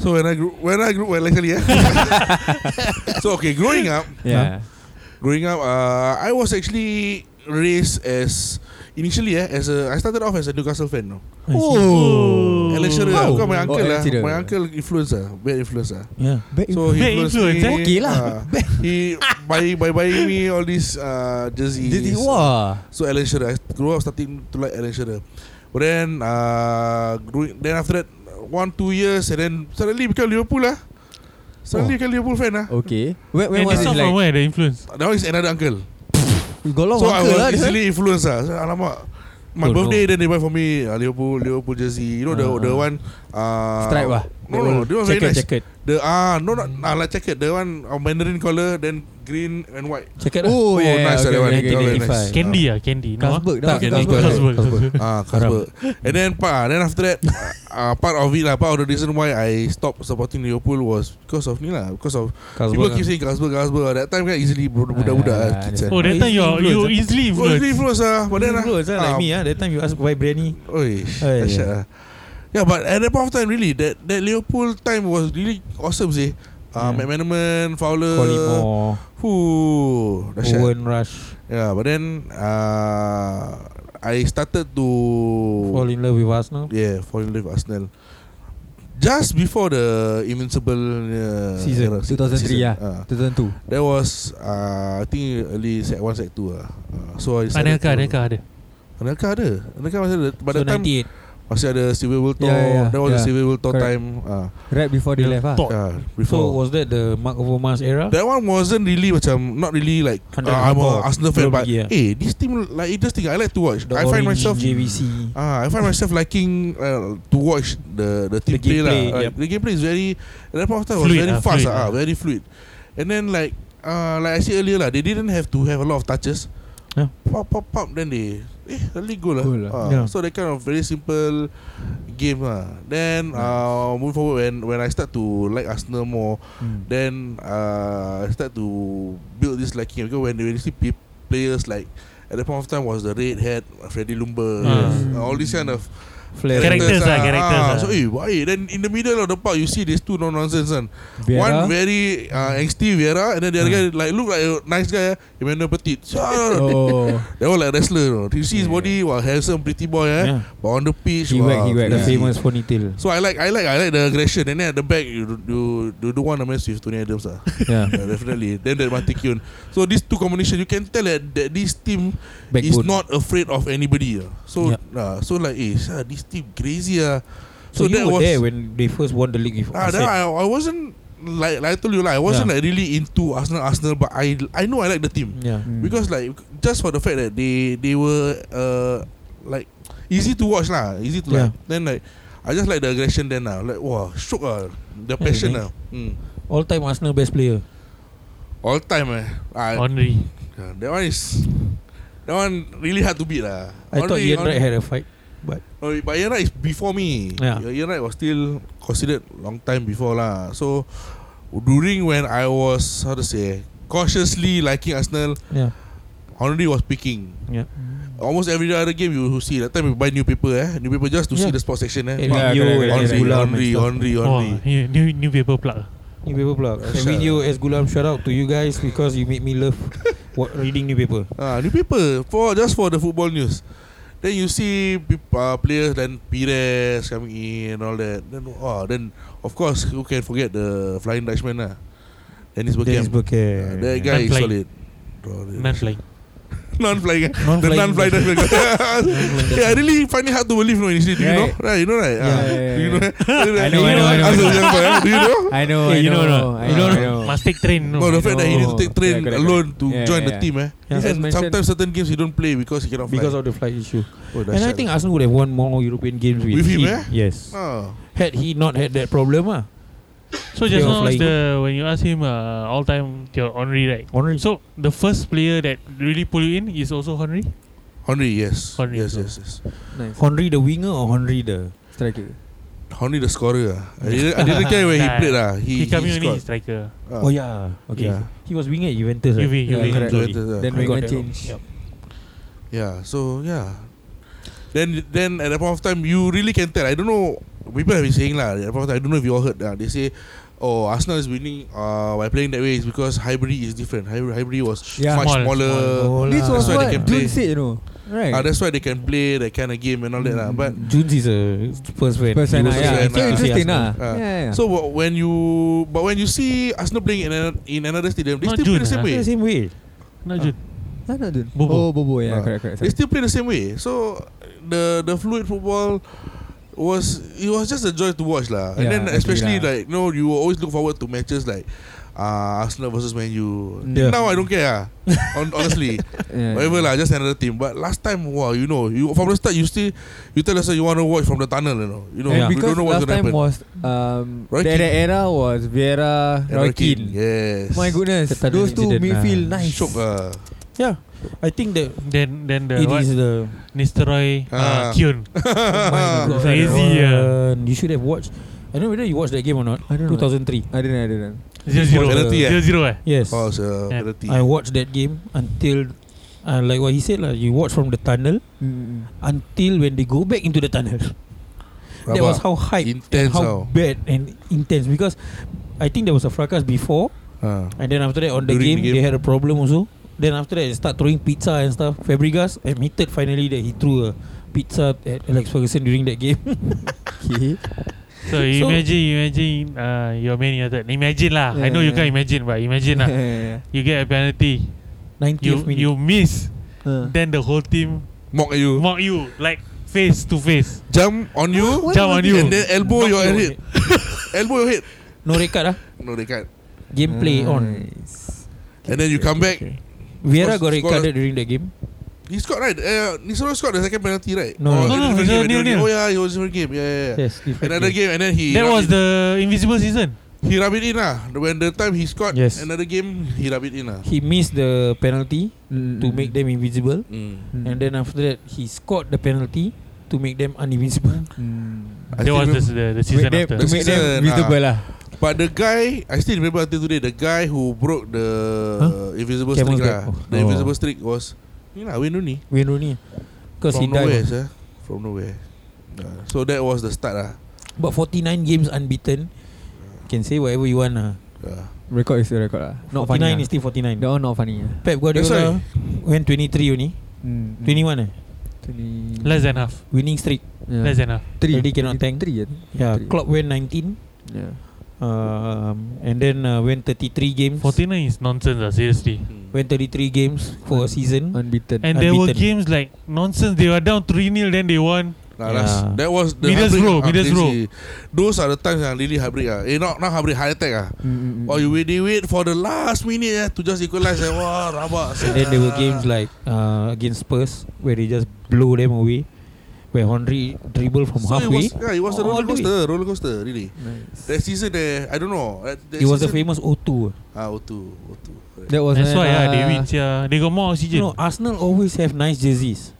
[SPEAKER 6] So when I grew, when I grew, well, actually, yeah. so okay, growing up,
[SPEAKER 5] Yeah.
[SPEAKER 6] growing up, uh, I was actually raised as initially, yeah, as a I started off as a Newcastle fan, no.
[SPEAKER 7] Oh.
[SPEAKER 6] And lecturer,
[SPEAKER 5] Wow.
[SPEAKER 6] because my uncle
[SPEAKER 5] Oh,
[SPEAKER 6] lah,
[SPEAKER 5] lecturer.
[SPEAKER 6] my uncle influencer, bad ah. influencer.
[SPEAKER 3] Yeah.
[SPEAKER 6] So he
[SPEAKER 7] Bad
[SPEAKER 6] influenced
[SPEAKER 7] influence,
[SPEAKER 6] me,
[SPEAKER 7] eh?
[SPEAKER 5] Okay lah.
[SPEAKER 6] ah, he by by buying me all these uh, jerseys.
[SPEAKER 5] Did he, wah.
[SPEAKER 6] So Alan Shearer I grew up starting to like Alan Shearer But then uh, grew- Then after that One two years And then suddenly become Liverpool lah
[SPEAKER 5] Oh.
[SPEAKER 6] Suddenly become Liverpool fan lah
[SPEAKER 5] Okay. When, when
[SPEAKER 7] And
[SPEAKER 5] was
[SPEAKER 7] Eh, this
[SPEAKER 5] it
[SPEAKER 7] one from
[SPEAKER 5] like?
[SPEAKER 7] where, the influence?
[SPEAKER 6] Now it's another uncle
[SPEAKER 5] You got long
[SPEAKER 6] So I
[SPEAKER 5] uncle
[SPEAKER 6] was
[SPEAKER 5] lah. this one.
[SPEAKER 6] easily influenced lah so, Alamak My
[SPEAKER 3] Oh, no.
[SPEAKER 6] birthday then they buy for me uh, Liverpool Liverpool jersey You know
[SPEAKER 5] Ah,
[SPEAKER 6] the the
[SPEAKER 5] ah.
[SPEAKER 6] one uh,
[SPEAKER 5] Stripe lah.
[SPEAKER 6] No no They was very
[SPEAKER 3] Checkered,
[SPEAKER 6] nice
[SPEAKER 3] checkered.
[SPEAKER 6] The ah No not ah, like checkered The one uh, Mandarin colour Then green and white
[SPEAKER 3] Checkered lah.
[SPEAKER 5] Oh, yeah,
[SPEAKER 6] nice
[SPEAKER 5] okay,
[SPEAKER 6] that one.
[SPEAKER 5] okay, okay,
[SPEAKER 6] That one very
[SPEAKER 5] okay.
[SPEAKER 6] nice.
[SPEAKER 7] Candy ah, candy. No, ah?
[SPEAKER 5] Carlsberg.
[SPEAKER 3] Tak,
[SPEAKER 5] Carlsberg.
[SPEAKER 3] Carlsberg.
[SPEAKER 5] Carlsberg.
[SPEAKER 7] Carlsberg.
[SPEAKER 6] Ah, Carlsberg. And then part, then after that, uh, part of it lah, part of the reason why I stopped supporting Liverpool was because of ni lah, because of people keep saying
[SPEAKER 3] lah.
[SPEAKER 6] Carlsberg, Carlsberg. That time kan easily bud- budak-budak
[SPEAKER 5] Ah,
[SPEAKER 6] lah, kids kan.
[SPEAKER 7] Oh,
[SPEAKER 3] Oh,
[SPEAKER 7] that
[SPEAKER 3] easily
[SPEAKER 7] time you're, you
[SPEAKER 3] influenced,
[SPEAKER 7] easily
[SPEAKER 6] Oh, easily
[SPEAKER 7] influenced.
[SPEAKER 6] influence lah, but then lah.
[SPEAKER 3] Influence lah, like me ah. That time you ask why Brandy.
[SPEAKER 6] Oi,
[SPEAKER 3] Ah,
[SPEAKER 6] dahsyat
[SPEAKER 3] yeah.
[SPEAKER 6] lah. Yeah, but at that point of time, really, that that Liverpool time was really awesome sih. Uh,
[SPEAKER 3] Yeah.
[SPEAKER 6] McManaman,
[SPEAKER 3] Uh,
[SPEAKER 6] Fowler,
[SPEAKER 3] Collymore,
[SPEAKER 6] Fuh, dahsyat.
[SPEAKER 3] Owen Rush,
[SPEAKER 6] Yeah, Ya, but then uh, I started to
[SPEAKER 3] fall in love with Arsenal.
[SPEAKER 6] Yeah, fall in love with Arsenal. Just before the Invincible uh,
[SPEAKER 3] Season,
[SPEAKER 6] era,
[SPEAKER 5] 2003
[SPEAKER 6] season,
[SPEAKER 5] yeah.
[SPEAKER 6] ah.
[SPEAKER 5] 2002.
[SPEAKER 6] That was uh, I think early set 1, set 2 lah. Uh, so I started
[SPEAKER 7] Anelka,
[SPEAKER 6] to-
[SPEAKER 7] Anelka ada.
[SPEAKER 6] Anelka ada. Anelka masih ada. By
[SPEAKER 3] So
[SPEAKER 6] the time
[SPEAKER 3] 98.
[SPEAKER 6] masih ada Sylvia Wilton.
[SPEAKER 5] Yeah, yeah, yeah.
[SPEAKER 6] That was the
[SPEAKER 5] Yeah.
[SPEAKER 6] Sylvia Wilton
[SPEAKER 5] Correct.
[SPEAKER 6] time. Uh,
[SPEAKER 5] Right before they left ah.
[SPEAKER 7] Talk.
[SPEAKER 6] yeah,
[SPEAKER 3] So
[SPEAKER 6] before.
[SPEAKER 3] was that the Mark Overmars era?
[SPEAKER 6] that one wasn't really macam not really like uh,
[SPEAKER 3] Hundred
[SPEAKER 6] I'm a
[SPEAKER 3] hardcore.
[SPEAKER 6] Arsenal fan
[SPEAKER 3] Belum
[SPEAKER 6] but
[SPEAKER 3] lagi, yeah.
[SPEAKER 6] eh this team like interesting. I like to watch.
[SPEAKER 3] The
[SPEAKER 6] I find
[SPEAKER 3] orange
[SPEAKER 6] myself
[SPEAKER 3] JVC.
[SPEAKER 6] Ah, I find myself liking uh, to watch the the team
[SPEAKER 3] The
[SPEAKER 6] play
[SPEAKER 3] gameplay,
[SPEAKER 6] lah. Like,
[SPEAKER 3] yep.
[SPEAKER 6] The gameplay is very at that point of time was
[SPEAKER 7] Fluid
[SPEAKER 6] very
[SPEAKER 7] lah,
[SPEAKER 6] fast
[SPEAKER 7] fluid
[SPEAKER 6] ah,
[SPEAKER 7] lah.
[SPEAKER 6] very fluid. And then like uh, like I said earlier lah, they didn't have to have a lot of touches.
[SPEAKER 3] Yeah.
[SPEAKER 6] pop, pop, pop. Then they, eh, really good lah.
[SPEAKER 5] Cool lah.
[SPEAKER 6] Ah,
[SPEAKER 3] Yeah.
[SPEAKER 6] So that kind of very simple game lah. Then uh, move forward when when I start to like Arsenal more,
[SPEAKER 3] Mm.
[SPEAKER 6] then uh, I start to build this liking because when when you see peop players like at that point of time was the redhead Freddy Lumber,
[SPEAKER 7] Ah.
[SPEAKER 6] uh, all these kind of
[SPEAKER 3] Flair.
[SPEAKER 7] Character. Characters
[SPEAKER 5] lah,
[SPEAKER 7] ah, characters ah.
[SPEAKER 6] So eh, why? Then in the middle of the park you see these two no nonsense one.
[SPEAKER 5] Vera. Hmm.
[SPEAKER 6] One very uh, angsty Vera and then the other
[SPEAKER 3] Ah.
[SPEAKER 6] guy like look like a nice guy, eh, Emmanuel Petit. So,
[SPEAKER 5] Oh
[SPEAKER 6] They all like wrestler. You, know. you see his body, wow, handsome, pretty boy, eh?
[SPEAKER 3] Yeah.
[SPEAKER 6] But on the pitch,
[SPEAKER 5] He
[SPEAKER 6] wow,
[SPEAKER 5] whack, he whack,
[SPEAKER 3] The
[SPEAKER 5] Yeah.
[SPEAKER 3] famous ponytail.
[SPEAKER 6] So I like, I like, I like the aggression. And then at the back, you you you don't want to mess with Tony Adams, ah.
[SPEAKER 3] Yeah.
[SPEAKER 6] yeah, definitely. Then that Mati Kyun. So these two combination, you can tell that, that this team is
[SPEAKER 3] Backbone.
[SPEAKER 6] not afraid of anybody. ah. So
[SPEAKER 3] Yeah.
[SPEAKER 6] ah, so like, eh, sir, this team crazy, ah.
[SPEAKER 3] So, you were there when they first won the league with
[SPEAKER 6] Ah, then
[SPEAKER 3] Arsenal.
[SPEAKER 6] I, I wasn't like, like I told you like I wasn't
[SPEAKER 3] Yeah.
[SPEAKER 6] like really into Arsenal Arsenal but I I know I like the team
[SPEAKER 3] Yeah.
[SPEAKER 6] because like just for the fact that they they were uh like easy to watch lah easy to like then like I just like the aggression then lah like wow shook ah the passion
[SPEAKER 3] nice.
[SPEAKER 6] lah mm.
[SPEAKER 3] All time Arsenal best player.
[SPEAKER 6] all time eh I,
[SPEAKER 7] Henry.
[SPEAKER 6] yeah, that one is that one really hard to beat lah
[SPEAKER 3] I thought
[SPEAKER 6] Henry-
[SPEAKER 3] Ian Wright had a fight.
[SPEAKER 6] No, but Ian Wright is before me.
[SPEAKER 3] Yeah.
[SPEAKER 6] Ian Wright was still considered long time before lah. So during when I was how to say cautiously liking Arsenal,
[SPEAKER 3] Yeah.
[SPEAKER 6] Henry was picking.
[SPEAKER 3] Yeah.
[SPEAKER 6] Almost every other game you see that time you buy new paper eh, new paper just to
[SPEAKER 3] Yeah.
[SPEAKER 6] see the sports section eh.
[SPEAKER 3] Edwin
[SPEAKER 6] Wow.
[SPEAKER 5] Yeah,
[SPEAKER 3] Yeo,
[SPEAKER 5] correct, correct,
[SPEAKER 3] Enes
[SPEAKER 6] Henry,
[SPEAKER 3] Gulam and
[SPEAKER 6] Henry,
[SPEAKER 3] stuff.
[SPEAKER 6] Henry,
[SPEAKER 7] Oh,
[SPEAKER 6] Henry.
[SPEAKER 7] new, new paper plug.
[SPEAKER 3] Newspaper plug.
[SPEAKER 6] Uh,
[SPEAKER 3] And
[SPEAKER 6] shout
[SPEAKER 3] video
[SPEAKER 6] out.
[SPEAKER 3] as Gulam shout out to you guys because you made me love what, reading newspaper.
[SPEAKER 6] Ah, new paper for just for the football news. Then you see peop- uh, players then Pires coming in and all that. Then oh, then of course who can forget the Flying Dutchman lah. Dennis Bergkamp.
[SPEAKER 3] Dennis Burkham.
[SPEAKER 6] Uh, that guy is
[SPEAKER 7] Non-flying.
[SPEAKER 6] solid.
[SPEAKER 7] Man flying.
[SPEAKER 6] Non-flying. The
[SPEAKER 3] Non-flying.
[SPEAKER 6] non-flying. yeah, I really find it hard to believe. No, initially, do you know?
[SPEAKER 5] Right.
[SPEAKER 6] Right, you know, right?
[SPEAKER 5] Yeah,
[SPEAKER 6] Ah,
[SPEAKER 5] yeah, yeah,
[SPEAKER 6] do you know?
[SPEAKER 5] I know, I know, I know.
[SPEAKER 6] I was a young boy, ah. Do you know?
[SPEAKER 5] I know,
[SPEAKER 7] Hey,
[SPEAKER 5] Oh, I
[SPEAKER 7] you know,
[SPEAKER 5] know,
[SPEAKER 7] not?
[SPEAKER 5] I
[SPEAKER 7] you
[SPEAKER 5] know,
[SPEAKER 7] know,
[SPEAKER 5] I know.
[SPEAKER 7] Must take train. No,
[SPEAKER 6] No, Oh, the fact that he
[SPEAKER 5] know.
[SPEAKER 6] need to take train
[SPEAKER 5] Oh. Yeah, correct,
[SPEAKER 6] alone to
[SPEAKER 5] Yeah,
[SPEAKER 6] join the
[SPEAKER 5] yeah.
[SPEAKER 6] team, eh.
[SPEAKER 3] Yeah.
[SPEAKER 5] Just
[SPEAKER 6] And
[SPEAKER 5] mention-
[SPEAKER 6] sometimes certain games you don't play because you cannot fly.
[SPEAKER 3] Because of the flight issue.
[SPEAKER 6] oh,
[SPEAKER 3] And I
[SPEAKER 6] dahsyat.
[SPEAKER 3] think Arsenal would have won more European games with,
[SPEAKER 6] With him, eh?
[SPEAKER 3] Yes.
[SPEAKER 6] Ah.
[SPEAKER 3] Had he not had that problem, ah.
[SPEAKER 7] So just
[SPEAKER 3] Fear of
[SPEAKER 7] now
[SPEAKER 3] flying.
[SPEAKER 7] the, when you ask him uh, all time your Henry right.
[SPEAKER 3] Henry.
[SPEAKER 7] So the first player that really pull you in is also Henry.
[SPEAKER 6] Henry, yes.
[SPEAKER 7] Henry
[SPEAKER 6] yes,
[SPEAKER 7] also.
[SPEAKER 6] yes, yes.
[SPEAKER 5] Nice.
[SPEAKER 3] Henry the winger or Henry the
[SPEAKER 5] Striker.
[SPEAKER 6] Henry the scorer. ah. I didn't, I didn't care where he
[SPEAKER 7] Nah.
[SPEAKER 6] played. Ah,
[SPEAKER 7] He,
[SPEAKER 6] He, he,
[SPEAKER 7] coming only
[SPEAKER 6] scored.
[SPEAKER 7] striker.
[SPEAKER 6] Ah.
[SPEAKER 3] Oh yeah. Okay.
[SPEAKER 6] Yeah.
[SPEAKER 3] He was winger at Juventus. Right?
[SPEAKER 7] UV,
[SPEAKER 5] Yeah,
[SPEAKER 7] UV.
[SPEAKER 5] correct.
[SPEAKER 3] Sorry.
[SPEAKER 6] Juventus, ah.
[SPEAKER 5] Then
[SPEAKER 3] I got
[SPEAKER 5] Wenger
[SPEAKER 3] that
[SPEAKER 5] change.
[SPEAKER 3] wrong.
[SPEAKER 6] Yeah, so yeah. Then then at that point of time you really can tell. I don't know people have been saying lah. At that point of time, I don't know if you all heard lah. They say oh Arsenal is winning uh, by playing that way is because Highbury is different. Highbury, Highbury was
[SPEAKER 5] Yeah.
[SPEAKER 6] much
[SPEAKER 7] Small,
[SPEAKER 6] smaller.
[SPEAKER 3] small. Oh,
[SPEAKER 5] This
[SPEAKER 3] lah.
[SPEAKER 5] was
[SPEAKER 6] That's why
[SPEAKER 5] what
[SPEAKER 6] they can
[SPEAKER 5] Jun
[SPEAKER 6] play.
[SPEAKER 5] said, you know. Right. Mm,
[SPEAKER 6] Ah, that's why they can play that kind of game and all that lah. But
[SPEAKER 3] Jones is a Spurs fan.
[SPEAKER 5] First
[SPEAKER 3] He
[SPEAKER 5] and
[SPEAKER 3] was
[SPEAKER 5] I,
[SPEAKER 6] also
[SPEAKER 5] yeah. So
[SPEAKER 6] fan, ah.
[SPEAKER 5] interesting,
[SPEAKER 3] Arsenal.
[SPEAKER 5] lah.
[SPEAKER 6] Ah.
[SPEAKER 5] Yeah, yeah.
[SPEAKER 6] so wh- when you but when you see Arsenal playing in another, in another stadium, they
[SPEAKER 7] Not
[SPEAKER 6] still play
[SPEAKER 7] June,
[SPEAKER 6] the same
[SPEAKER 7] ah.
[SPEAKER 6] way.
[SPEAKER 3] Yeah, same way.
[SPEAKER 7] Not Jun.
[SPEAKER 5] No, no, dude.
[SPEAKER 7] Bobo.
[SPEAKER 5] Oh, Bobo, yeah,
[SPEAKER 6] Ah.
[SPEAKER 5] correct, correct.
[SPEAKER 6] They
[SPEAKER 5] sorry.
[SPEAKER 6] still play the same way. So the the fluid football was it was just a joy to watch lah. and
[SPEAKER 5] Yeah,
[SPEAKER 6] then
[SPEAKER 5] agree
[SPEAKER 6] especially
[SPEAKER 5] lah.
[SPEAKER 6] like you know you will always look forward to matches like uh, Arsenal versus Man U.
[SPEAKER 3] Yeah.
[SPEAKER 6] Now I don't care. ah. Hon- honestly,
[SPEAKER 5] Yeah,
[SPEAKER 6] whatever lah, just another team. But last time, wow, you know, you from the start you still you tell us that you want to watch from the tunnel, you know, you know,
[SPEAKER 5] And
[SPEAKER 6] you
[SPEAKER 5] because
[SPEAKER 6] don't know
[SPEAKER 5] last
[SPEAKER 6] what's gonna
[SPEAKER 5] time
[SPEAKER 6] happen.
[SPEAKER 5] was um,
[SPEAKER 6] Roy
[SPEAKER 5] that
[SPEAKER 6] Keane.
[SPEAKER 5] era was Vieira,
[SPEAKER 6] And
[SPEAKER 5] Roy
[SPEAKER 6] Roy Keane,
[SPEAKER 5] Keane.
[SPEAKER 6] yes.
[SPEAKER 5] My goodness,
[SPEAKER 3] Ketat
[SPEAKER 5] those
[SPEAKER 3] didn't-
[SPEAKER 5] two
[SPEAKER 3] didn't,
[SPEAKER 5] midfield
[SPEAKER 3] ah.
[SPEAKER 5] nice.
[SPEAKER 6] Shock ah.
[SPEAKER 3] Yeah. I think that
[SPEAKER 7] Then then the
[SPEAKER 3] it
[SPEAKER 7] what?
[SPEAKER 3] is the
[SPEAKER 7] Nistelrooy, uh,
[SPEAKER 6] Ah.
[SPEAKER 7] Kyun.
[SPEAKER 3] my God,
[SPEAKER 7] Crazy,
[SPEAKER 3] that
[SPEAKER 7] ah.
[SPEAKER 3] one. You should have watched. I don't know whether you watched that game or not.
[SPEAKER 5] I don't know.
[SPEAKER 3] 2003.
[SPEAKER 5] I didn't, I didn't.
[SPEAKER 7] Zero zero.
[SPEAKER 6] Penalty, eh?
[SPEAKER 7] Zero zero eh.
[SPEAKER 3] Yes.
[SPEAKER 6] Oh, it's a
[SPEAKER 7] Yeah.
[SPEAKER 6] penalty.
[SPEAKER 3] I watched that game until, uh, like what he said lah. You watch from the tunnel Mm-hmm.
[SPEAKER 5] Mm-mm.
[SPEAKER 3] until when they go back into the tunnel. That was how hype,
[SPEAKER 6] intense.
[SPEAKER 3] how
[SPEAKER 6] How?
[SPEAKER 3] bad and intense. Because I think there was a fracas before,
[SPEAKER 6] Ah.
[SPEAKER 3] and then after that on the game,
[SPEAKER 6] During the game.
[SPEAKER 3] they had a problem also. Then after that, they start throwing pizza and stuff. Fabregas admitted finally that he threw a pizza at Alex Ferguson during that game.
[SPEAKER 5] Okay.
[SPEAKER 7] So, you
[SPEAKER 3] So-
[SPEAKER 7] imagine you imagine uh, your Man United. Imagine lah. I
[SPEAKER 5] Yeah,
[SPEAKER 7] know you
[SPEAKER 5] yeah.
[SPEAKER 7] can't imagine, but imagine lah.
[SPEAKER 5] yeah,
[SPEAKER 7] You get a penalty.
[SPEAKER 3] 90th
[SPEAKER 7] You
[SPEAKER 3] minute.
[SPEAKER 7] you miss.
[SPEAKER 5] yeah.
[SPEAKER 7] Then the whole team
[SPEAKER 6] Mock at you.
[SPEAKER 7] mock you like face to face.
[SPEAKER 6] Jump on you.
[SPEAKER 7] Jump on you.
[SPEAKER 6] And then elbow
[SPEAKER 3] Knock
[SPEAKER 6] your
[SPEAKER 3] you on
[SPEAKER 6] head. elbow your head.
[SPEAKER 3] no red card ah.
[SPEAKER 6] No, they can't.
[SPEAKER 3] Gameplay on.
[SPEAKER 5] Nice.
[SPEAKER 6] And then you come back.
[SPEAKER 3] Vieira
[SPEAKER 6] Score-
[SPEAKER 3] got red
[SPEAKER 6] score-
[SPEAKER 3] carded during that game.
[SPEAKER 6] He scored right. Uh, Nisoro scored the second penalty right.
[SPEAKER 3] No,
[SPEAKER 6] Oh,
[SPEAKER 3] no,
[SPEAKER 7] no, no,
[SPEAKER 6] different game,
[SPEAKER 7] no,
[SPEAKER 6] different
[SPEAKER 7] no,
[SPEAKER 6] game.
[SPEAKER 7] no.
[SPEAKER 6] Oh yeah, it was different game. Yeah, yeah. yeah.
[SPEAKER 3] Yes, different
[SPEAKER 6] Another
[SPEAKER 3] game.
[SPEAKER 6] game and then he.
[SPEAKER 7] That was the invisible season.
[SPEAKER 6] He rub it in lah. When the time he scored
[SPEAKER 3] Yes.
[SPEAKER 6] another game, he rub it in lah.
[SPEAKER 3] He missed the penalty
[SPEAKER 5] Mm,
[SPEAKER 3] to
[SPEAKER 5] mm.
[SPEAKER 3] make them invisible.
[SPEAKER 6] Mm.
[SPEAKER 5] Mm.
[SPEAKER 3] And then after that, he scored the penalty to make them uninvincible.
[SPEAKER 5] Mm.
[SPEAKER 6] I
[SPEAKER 7] That
[SPEAKER 6] still
[SPEAKER 7] was
[SPEAKER 6] remember-
[SPEAKER 7] the, the, the season
[SPEAKER 5] make
[SPEAKER 7] after.
[SPEAKER 5] them, to make them
[SPEAKER 6] Season, ah.
[SPEAKER 5] visible lah.
[SPEAKER 6] But the guy, I still remember until today, the guy who broke the
[SPEAKER 3] Huh?
[SPEAKER 6] invisible
[SPEAKER 3] Camel's
[SPEAKER 6] streak
[SPEAKER 3] back.
[SPEAKER 6] lah. The
[SPEAKER 3] Oh.
[SPEAKER 6] invisible streak was, you know, Wayne Rooney.
[SPEAKER 3] Wayne Rooney. Because he
[SPEAKER 6] From nowhere,
[SPEAKER 3] died.
[SPEAKER 6] sir. From nowhere. Yeah. So that was the start lah.
[SPEAKER 3] But 49 games unbeaten. Can say whatever you want. Uh.
[SPEAKER 6] Yeah.
[SPEAKER 5] Record is a record lah. Not funny.
[SPEAKER 3] 49
[SPEAKER 5] lah.
[SPEAKER 3] is still 49.
[SPEAKER 5] That one not funny. lah.
[SPEAKER 3] Pep
[SPEAKER 6] That's
[SPEAKER 3] Guardiola
[SPEAKER 6] why. Hmm.
[SPEAKER 3] when 23 only.
[SPEAKER 5] Mm.
[SPEAKER 3] 21 eh.
[SPEAKER 5] 20.
[SPEAKER 7] Less than half.
[SPEAKER 3] Winning streak.
[SPEAKER 5] yeah.
[SPEAKER 7] Less than half.
[SPEAKER 5] three.
[SPEAKER 3] Already cannot tank.
[SPEAKER 5] Three. eh?
[SPEAKER 3] Yeah,
[SPEAKER 5] Three.
[SPEAKER 3] Klopp went 19
[SPEAKER 5] Yeah.
[SPEAKER 3] um, and then uh, went 33 games.
[SPEAKER 7] 49 is nonsense lah, seriously.
[SPEAKER 6] Mm. Hmm.
[SPEAKER 3] Went 33 games for a season.
[SPEAKER 5] Unbeaten.
[SPEAKER 7] And there were
[SPEAKER 3] Unbeaten.
[SPEAKER 7] games like nonsense. They were down 3 0, then they won.
[SPEAKER 3] Yeah.
[SPEAKER 6] Nah, last, that was the
[SPEAKER 7] Middlesbrough,
[SPEAKER 6] heartbreak, ah,
[SPEAKER 7] Middlesbrough.
[SPEAKER 6] crazy. Those are the times yang really heartbreak ah. Eh, not not heartbreak, high attack ah.
[SPEAKER 5] Mm, mm, mm.
[SPEAKER 6] Oh, you wait, they wait for the last minute eh, to just equalize. Eh. Wah, rabak.
[SPEAKER 3] And then there were games like uh, against Spurs where they just blow them away, where Henry dribbled from
[SPEAKER 6] so
[SPEAKER 3] halfway. Oh,
[SPEAKER 6] It was, yeah, it was a
[SPEAKER 3] All
[SPEAKER 6] roller
[SPEAKER 3] the way.
[SPEAKER 6] coaster. Roller coaster, really.
[SPEAKER 5] Nice.
[SPEAKER 6] That season there, I don't know. That, that
[SPEAKER 3] It was a
[SPEAKER 6] season,
[SPEAKER 3] famous 0-2.
[SPEAKER 6] Ah, O2, O2. correct.
[SPEAKER 5] That was
[SPEAKER 7] That's
[SPEAKER 5] when,
[SPEAKER 7] why yeah, they
[SPEAKER 5] uh,
[SPEAKER 7] win. Yeah. They got more
[SPEAKER 3] You
[SPEAKER 7] oxygen.
[SPEAKER 3] know, Arsenal always have nice jerseys.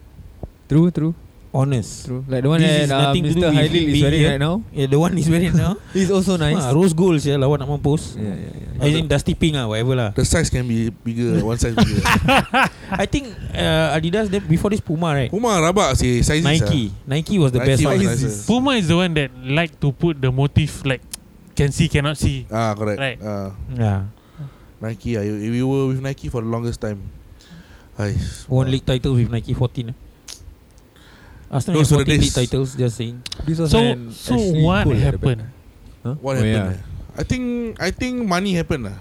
[SPEAKER 5] True, true,
[SPEAKER 3] Honest.
[SPEAKER 5] true. Like the one
[SPEAKER 3] This is
[SPEAKER 5] that uh,
[SPEAKER 3] nothing to do
[SPEAKER 5] Mr.
[SPEAKER 3] with him
[SPEAKER 5] Hailil is
[SPEAKER 3] being
[SPEAKER 5] wearing
[SPEAKER 3] here.
[SPEAKER 5] right now.
[SPEAKER 3] Yeah, the one is wearing now.
[SPEAKER 5] It's also nice.
[SPEAKER 3] Ah, rose gold yeah, lawan nak mampus.
[SPEAKER 5] yeah, yeah, yeah.
[SPEAKER 7] Uh,
[SPEAKER 3] I think dusty pink ah, whatever lah.
[SPEAKER 6] The size can be bigger, one size bigger.
[SPEAKER 3] I think uh, Adidas then before this Puma right.
[SPEAKER 6] Puma rabak sih, ah. size
[SPEAKER 3] Nike. Nike was the
[SPEAKER 6] Nike
[SPEAKER 3] best
[SPEAKER 6] was
[SPEAKER 3] one.
[SPEAKER 6] nicer.
[SPEAKER 7] Puma is the one that like to put the motif like can see, cannot see.
[SPEAKER 6] Ah, correct.
[SPEAKER 7] Right.
[SPEAKER 6] Ah,
[SPEAKER 3] Yeah.
[SPEAKER 6] Nike. ah, you- we were with Nike for the longest time. Ay,
[SPEAKER 3] Won league titles with Nike 14. eh. Arsenal
[SPEAKER 6] Those
[SPEAKER 3] have 14
[SPEAKER 6] were the
[SPEAKER 3] league
[SPEAKER 6] days.
[SPEAKER 3] titles just saying.
[SPEAKER 5] This was
[SPEAKER 7] So,
[SPEAKER 5] when
[SPEAKER 7] so
[SPEAKER 5] Ashley
[SPEAKER 7] what
[SPEAKER 5] Cole had a
[SPEAKER 7] happened?
[SPEAKER 5] bad- Huh?
[SPEAKER 6] What
[SPEAKER 5] Oh,
[SPEAKER 6] happened?
[SPEAKER 5] yeah.
[SPEAKER 6] eh? I think I think money happened. lah.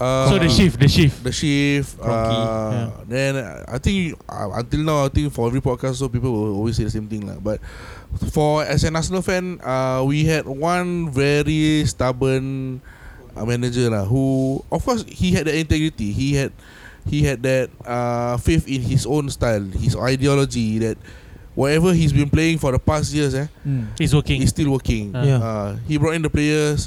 [SPEAKER 6] Uh,
[SPEAKER 7] So the shift, the shift.
[SPEAKER 6] The shift.
[SPEAKER 3] Rocky,
[SPEAKER 6] Uh,
[SPEAKER 3] yeah.
[SPEAKER 6] Then uh, I think uh, until now I think for every podcast so people will always say the same thing lah. But for as an Arsenal fan, uh, we had one very stubborn uh, manager lah. Who of course he had the integrity. He had he had that uh, faith in his own style, his ideology that whatever he's been playing for the past years, eh,
[SPEAKER 5] Mm.
[SPEAKER 7] It's working.
[SPEAKER 6] is still working.
[SPEAKER 7] Ah.
[SPEAKER 3] Yeah.
[SPEAKER 6] Uh, he brought in the players,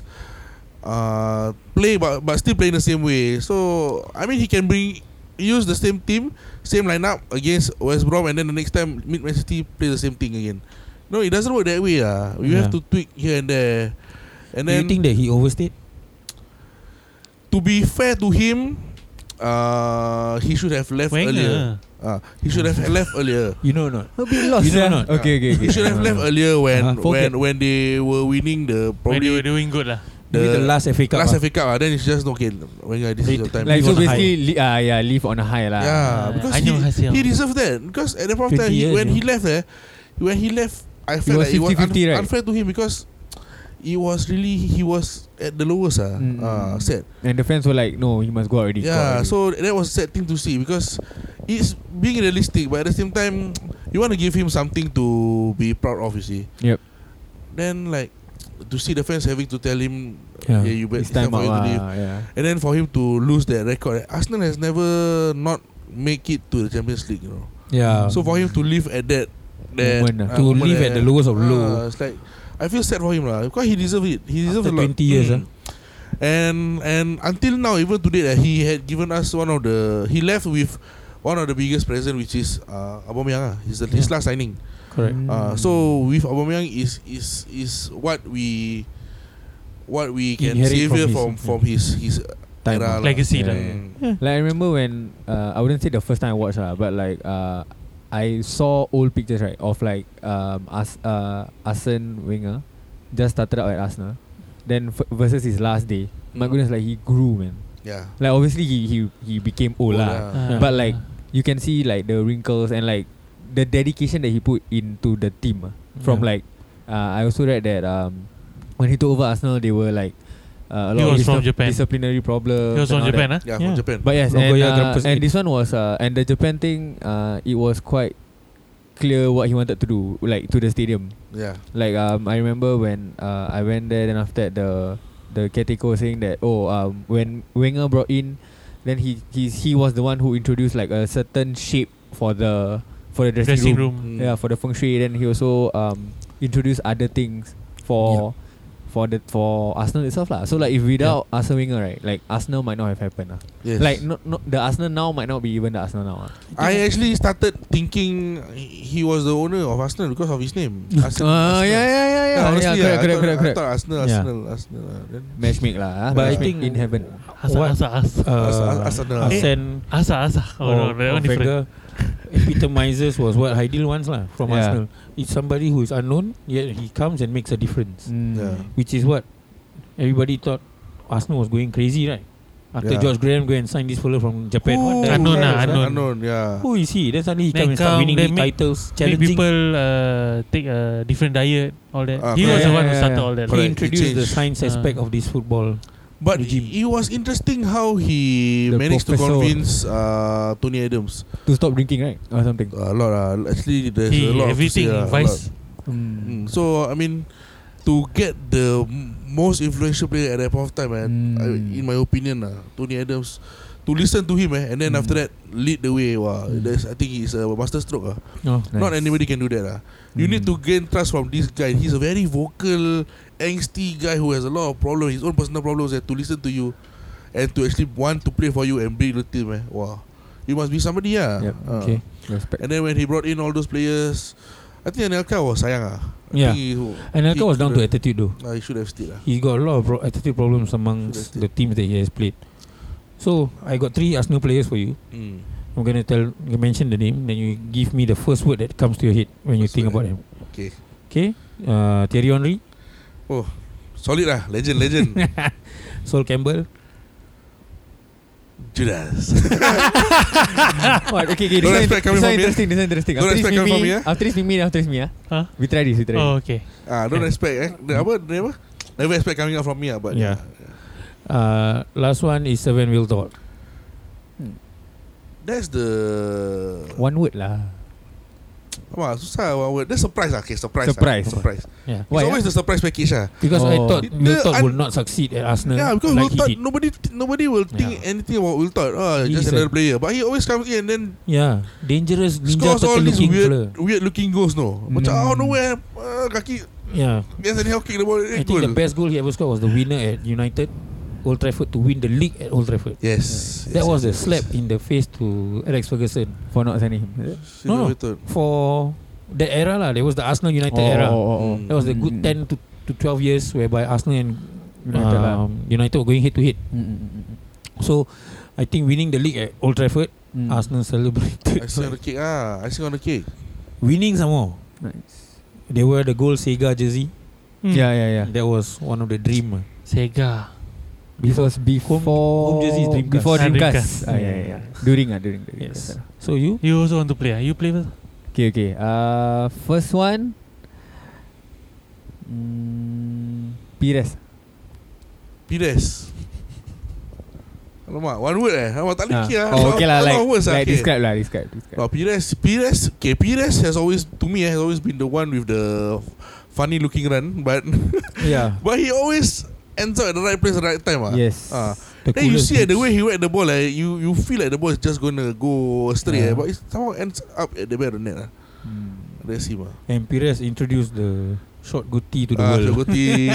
[SPEAKER 6] uh, play but but still playing the same way. So I mean he can bring use the same team, same lineup against West Brom, and then the next time meet Man City play the same thing again. No, it doesn't work that way. Ah, you have
[SPEAKER 3] Yeah.
[SPEAKER 6] to tweak here and there, and
[SPEAKER 3] Do
[SPEAKER 6] then
[SPEAKER 3] you think that he overstayed?
[SPEAKER 6] to be fair to him, uh, he should have left
[SPEAKER 7] Wenger.
[SPEAKER 6] earlier. Uh, he should have left earlier.
[SPEAKER 3] You know or not?
[SPEAKER 5] A bit lost.
[SPEAKER 3] You know
[SPEAKER 5] yeah.
[SPEAKER 3] not?
[SPEAKER 5] Okay, okay, okay.
[SPEAKER 6] He should have
[SPEAKER 5] Uh,
[SPEAKER 6] left earlier when
[SPEAKER 3] Uh-huh. Forget.
[SPEAKER 6] when when they were winning
[SPEAKER 7] When
[SPEAKER 6] the
[SPEAKER 7] they
[SPEAKER 6] probably
[SPEAKER 7] were doing good lah.
[SPEAKER 3] Maybe the last FA Cup.
[SPEAKER 6] last
[SPEAKER 3] ah.
[SPEAKER 6] FA Cup ah, then it's just okay. Wenger, this is your time.
[SPEAKER 5] Like
[SPEAKER 3] Leave on
[SPEAKER 5] so
[SPEAKER 3] a
[SPEAKER 5] basically, li- uh, yeah, leave on a high lah.
[SPEAKER 6] yeah,
[SPEAKER 7] Ah,
[SPEAKER 6] because
[SPEAKER 7] I
[SPEAKER 6] he,
[SPEAKER 7] know Hasil.
[SPEAKER 6] he deserved that. Because at the point
[SPEAKER 3] 20
[SPEAKER 6] of time, he,
[SPEAKER 3] years,
[SPEAKER 6] when
[SPEAKER 3] you
[SPEAKER 6] he left there, when he left, I felt
[SPEAKER 5] was
[SPEAKER 6] like it was un-
[SPEAKER 5] 50-50, right?
[SPEAKER 6] unfair to him because it was really he was at the lowest ah,
[SPEAKER 5] Mm.
[SPEAKER 6] ah, sad.
[SPEAKER 5] And the fans were like, no, he must go out already. go out
[SPEAKER 6] yeah,
[SPEAKER 5] already.
[SPEAKER 6] so that was a sad thing to see because it's being realistic, but at the same time, you want to give him something to be proud of. You see.
[SPEAKER 5] Yep.
[SPEAKER 6] Then like to see the fans having to tell him, yeah,
[SPEAKER 3] Yeah,
[SPEAKER 6] you bet
[SPEAKER 5] it's time out
[SPEAKER 6] for you to
[SPEAKER 5] lah.
[SPEAKER 6] leave.
[SPEAKER 5] Yeah.
[SPEAKER 6] And then for him to lose that record, Arsenal has never not make it to the Champions League, you know.
[SPEAKER 3] Yeah.
[SPEAKER 6] So for him to live at that, that
[SPEAKER 5] Moment lah.
[SPEAKER 6] uh,
[SPEAKER 3] To
[SPEAKER 6] moment
[SPEAKER 3] live at the
[SPEAKER 6] there,
[SPEAKER 3] lowest of
[SPEAKER 6] ah,
[SPEAKER 3] low.
[SPEAKER 6] it's like I feel sad for him lah because he deserve it. He deserves
[SPEAKER 3] After
[SPEAKER 6] a lot. Mm.
[SPEAKER 3] 20 years, ah.
[SPEAKER 6] And and until now, even today, that he had given us one of the he left with one of the biggest present, which is uh, Aubameyang. Ah, his his last signing.
[SPEAKER 3] correct.
[SPEAKER 7] Hmm.
[SPEAKER 5] Hmm.
[SPEAKER 6] Uh, so with Aubameyang is is is what we what we can
[SPEAKER 3] Inherit
[SPEAKER 6] saviour from
[SPEAKER 3] from his-
[SPEAKER 6] from his his
[SPEAKER 5] Time
[SPEAKER 6] era
[SPEAKER 5] out.
[SPEAKER 6] lah.
[SPEAKER 7] Legacy lah.
[SPEAKER 6] Mm.
[SPEAKER 5] Like I remember when uh, I wouldn't say the first time I watched lah, but like uh, I saw old pictures right of like um As uh Arsene Wenger just started out at Arsenal, then f- versus his last day.
[SPEAKER 7] Mm.
[SPEAKER 5] My goodness, like he grew man.
[SPEAKER 6] Yeah.
[SPEAKER 5] Like obviously he he he became old lah,
[SPEAKER 6] Ola.
[SPEAKER 5] but like you can see like the wrinkles and like the dedication that he put into the team ah. from
[SPEAKER 3] Yeah.
[SPEAKER 5] like uh, I also read that um when he took over Arsenal they were like uh, a
[SPEAKER 7] He
[SPEAKER 5] lot of
[SPEAKER 7] was from
[SPEAKER 5] discipl-
[SPEAKER 7] Japan.
[SPEAKER 5] disciplinary problems.
[SPEAKER 7] He was
[SPEAKER 5] and
[SPEAKER 7] from
[SPEAKER 5] all that.
[SPEAKER 7] Japan, ah.
[SPEAKER 6] Yeah, from
[SPEAKER 3] Yeah.
[SPEAKER 6] Japan.
[SPEAKER 5] But yes, and,
[SPEAKER 3] Nagoya
[SPEAKER 5] uh,
[SPEAKER 3] Grampus
[SPEAKER 5] and
[SPEAKER 3] Eight.
[SPEAKER 5] this one was uh, and the Japan thing. Uh, it was quite clear what he wanted to do, like to the stadium.
[SPEAKER 6] yeah.
[SPEAKER 5] Like um, I remember when uh, I went there, then after that the the caretaker was saying that oh um, when Wenger brought in, then he he he was the one who introduced like a certain shape for the for the
[SPEAKER 7] Dressing
[SPEAKER 5] dressing, room.
[SPEAKER 7] room.
[SPEAKER 5] Yeah, for the feng shui. Then he also um introduced other things for for the for Arsenal itself lah. So like if without Arsenal winger right, like Arsenal might not have happened lah.
[SPEAKER 6] Yes.
[SPEAKER 5] Like no, no, the Arsenal now might not be even the Arsenal now. ah.
[SPEAKER 6] I actually started thinking he was the owner of Arsenal because of his name. Arsenal.
[SPEAKER 5] Ah yeah yeah yeah yeah.
[SPEAKER 6] Yeah, honestly,
[SPEAKER 5] yeah, correct, correct,
[SPEAKER 6] yeah, I, thought, I
[SPEAKER 5] correct, correct.
[SPEAKER 6] thought Arsenal,
[SPEAKER 3] Yeah.
[SPEAKER 6] Arsenal, Arsenal. ah, Then
[SPEAKER 5] Matchmake lah. ah.
[SPEAKER 3] But I
[SPEAKER 5] Matchmake
[SPEAKER 3] think-
[SPEAKER 5] in heaven.
[SPEAKER 7] Asa,
[SPEAKER 3] What?
[SPEAKER 7] asa, asa.
[SPEAKER 3] Uh,
[SPEAKER 6] Ars- Arsenal.
[SPEAKER 3] Arsene
[SPEAKER 7] Asa, asa. Oh,
[SPEAKER 3] or,
[SPEAKER 7] no, that
[SPEAKER 3] or
[SPEAKER 7] one different.
[SPEAKER 3] Wenger epitomizes was what Heidel wants lah from
[SPEAKER 5] Yeah.
[SPEAKER 3] Arsenal. It's somebody who is unknown yet he comes and makes a difference,
[SPEAKER 5] Mm.
[SPEAKER 6] Yeah.
[SPEAKER 3] which is what everybody thought Arsenal was going crazy, right? After
[SPEAKER 6] Yeah.
[SPEAKER 3] George Graham go and sign this fellow from Japan, what the-
[SPEAKER 7] Unknown lah,
[SPEAKER 3] who-
[SPEAKER 7] unknown.
[SPEAKER 6] unknown, yeah.
[SPEAKER 3] Who is he? Then suddenly he
[SPEAKER 7] Then
[SPEAKER 3] comes and start
[SPEAKER 7] come,
[SPEAKER 3] winning
[SPEAKER 7] then
[SPEAKER 3] big
[SPEAKER 7] make-
[SPEAKER 3] titles,
[SPEAKER 7] Make
[SPEAKER 3] challenging.
[SPEAKER 7] people uh, take a different diet, all that.
[SPEAKER 6] Ah,
[SPEAKER 7] he was
[SPEAKER 5] correct.
[SPEAKER 7] the one who
[SPEAKER 5] Yeah,
[SPEAKER 7] started
[SPEAKER 5] yeah,
[SPEAKER 7] all that.
[SPEAKER 3] He
[SPEAKER 6] Correct.
[SPEAKER 3] introduced
[SPEAKER 6] changed.
[SPEAKER 3] the science
[SPEAKER 7] Ah.
[SPEAKER 3] aspect of this football.
[SPEAKER 6] But
[SPEAKER 3] Regime.
[SPEAKER 6] it was interesting how he
[SPEAKER 5] The
[SPEAKER 6] managed to
[SPEAKER 5] professor.
[SPEAKER 6] convince uh, Tony Adams.
[SPEAKER 5] To stop drinking right or something.
[SPEAKER 6] A lot, uh, actually, there's
[SPEAKER 7] He,
[SPEAKER 6] a lot
[SPEAKER 7] everything,
[SPEAKER 6] of to say, ah, a
[SPEAKER 7] vice.
[SPEAKER 6] lot.
[SPEAKER 5] Mm.
[SPEAKER 6] Mm. So I mean, to get the m- most influential player at that point of time, eh,
[SPEAKER 5] Mm.
[SPEAKER 6] I, in my opinion, uh, Tony Adams, to listen to him, eh, and then
[SPEAKER 5] Mm.
[SPEAKER 6] after that lead the way. Wow,
[SPEAKER 5] Mm.
[SPEAKER 6] that's, I think he's a master stroke. ah.
[SPEAKER 3] No.
[SPEAKER 5] Nice.
[SPEAKER 6] Not anybody can do that. ah. You need to
[SPEAKER 5] Mm.
[SPEAKER 6] gain trust from this guy. He's a very vocal, angsty guy who has a lot of problems, his own personal problems, and to listen to you and to actually want to play for you and build the team. Eh. Wow. You must be somebody, ah. yeah.
[SPEAKER 5] Yep. Okay. Respect.
[SPEAKER 6] And then when he brought in all those players, I think Anelka was sayang ah. I
[SPEAKER 3] Yeah.
[SPEAKER 6] think he,
[SPEAKER 3] And Anelka
[SPEAKER 6] he
[SPEAKER 3] was down to
[SPEAKER 6] couldn't-
[SPEAKER 3] attitude though.
[SPEAKER 6] Ah, he should have stayed lah.
[SPEAKER 3] He got a lot of pro- attitude problems amongst the teams that he has played. So I got three Arsenal players for you.
[SPEAKER 6] Mm.
[SPEAKER 3] I'm gonna tell you mention the name, then you give me the first word that comes to your head when you
[SPEAKER 6] First
[SPEAKER 3] think
[SPEAKER 6] word,
[SPEAKER 3] about him.
[SPEAKER 6] Okay.
[SPEAKER 3] Okay? Uh, Thierry Henry,
[SPEAKER 6] Oh, Solid lah, legend, legend.
[SPEAKER 3] Sol Campbell.
[SPEAKER 6] Judas.
[SPEAKER 5] What? Okay, okay. This
[SPEAKER 6] Don't
[SPEAKER 5] one,
[SPEAKER 6] expect coming
[SPEAKER 5] this one
[SPEAKER 6] from me, eh?
[SPEAKER 5] interesting. This one interesting.
[SPEAKER 6] Don't
[SPEAKER 5] After this,
[SPEAKER 6] expect
[SPEAKER 5] we
[SPEAKER 6] coming from
[SPEAKER 5] me,
[SPEAKER 6] me, eh?
[SPEAKER 5] after this, we me. After this, me. Ah,
[SPEAKER 7] Huh?
[SPEAKER 5] we try this. We try.
[SPEAKER 7] Oh, okay.
[SPEAKER 6] ah, don't expect eh. The, apa, the apa? Never expect coming out from me ah, but
[SPEAKER 3] Yeah. Uh, last one is Seven Wiltord.
[SPEAKER 6] That's the
[SPEAKER 5] this. One word lah.
[SPEAKER 6] Wah, susah one word. That's surprise ah. Okay, surprise.
[SPEAKER 5] Surprise.
[SPEAKER 6] Ah. Surprise.
[SPEAKER 3] Yeah.
[SPEAKER 6] It's always the surprise package ah.
[SPEAKER 3] Because I
[SPEAKER 5] Oh.
[SPEAKER 3] thought
[SPEAKER 6] The
[SPEAKER 3] Wiltord
[SPEAKER 6] un-
[SPEAKER 3] would not succeed at Arsenal
[SPEAKER 6] Yeah, because
[SPEAKER 3] like
[SPEAKER 6] Wiltord,
[SPEAKER 3] he did.
[SPEAKER 6] nobody nobody will think
[SPEAKER 3] Yeah.
[SPEAKER 6] anything about Wiltord. Ah,
[SPEAKER 3] He
[SPEAKER 6] just
[SPEAKER 3] is
[SPEAKER 6] another
[SPEAKER 3] a-
[SPEAKER 6] player. But he always comes in and then
[SPEAKER 3] Yeah, dangerous ninja
[SPEAKER 6] scores all
[SPEAKER 3] turtle
[SPEAKER 6] these
[SPEAKER 3] looking
[SPEAKER 6] weird
[SPEAKER 3] fella.
[SPEAKER 6] weird looking goals no. Macam
[SPEAKER 5] Mm.
[SPEAKER 6] out of nowhere ah, kaki
[SPEAKER 3] Yeah,
[SPEAKER 6] just anyhow kick the ball. eh,
[SPEAKER 3] I think
[SPEAKER 6] goal.
[SPEAKER 3] the best goal he ever scored was the winner at United, Old Trafford to win the league at Old Trafford.
[SPEAKER 6] Yes.
[SPEAKER 3] That
[SPEAKER 6] yes,
[SPEAKER 3] was the
[SPEAKER 6] yes,
[SPEAKER 3] slap in the face to Alex Ferguson
[SPEAKER 5] For not signing him. is it?
[SPEAKER 6] yes.
[SPEAKER 3] No, no.
[SPEAKER 6] Wiltord.
[SPEAKER 3] for that era lah. There was the Arsenal United
[SPEAKER 5] Oh,
[SPEAKER 3] era.
[SPEAKER 5] oh, oh, oh.
[SPEAKER 3] That was the good
[SPEAKER 5] Mm.
[SPEAKER 3] 10 to, to 12 years whereby Arsenal and
[SPEAKER 5] United lah.
[SPEAKER 3] um, United were going head to head.
[SPEAKER 5] Mm, mm, mm, mm.
[SPEAKER 3] So I think winning the league at Old Trafford,
[SPEAKER 5] Mm.
[SPEAKER 3] Arsenal celebrated.
[SPEAKER 6] I see on the cake ah. I see on the cake.
[SPEAKER 3] winning some more.
[SPEAKER 5] Nice.
[SPEAKER 3] They were the gold Sega jersey.
[SPEAKER 7] Mm.
[SPEAKER 5] Yeah, yeah, yeah.
[SPEAKER 3] That was one of the dream. ah.
[SPEAKER 7] Sega.
[SPEAKER 5] It was before
[SPEAKER 3] home jersey is Dreamcast.
[SPEAKER 5] Before
[SPEAKER 7] Ah,
[SPEAKER 5] Dreamcast.
[SPEAKER 7] Dreamcast.
[SPEAKER 5] Ah, yeah, yeah, yeah. During ah, during. during
[SPEAKER 3] Yes. So you?
[SPEAKER 7] You also want to play? ah? You play first?
[SPEAKER 6] Oh,
[SPEAKER 5] Okay, okay. Uh, first one. Mm, Pires.
[SPEAKER 6] Pires. Alamak, one word eh. Alamak, tak boleh fikir ah.
[SPEAKER 5] Oh, okay lah.
[SPEAKER 6] A lot
[SPEAKER 5] Like,
[SPEAKER 6] of words ah,
[SPEAKER 5] like
[SPEAKER 6] okay. Oh,
[SPEAKER 5] describe lah, describe, describe.
[SPEAKER 6] No, Pires, Pires, okay, Pires has always to me has always been the one with the funny looking run, but
[SPEAKER 3] Yeah.
[SPEAKER 6] but he always ends up at the right place at the right time. Ah.
[SPEAKER 5] Yes.
[SPEAKER 6] Ah.
[SPEAKER 3] The
[SPEAKER 6] Then you
[SPEAKER 3] coolest
[SPEAKER 6] see at the
[SPEAKER 3] dudes.
[SPEAKER 6] way he went the ball, like, you you feel like the ball is just gonna go astray,
[SPEAKER 5] Yeah.
[SPEAKER 6] eh, but it somehow ends up at the back of the net. Ah.
[SPEAKER 5] Mm.
[SPEAKER 6] That's him. Ah.
[SPEAKER 3] And Pires introduced the short goatee to the
[SPEAKER 6] Ah,
[SPEAKER 3] world.
[SPEAKER 6] Chakoti,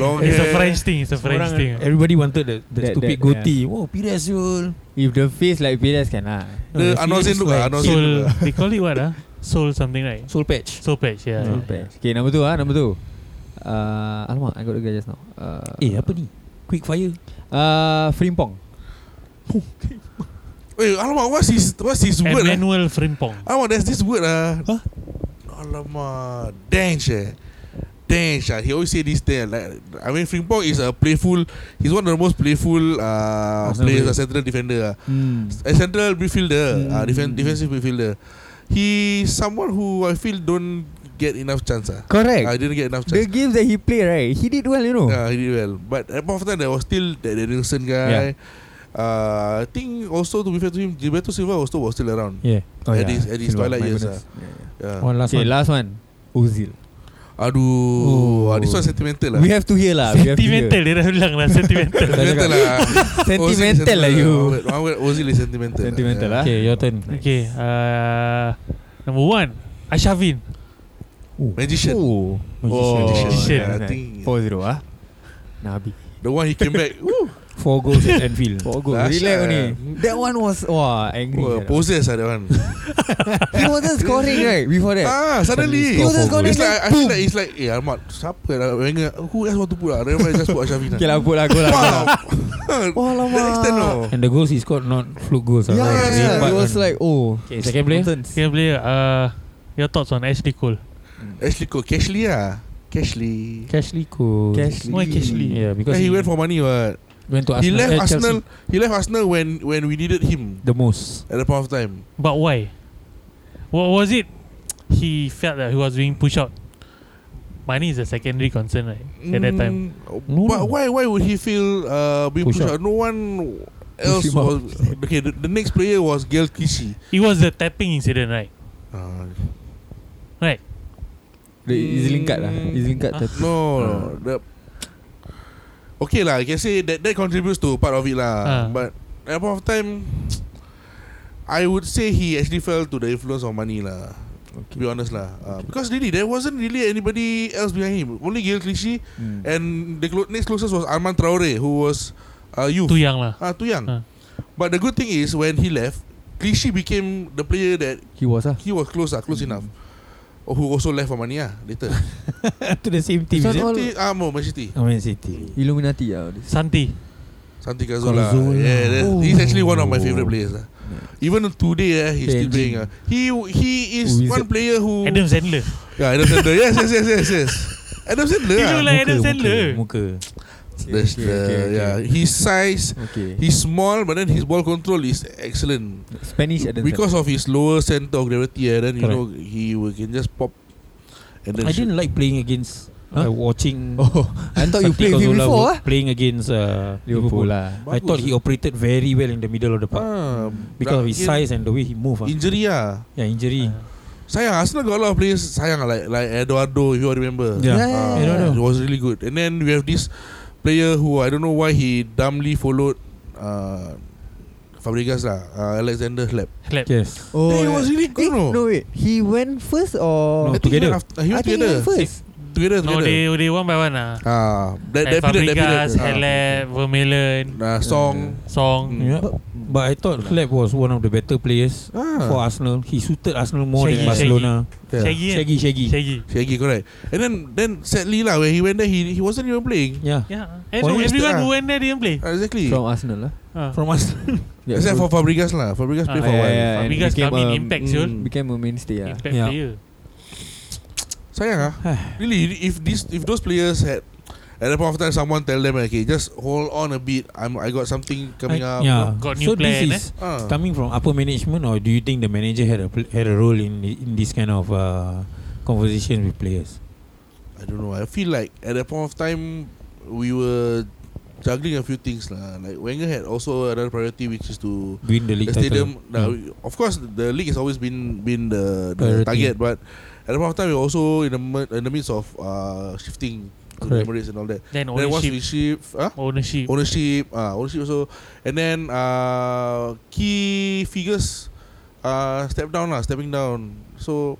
[SPEAKER 6] long
[SPEAKER 7] It's a
[SPEAKER 6] hair.
[SPEAKER 7] French thing. It's a French
[SPEAKER 3] Orang-
[SPEAKER 7] thing.
[SPEAKER 3] Everybody wanted the, the
[SPEAKER 5] That-
[SPEAKER 3] stupid
[SPEAKER 5] that,
[SPEAKER 3] goatee. Oh, Pires Yul.
[SPEAKER 5] If the face like Pires can lah.
[SPEAKER 3] No,
[SPEAKER 6] The
[SPEAKER 3] the
[SPEAKER 6] Anwar
[SPEAKER 3] Pires
[SPEAKER 6] Zain look ah,
[SPEAKER 3] like
[SPEAKER 6] Anwar Zain
[SPEAKER 7] Soul.
[SPEAKER 6] look ah.
[SPEAKER 7] they call it what? Ah, soul something, right?
[SPEAKER 3] Soul patch.
[SPEAKER 7] Soul patch. Yeah.
[SPEAKER 3] Soul
[SPEAKER 7] yeah.
[SPEAKER 5] Pires. Okay, number two ah, number two. Uh, alamak, I got the guy just now. Uh,
[SPEAKER 3] Eh, apa ni? Quick fire.
[SPEAKER 5] Uh, Frimpong.
[SPEAKER 6] Wait, Eh, alamak, what's his what's his word? ah?
[SPEAKER 7] Emmanuel Frimpong.
[SPEAKER 6] Alamak, there's this word ah. Huh? Alamak, dance eh. Dance ah. He always say this thing like I mean Frimpong is a playful. He's one of the most playful uh,
[SPEAKER 3] Arsenal
[SPEAKER 6] players,
[SPEAKER 3] player.
[SPEAKER 6] a central defender, ah.
[SPEAKER 5] Mm.
[SPEAKER 6] a central midfielder,
[SPEAKER 5] Mm.
[SPEAKER 6] uh, defen- defensive midfielder. He's someone who I feel don't get enough chance ah.
[SPEAKER 5] Correct.
[SPEAKER 6] I didn't get enough
[SPEAKER 5] the
[SPEAKER 6] chance.
[SPEAKER 5] games that he played, right? He did well, you know.
[SPEAKER 6] Yeah, Ah, he did well. But at point of time, there was still that Danielson guy. Uh, I think also to be fair to him, Gilberto Silva also was still around.
[SPEAKER 3] Yeah.
[SPEAKER 5] Oh,
[SPEAKER 6] At his- at his
[SPEAKER 5] Silva,
[SPEAKER 6] twilight
[SPEAKER 5] my
[SPEAKER 6] years, ah.
[SPEAKER 5] goodness.
[SPEAKER 6] Yeah.
[SPEAKER 3] One last
[SPEAKER 5] Okay,
[SPEAKER 3] one.
[SPEAKER 5] last one. Ozil.
[SPEAKER 6] Aduh,
[SPEAKER 5] Oh.
[SPEAKER 6] oh. this one sentimental lah.
[SPEAKER 5] We have to hear lah. we have to hear.
[SPEAKER 7] Sentimental. Dia dah bilang lah sentimental.
[SPEAKER 6] Sentimental lah Ozil is
[SPEAKER 5] Sentimental lah you.
[SPEAKER 6] One word- One word ah. Ozil is sentimental ah.
[SPEAKER 5] Sentimental lah.
[SPEAKER 3] Okay, your turn.
[SPEAKER 7] okay. Uh, number one, Ashavin.
[SPEAKER 3] Oh,
[SPEAKER 6] Magician.
[SPEAKER 5] Oh,
[SPEAKER 6] Oh,
[SPEAKER 7] Magician.
[SPEAKER 6] yeah, I
[SPEAKER 5] Nice.
[SPEAKER 6] think
[SPEAKER 5] 4-0 ah. Nabi.
[SPEAKER 6] the one he came back. Woo,
[SPEAKER 3] Four goals at Anfield.
[SPEAKER 5] Oh, good.
[SPEAKER 6] Ah,
[SPEAKER 5] Relax
[SPEAKER 6] sure.
[SPEAKER 5] only. That one was wah angry.
[SPEAKER 6] wah,
[SPEAKER 5] sia.
[SPEAKER 6] possess ah, that one.
[SPEAKER 5] he wasn't scoring right before that.
[SPEAKER 6] ah, suddenly.
[SPEAKER 5] He wasn't scoring
[SPEAKER 6] It's
[SPEAKER 5] then,
[SPEAKER 6] like I feel like it's like eh Ahmad siapa lah Wenger who else want to put lah Then I just put Ashrafina.
[SPEAKER 5] Okay lah, put lah, go lah. go lah.
[SPEAKER 6] Wow.
[SPEAKER 5] Oh,
[SPEAKER 6] That extent no.
[SPEAKER 5] lama.
[SPEAKER 3] And the goals he scored not fluke goals. ah,
[SPEAKER 5] Yeah,
[SPEAKER 3] right?
[SPEAKER 5] yeah,
[SPEAKER 3] They
[SPEAKER 5] yeah.
[SPEAKER 3] part
[SPEAKER 5] It was
[SPEAKER 3] one.
[SPEAKER 5] like, oh.
[SPEAKER 3] Okay, second player.
[SPEAKER 5] nonsense.
[SPEAKER 7] Okay, player, uh, your thoughts on Ashley Cole?
[SPEAKER 6] Ashley Cole, Cashley ah. Cashley.
[SPEAKER 3] Cashley could.
[SPEAKER 5] Cashley.
[SPEAKER 7] Why Cashley?
[SPEAKER 3] Yeah, because
[SPEAKER 6] Because he, went for money what?
[SPEAKER 3] went to
[SPEAKER 6] He
[SPEAKER 3] Arsenal.
[SPEAKER 6] left
[SPEAKER 3] eh, Chelsea.
[SPEAKER 6] Arsenal. He left Arsenal when when we needed him
[SPEAKER 3] the most.
[SPEAKER 6] at the point of time.
[SPEAKER 7] But why? What was it? He felt that he was being pushed out. Money is a secondary concern, right? At
[SPEAKER 6] Mm,
[SPEAKER 7] that time,
[SPEAKER 3] No,
[SPEAKER 6] but
[SPEAKER 3] no.
[SPEAKER 6] why why would he feel uh, being
[SPEAKER 3] Push
[SPEAKER 6] pushed
[SPEAKER 3] up.
[SPEAKER 6] out? No one else
[SPEAKER 5] him out.
[SPEAKER 6] was okay. The, the next player was Gail Kishi.
[SPEAKER 7] it was the tapping incident, right?
[SPEAKER 3] Ah,
[SPEAKER 6] Uh,
[SPEAKER 7] Right.
[SPEAKER 5] The Izlin card lah.
[SPEAKER 6] Mm.
[SPEAKER 5] Izlin card.
[SPEAKER 7] Ah.
[SPEAKER 5] tattoo.
[SPEAKER 6] no, no
[SPEAKER 3] Uh.
[SPEAKER 6] the, okay lah. I can say that that contributes to part of it lah.
[SPEAKER 3] Uh.
[SPEAKER 7] Ah.
[SPEAKER 6] But at the point of time, I would say he actually fell to the influence of money lah. To be honest lah, uh, because really there wasn't really anybody else behind him. Only Gail Clichy
[SPEAKER 5] Mm.
[SPEAKER 6] and the clo- next closest was Armand Traore, who was uh, youth.
[SPEAKER 7] Too young lah.
[SPEAKER 6] Ah, too young.
[SPEAKER 3] Uh.
[SPEAKER 7] Ah.
[SPEAKER 6] But the good thing is when he left, Clichy became the player that
[SPEAKER 5] He was ah.
[SPEAKER 6] he was close, ah, close
[SPEAKER 3] Mm-hmm.
[SPEAKER 6] enough. Oh, who also left for money ah, later.
[SPEAKER 3] to the same team. Is
[SPEAKER 5] This
[SPEAKER 3] it?
[SPEAKER 5] one all-
[SPEAKER 6] Santi, ah, no, Man City.
[SPEAKER 3] Man City.
[SPEAKER 5] Illuminati ah. all this.
[SPEAKER 7] Santi.
[SPEAKER 6] Santi Cazorla.
[SPEAKER 3] Cazorla.
[SPEAKER 6] Yeah, that,
[SPEAKER 3] Oh.
[SPEAKER 6] he's actually one of my favorite players. ah. Even today, ah, he's still
[SPEAKER 3] Benji.
[SPEAKER 6] playing. ah. He he is
[SPEAKER 5] Who is
[SPEAKER 6] one
[SPEAKER 5] it?
[SPEAKER 6] player who.
[SPEAKER 7] Adam Sandler.
[SPEAKER 6] Yeah, Adam Sandler. yes, yes, yes, yes, yes. Adam Sandler.
[SPEAKER 7] He look
[SPEAKER 6] ah.
[SPEAKER 7] like Adam Sandler.
[SPEAKER 3] Muka.
[SPEAKER 6] That's the yeah. His size,
[SPEAKER 5] Okay.
[SPEAKER 6] he's small, but then his ball control is excellent.
[SPEAKER 5] Spanish Adam
[SPEAKER 6] because of his lower center of gravity, and then you
[SPEAKER 3] Correct.
[SPEAKER 6] know he will- can just pop. And
[SPEAKER 3] I
[SPEAKER 6] then shoot.
[SPEAKER 3] didn't like playing against.
[SPEAKER 5] Huh?
[SPEAKER 3] Uh, watching.
[SPEAKER 5] Oh, I thought you
[SPEAKER 3] Santi
[SPEAKER 5] played with him
[SPEAKER 3] Cazorla
[SPEAKER 5] before
[SPEAKER 3] work-
[SPEAKER 5] ah.
[SPEAKER 3] Playing against uh,
[SPEAKER 5] Liverpool
[SPEAKER 3] Liverpool.
[SPEAKER 5] lah.
[SPEAKER 3] I thought he operated very well in the middle of the park
[SPEAKER 6] ah,
[SPEAKER 3] because of his
[SPEAKER 6] in-
[SPEAKER 3] size and the way he move. Ah.
[SPEAKER 6] injury ah.
[SPEAKER 3] Yeah, injury.
[SPEAKER 6] Sayang Arsenal got a lot of players sayang ah, like like Eduardo if you all remember.
[SPEAKER 3] Yeah. Yeah,
[SPEAKER 6] Ah,
[SPEAKER 3] yeah, yeah.
[SPEAKER 6] He was really good. And then we have this player who I don't know why he dumbly followed uh, Fabregas lah, uh, Alexander Hleb.
[SPEAKER 7] Clap.
[SPEAKER 3] Yes.
[SPEAKER 5] Oh,
[SPEAKER 6] Then he was really
[SPEAKER 5] Eh,
[SPEAKER 6] good. no.
[SPEAKER 5] no wait, he went first or
[SPEAKER 3] No.
[SPEAKER 6] I think he
[SPEAKER 3] together.
[SPEAKER 6] went after- he
[SPEAKER 5] Oh, I
[SPEAKER 6] went
[SPEAKER 5] think he
[SPEAKER 6] together.
[SPEAKER 5] went first.
[SPEAKER 6] Together,
[SPEAKER 7] No,
[SPEAKER 6] together.
[SPEAKER 7] they they one by one ah.
[SPEAKER 6] Ah, that,
[SPEAKER 7] Like
[SPEAKER 6] that period, that period.
[SPEAKER 3] Ah,
[SPEAKER 7] Fabregas, Halep, Vermeulen,
[SPEAKER 6] Ah, song.
[SPEAKER 7] Song.
[SPEAKER 6] Mm.
[SPEAKER 3] Yeah. But, but I thought Kleb was one of the better players
[SPEAKER 6] Ah.
[SPEAKER 3] for Arsenal. He suited Arsenal more than
[SPEAKER 7] Shaggy,
[SPEAKER 3] Barcelona.
[SPEAKER 6] Yeah.
[SPEAKER 7] Shaggy. eh?
[SPEAKER 3] Shaggy, Shaggy.
[SPEAKER 7] Shaggy.
[SPEAKER 6] Shaggy, correct. And then then sadly lah, when he went there, he he wasn't even playing.
[SPEAKER 3] Yeah.
[SPEAKER 7] Yeah. And
[SPEAKER 6] Always
[SPEAKER 7] everyone
[SPEAKER 6] the-
[SPEAKER 7] who went there didn't play.
[SPEAKER 6] Ah, Exactly.
[SPEAKER 5] From Arsenal lah.
[SPEAKER 7] Ah.
[SPEAKER 3] Uh, From Arsenal.
[SPEAKER 5] Yeah,
[SPEAKER 6] Except
[SPEAKER 5] so-
[SPEAKER 6] for Fabregas lah. Fabregas
[SPEAKER 7] Ah,
[SPEAKER 5] yeah,
[SPEAKER 6] played for a
[SPEAKER 5] yeah,
[SPEAKER 6] while.
[SPEAKER 5] yeah, and
[SPEAKER 7] Fabregas
[SPEAKER 5] became
[SPEAKER 7] come in
[SPEAKER 5] a-
[SPEAKER 7] impact, Syul.
[SPEAKER 5] mm, Became a mainstay ah.
[SPEAKER 7] Impact
[SPEAKER 3] Yeah.
[SPEAKER 7] player.
[SPEAKER 6] Sayang ah. really, if this if those players had at the point of time someone tell them okay, just hold on a bit. I'm I got something coming up.
[SPEAKER 3] yeah.
[SPEAKER 7] Got
[SPEAKER 3] so
[SPEAKER 7] new plan, eh?
[SPEAKER 3] this is
[SPEAKER 6] Ah.
[SPEAKER 3] coming from upper management, or do you think the manager had a pl- had a role in the- in this kind of uh, conversation with players?
[SPEAKER 6] I don't know. I feel like at that point of time we were juggling a few things lah. Like Wenger had also another priority which is to
[SPEAKER 3] Win the league
[SPEAKER 6] the stadium.
[SPEAKER 3] title. Hmm.
[SPEAKER 6] Nah,
[SPEAKER 3] Yeah.
[SPEAKER 6] we- Of course, the league has always been been the, the
[SPEAKER 3] Priority.
[SPEAKER 6] target, but at the point of time we were also in the mi- in the midst of uh, shifting to the
[SPEAKER 3] Correct.
[SPEAKER 6] Emirates and all that.
[SPEAKER 7] Then
[SPEAKER 6] Then once
[SPEAKER 7] ownership.
[SPEAKER 6] we shift, huh?
[SPEAKER 7] Ownership.
[SPEAKER 6] ownership, uh, ownership also, and then uh, key figures uh, step down lah, stepping down. So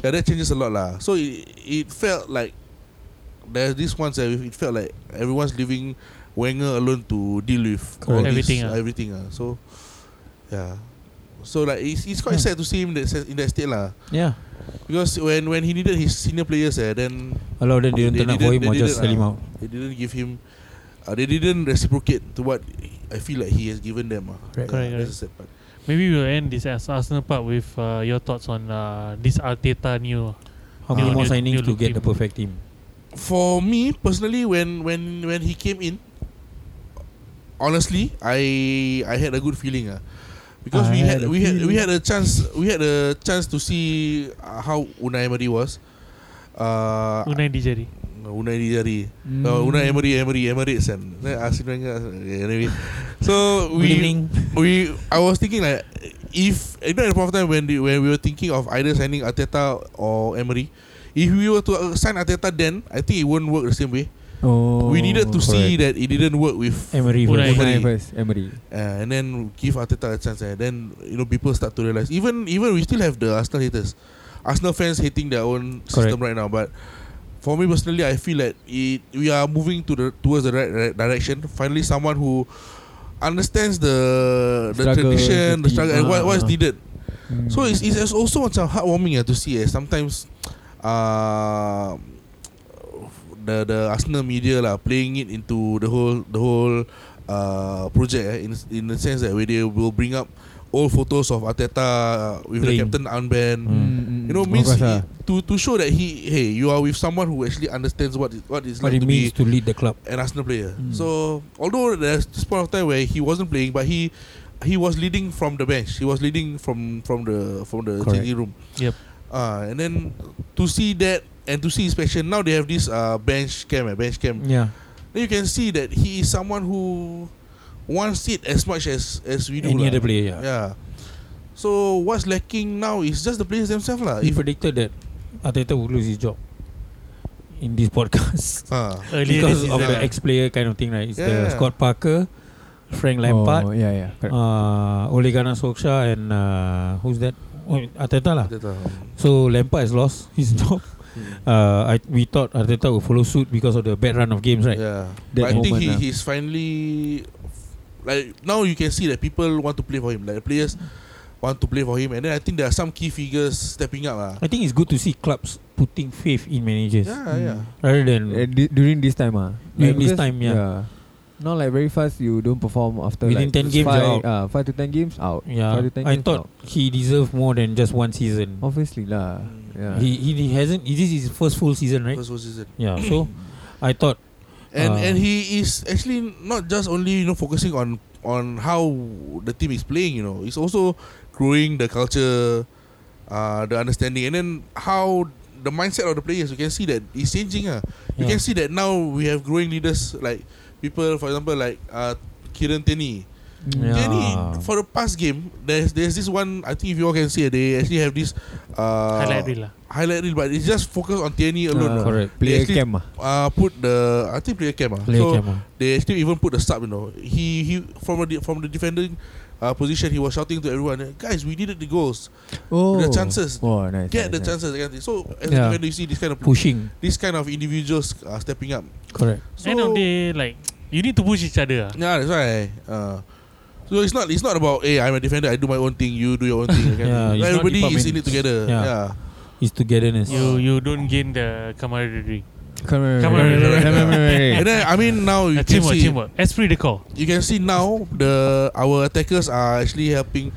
[SPEAKER 6] yeah, that changes a lot lah. So it it felt like there's this one that it felt like everyone's leaving Wenger alone to deal with all
[SPEAKER 3] Correct.
[SPEAKER 6] this,
[SPEAKER 7] Everything ah.
[SPEAKER 6] everything ah. So yeah, so like it's, it's quite sad to see him in that, se- in that state lah.
[SPEAKER 3] yeah.
[SPEAKER 6] Because when when he needed his senior players, eh, then
[SPEAKER 3] A lot of them didn't
[SPEAKER 6] They
[SPEAKER 3] turn up for
[SPEAKER 6] didn't-
[SPEAKER 3] him or
[SPEAKER 6] they
[SPEAKER 3] just
[SPEAKER 6] didn't,
[SPEAKER 3] sell him
[SPEAKER 6] uh,
[SPEAKER 3] out.
[SPEAKER 6] they didn't give him uh, they didn't reciprocate to what I feel like he has given them uh.
[SPEAKER 7] Correct, correct.
[SPEAKER 6] that's the sad part.
[SPEAKER 7] Maybe we'll end this as Arsenal part with uh, your thoughts on uh, this Arteta new.
[SPEAKER 3] How many
[SPEAKER 7] New-
[SPEAKER 3] more
[SPEAKER 7] new-
[SPEAKER 3] signings
[SPEAKER 7] new
[SPEAKER 3] to get
[SPEAKER 7] team.
[SPEAKER 3] the perfect team?
[SPEAKER 6] for me personally when when when he came in honestly I I had a good feeling uh. because we
[SPEAKER 3] Ah, I
[SPEAKER 6] had
[SPEAKER 3] had a
[SPEAKER 6] we had we
[SPEAKER 3] feeling.
[SPEAKER 6] had a chance we had a chance to see uh, how Unai Emery was uh,
[SPEAKER 3] Ah.
[SPEAKER 7] Unai Dijeri.
[SPEAKER 6] Unai Dijari
[SPEAKER 3] Hmm.
[SPEAKER 6] mm. uh, Unai Emery Emery Emirates and then Arsene Wenger okay, anyway so we
[SPEAKER 3] Good evening.
[SPEAKER 6] we I was thinking like if you know at the point of time when the, when we were thinking of either signing Ateta or Emery, if we were to uh, sign Ateta then I think it won't work the same way.
[SPEAKER 5] Oh,
[SPEAKER 6] we needed to see
[SPEAKER 5] correct.
[SPEAKER 6] that it didn't work with
[SPEAKER 3] Emery.
[SPEAKER 7] Unai.
[SPEAKER 3] first.
[SPEAKER 5] Unai
[SPEAKER 6] Emery.
[SPEAKER 5] first, Emery.
[SPEAKER 6] uh, and eh. then give Ateta a chance and then you know people start to realize even even we still have the Arsenal haters. Arsenal fans hating their own system right now. But for me personally, I feel that it we are moving to the towards the right, right direction. Finally, someone who understands the the
[SPEAKER 5] Struggle,
[SPEAKER 6] tradition,
[SPEAKER 5] the
[SPEAKER 6] the struggle, and what, what
[SPEAKER 5] ah.
[SPEAKER 6] is
[SPEAKER 5] Hmm.
[SPEAKER 6] needed. So it's, it's it's also macam heartwarming eh, to see eh, sometimes uh, the the Arsenal media lah playing it into the whole the whole uh, project eh, in in the sense that where they will bring up old photos of Ateta with
[SPEAKER 3] Playing.
[SPEAKER 6] the captain armband.
[SPEAKER 3] Mm.
[SPEAKER 5] Mm, mm,
[SPEAKER 6] You know,
[SPEAKER 5] mm. Of
[SPEAKER 6] means
[SPEAKER 5] course
[SPEAKER 6] he,
[SPEAKER 5] lah.
[SPEAKER 6] to to show that he hey you are with someone who actually understands what it, what it's
[SPEAKER 3] What it
[SPEAKER 6] like to
[SPEAKER 3] means
[SPEAKER 6] be
[SPEAKER 3] to lead the club.
[SPEAKER 6] an Arsenal player.
[SPEAKER 3] Mm.
[SPEAKER 6] So although there's this point of time where he wasn't playing, but he he was leading from the bench. He was leading from from the from the
[SPEAKER 5] Correct.
[SPEAKER 6] changing room.
[SPEAKER 7] Yep.
[SPEAKER 6] Uh, and then to see that and to see his passion, now they have this uh, bench cam, eh, bench cam.
[SPEAKER 3] Yeah.
[SPEAKER 6] Then you can see that he is someone who wants it as much as as we do.
[SPEAKER 3] Any
[SPEAKER 6] lah.
[SPEAKER 3] other player. Yeah.
[SPEAKER 6] Yeah. So what's lacking now is just the players themselves lah.
[SPEAKER 3] He
[SPEAKER 6] If
[SPEAKER 3] predicted that Ateta would lose his job in this podcast.
[SPEAKER 6] uh,
[SPEAKER 7] Earlier
[SPEAKER 3] because
[SPEAKER 7] this
[SPEAKER 3] of
[SPEAKER 7] season.
[SPEAKER 3] the ex-player kind of thing, right? It's
[SPEAKER 6] Yeah.
[SPEAKER 3] the Scott Parker, Frank Lampard,
[SPEAKER 5] Oh, yeah, yeah. Correct.
[SPEAKER 3] uh, Ole Gunnar Solskjaer, and uh, who's that? Oh, Arteta lah. So Lampard has lost his job. Uh, I, we thought Arteta would follow suit because of the bad run of games, right?
[SPEAKER 6] Yeah.
[SPEAKER 5] That
[SPEAKER 6] but I think
[SPEAKER 5] moment
[SPEAKER 6] he,
[SPEAKER 5] lah.
[SPEAKER 6] he's finally like now you can see that people want to play for him. Like the players want to play for him and then I think there are some key figures stepping up lah.
[SPEAKER 3] I think it's good to see clubs putting faith in managers
[SPEAKER 6] Yeah,
[SPEAKER 5] Mm.
[SPEAKER 6] Ah, yeah.
[SPEAKER 3] rather
[SPEAKER 5] Uh,
[SPEAKER 3] than
[SPEAKER 5] di- during this time ah.
[SPEAKER 3] During this
[SPEAKER 5] because-
[SPEAKER 3] time, yeah.
[SPEAKER 5] Not like very fast you don't perform after
[SPEAKER 3] Within
[SPEAKER 5] like
[SPEAKER 3] 10 games,
[SPEAKER 5] five,
[SPEAKER 3] you're out.
[SPEAKER 5] ah, five to 10 games out.
[SPEAKER 3] yeah.
[SPEAKER 5] Five to 10
[SPEAKER 3] I
[SPEAKER 5] games
[SPEAKER 3] thought
[SPEAKER 5] out.
[SPEAKER 3] he deserved more than just one season.
[SPEAKER 5] Obviously lah. Yeah.
[SPEAKER 3] He, he he hasn't. This is his first full season, right?
[SPEAKER 6] First whole season.
[SPEAKER 3] Yeah. So I thought
[SPEAKER 6] And
[SPEAKER 3] Ah.
[SPEAKER 6] and he is actually not just only you know focusing on on how the team is playing, you know. It's also growing the culture, uh, the understanding and then how the mindset of the players you can see that it's changing ah. You
[SPEAKER 3] yeah.
[SPEAKER 6] can see that now we have growing leaders like people, for example, like uh, Kiran Teni.
[SPEAKER 3] Yeah.
[SPEAKER 6] Teni for the past game, there's there's this one. I think if you all can see, it, they actually have this
[SPEAKER 3] Ah.
[SPEAKER 6] uh,
[SPEAKER 7] Highlight reel lah.
[SPEAKER 6] highlight reel, but it's just focused on Teni alone.
[SPEAKER 5] Ah,
[SPEAKER 6] Uh,
[SPEAKER 3] correct.
[SPEAKER 5] Player
[SPEAKER 6] They actually-
[SPEAKER 5] cam ah.
[SPEAKER 6] uh, put the I think player cam. ah.
[SPEAKER 3] player
[SPEAKER 6] so
[SPEAKER 3] camera.
[SPEAKER 6] they actually even put the sub. You know, he he from a de- from the defending uh, position, he was shouting to everyone, eh, guys, we needed the goals,
[SPEAKER 5] Oh.
[SPEAKER 6] the chances.
[SPEAKER 5] Oh, nice.
[SPEAKER 6] Get the
[SPEAKER 5] nice, nice.
[SPEAKER 6] chances. that kind of thing. So as
[SPEAKER 3] Yeah.
[SPEAKER 6] a defender, you see this kind of
[SPEAKER 3] pushing.
[SPEAKER 6] this kind of individuals uh, stepping up.
[SPEAKER 3] Correct.
[SPEAKER 6] So,
[SPEAKER 7] End of day, like you need to push each other. ah.
[SPEAKER 6] Yeah, that's why. Uh, so it's not it's not about hey I'm a defender I do my own thing you do your own thing. Okay?
[SPEAKER 3] Yeah, it's not
[SPEAKER 6] everybody is in
[SPEAKER 3] department.
[SPEAKER 6] it together.
[SPEAKER 3] Yeah.
[SPEAKER 6] Yeah.
[SPEAKER 3] It's togetherness.
[SPEAKER 7] You you don't gain the camaraderie.
[SPEAKER 5] Come on,
[SPEAKER 7] Come
[SPEAKER 5] come on,
[SPEAKER 7] on,
[SPEAKER 5] come on,
[SPEAKER 7] come on.
[SPEAKER 5] come on.
[SPEAKER 6] And then I mean now you
[SPEAKER 7] Uh,
[SPEAKER 6] can
[SPEAKER 7] teamwork,
[SPEAKER 6] see
[SPEAKER 7] teamwork. Esprit de corps.
[SPEAKER 6] you can see now the our attackers are actually helping,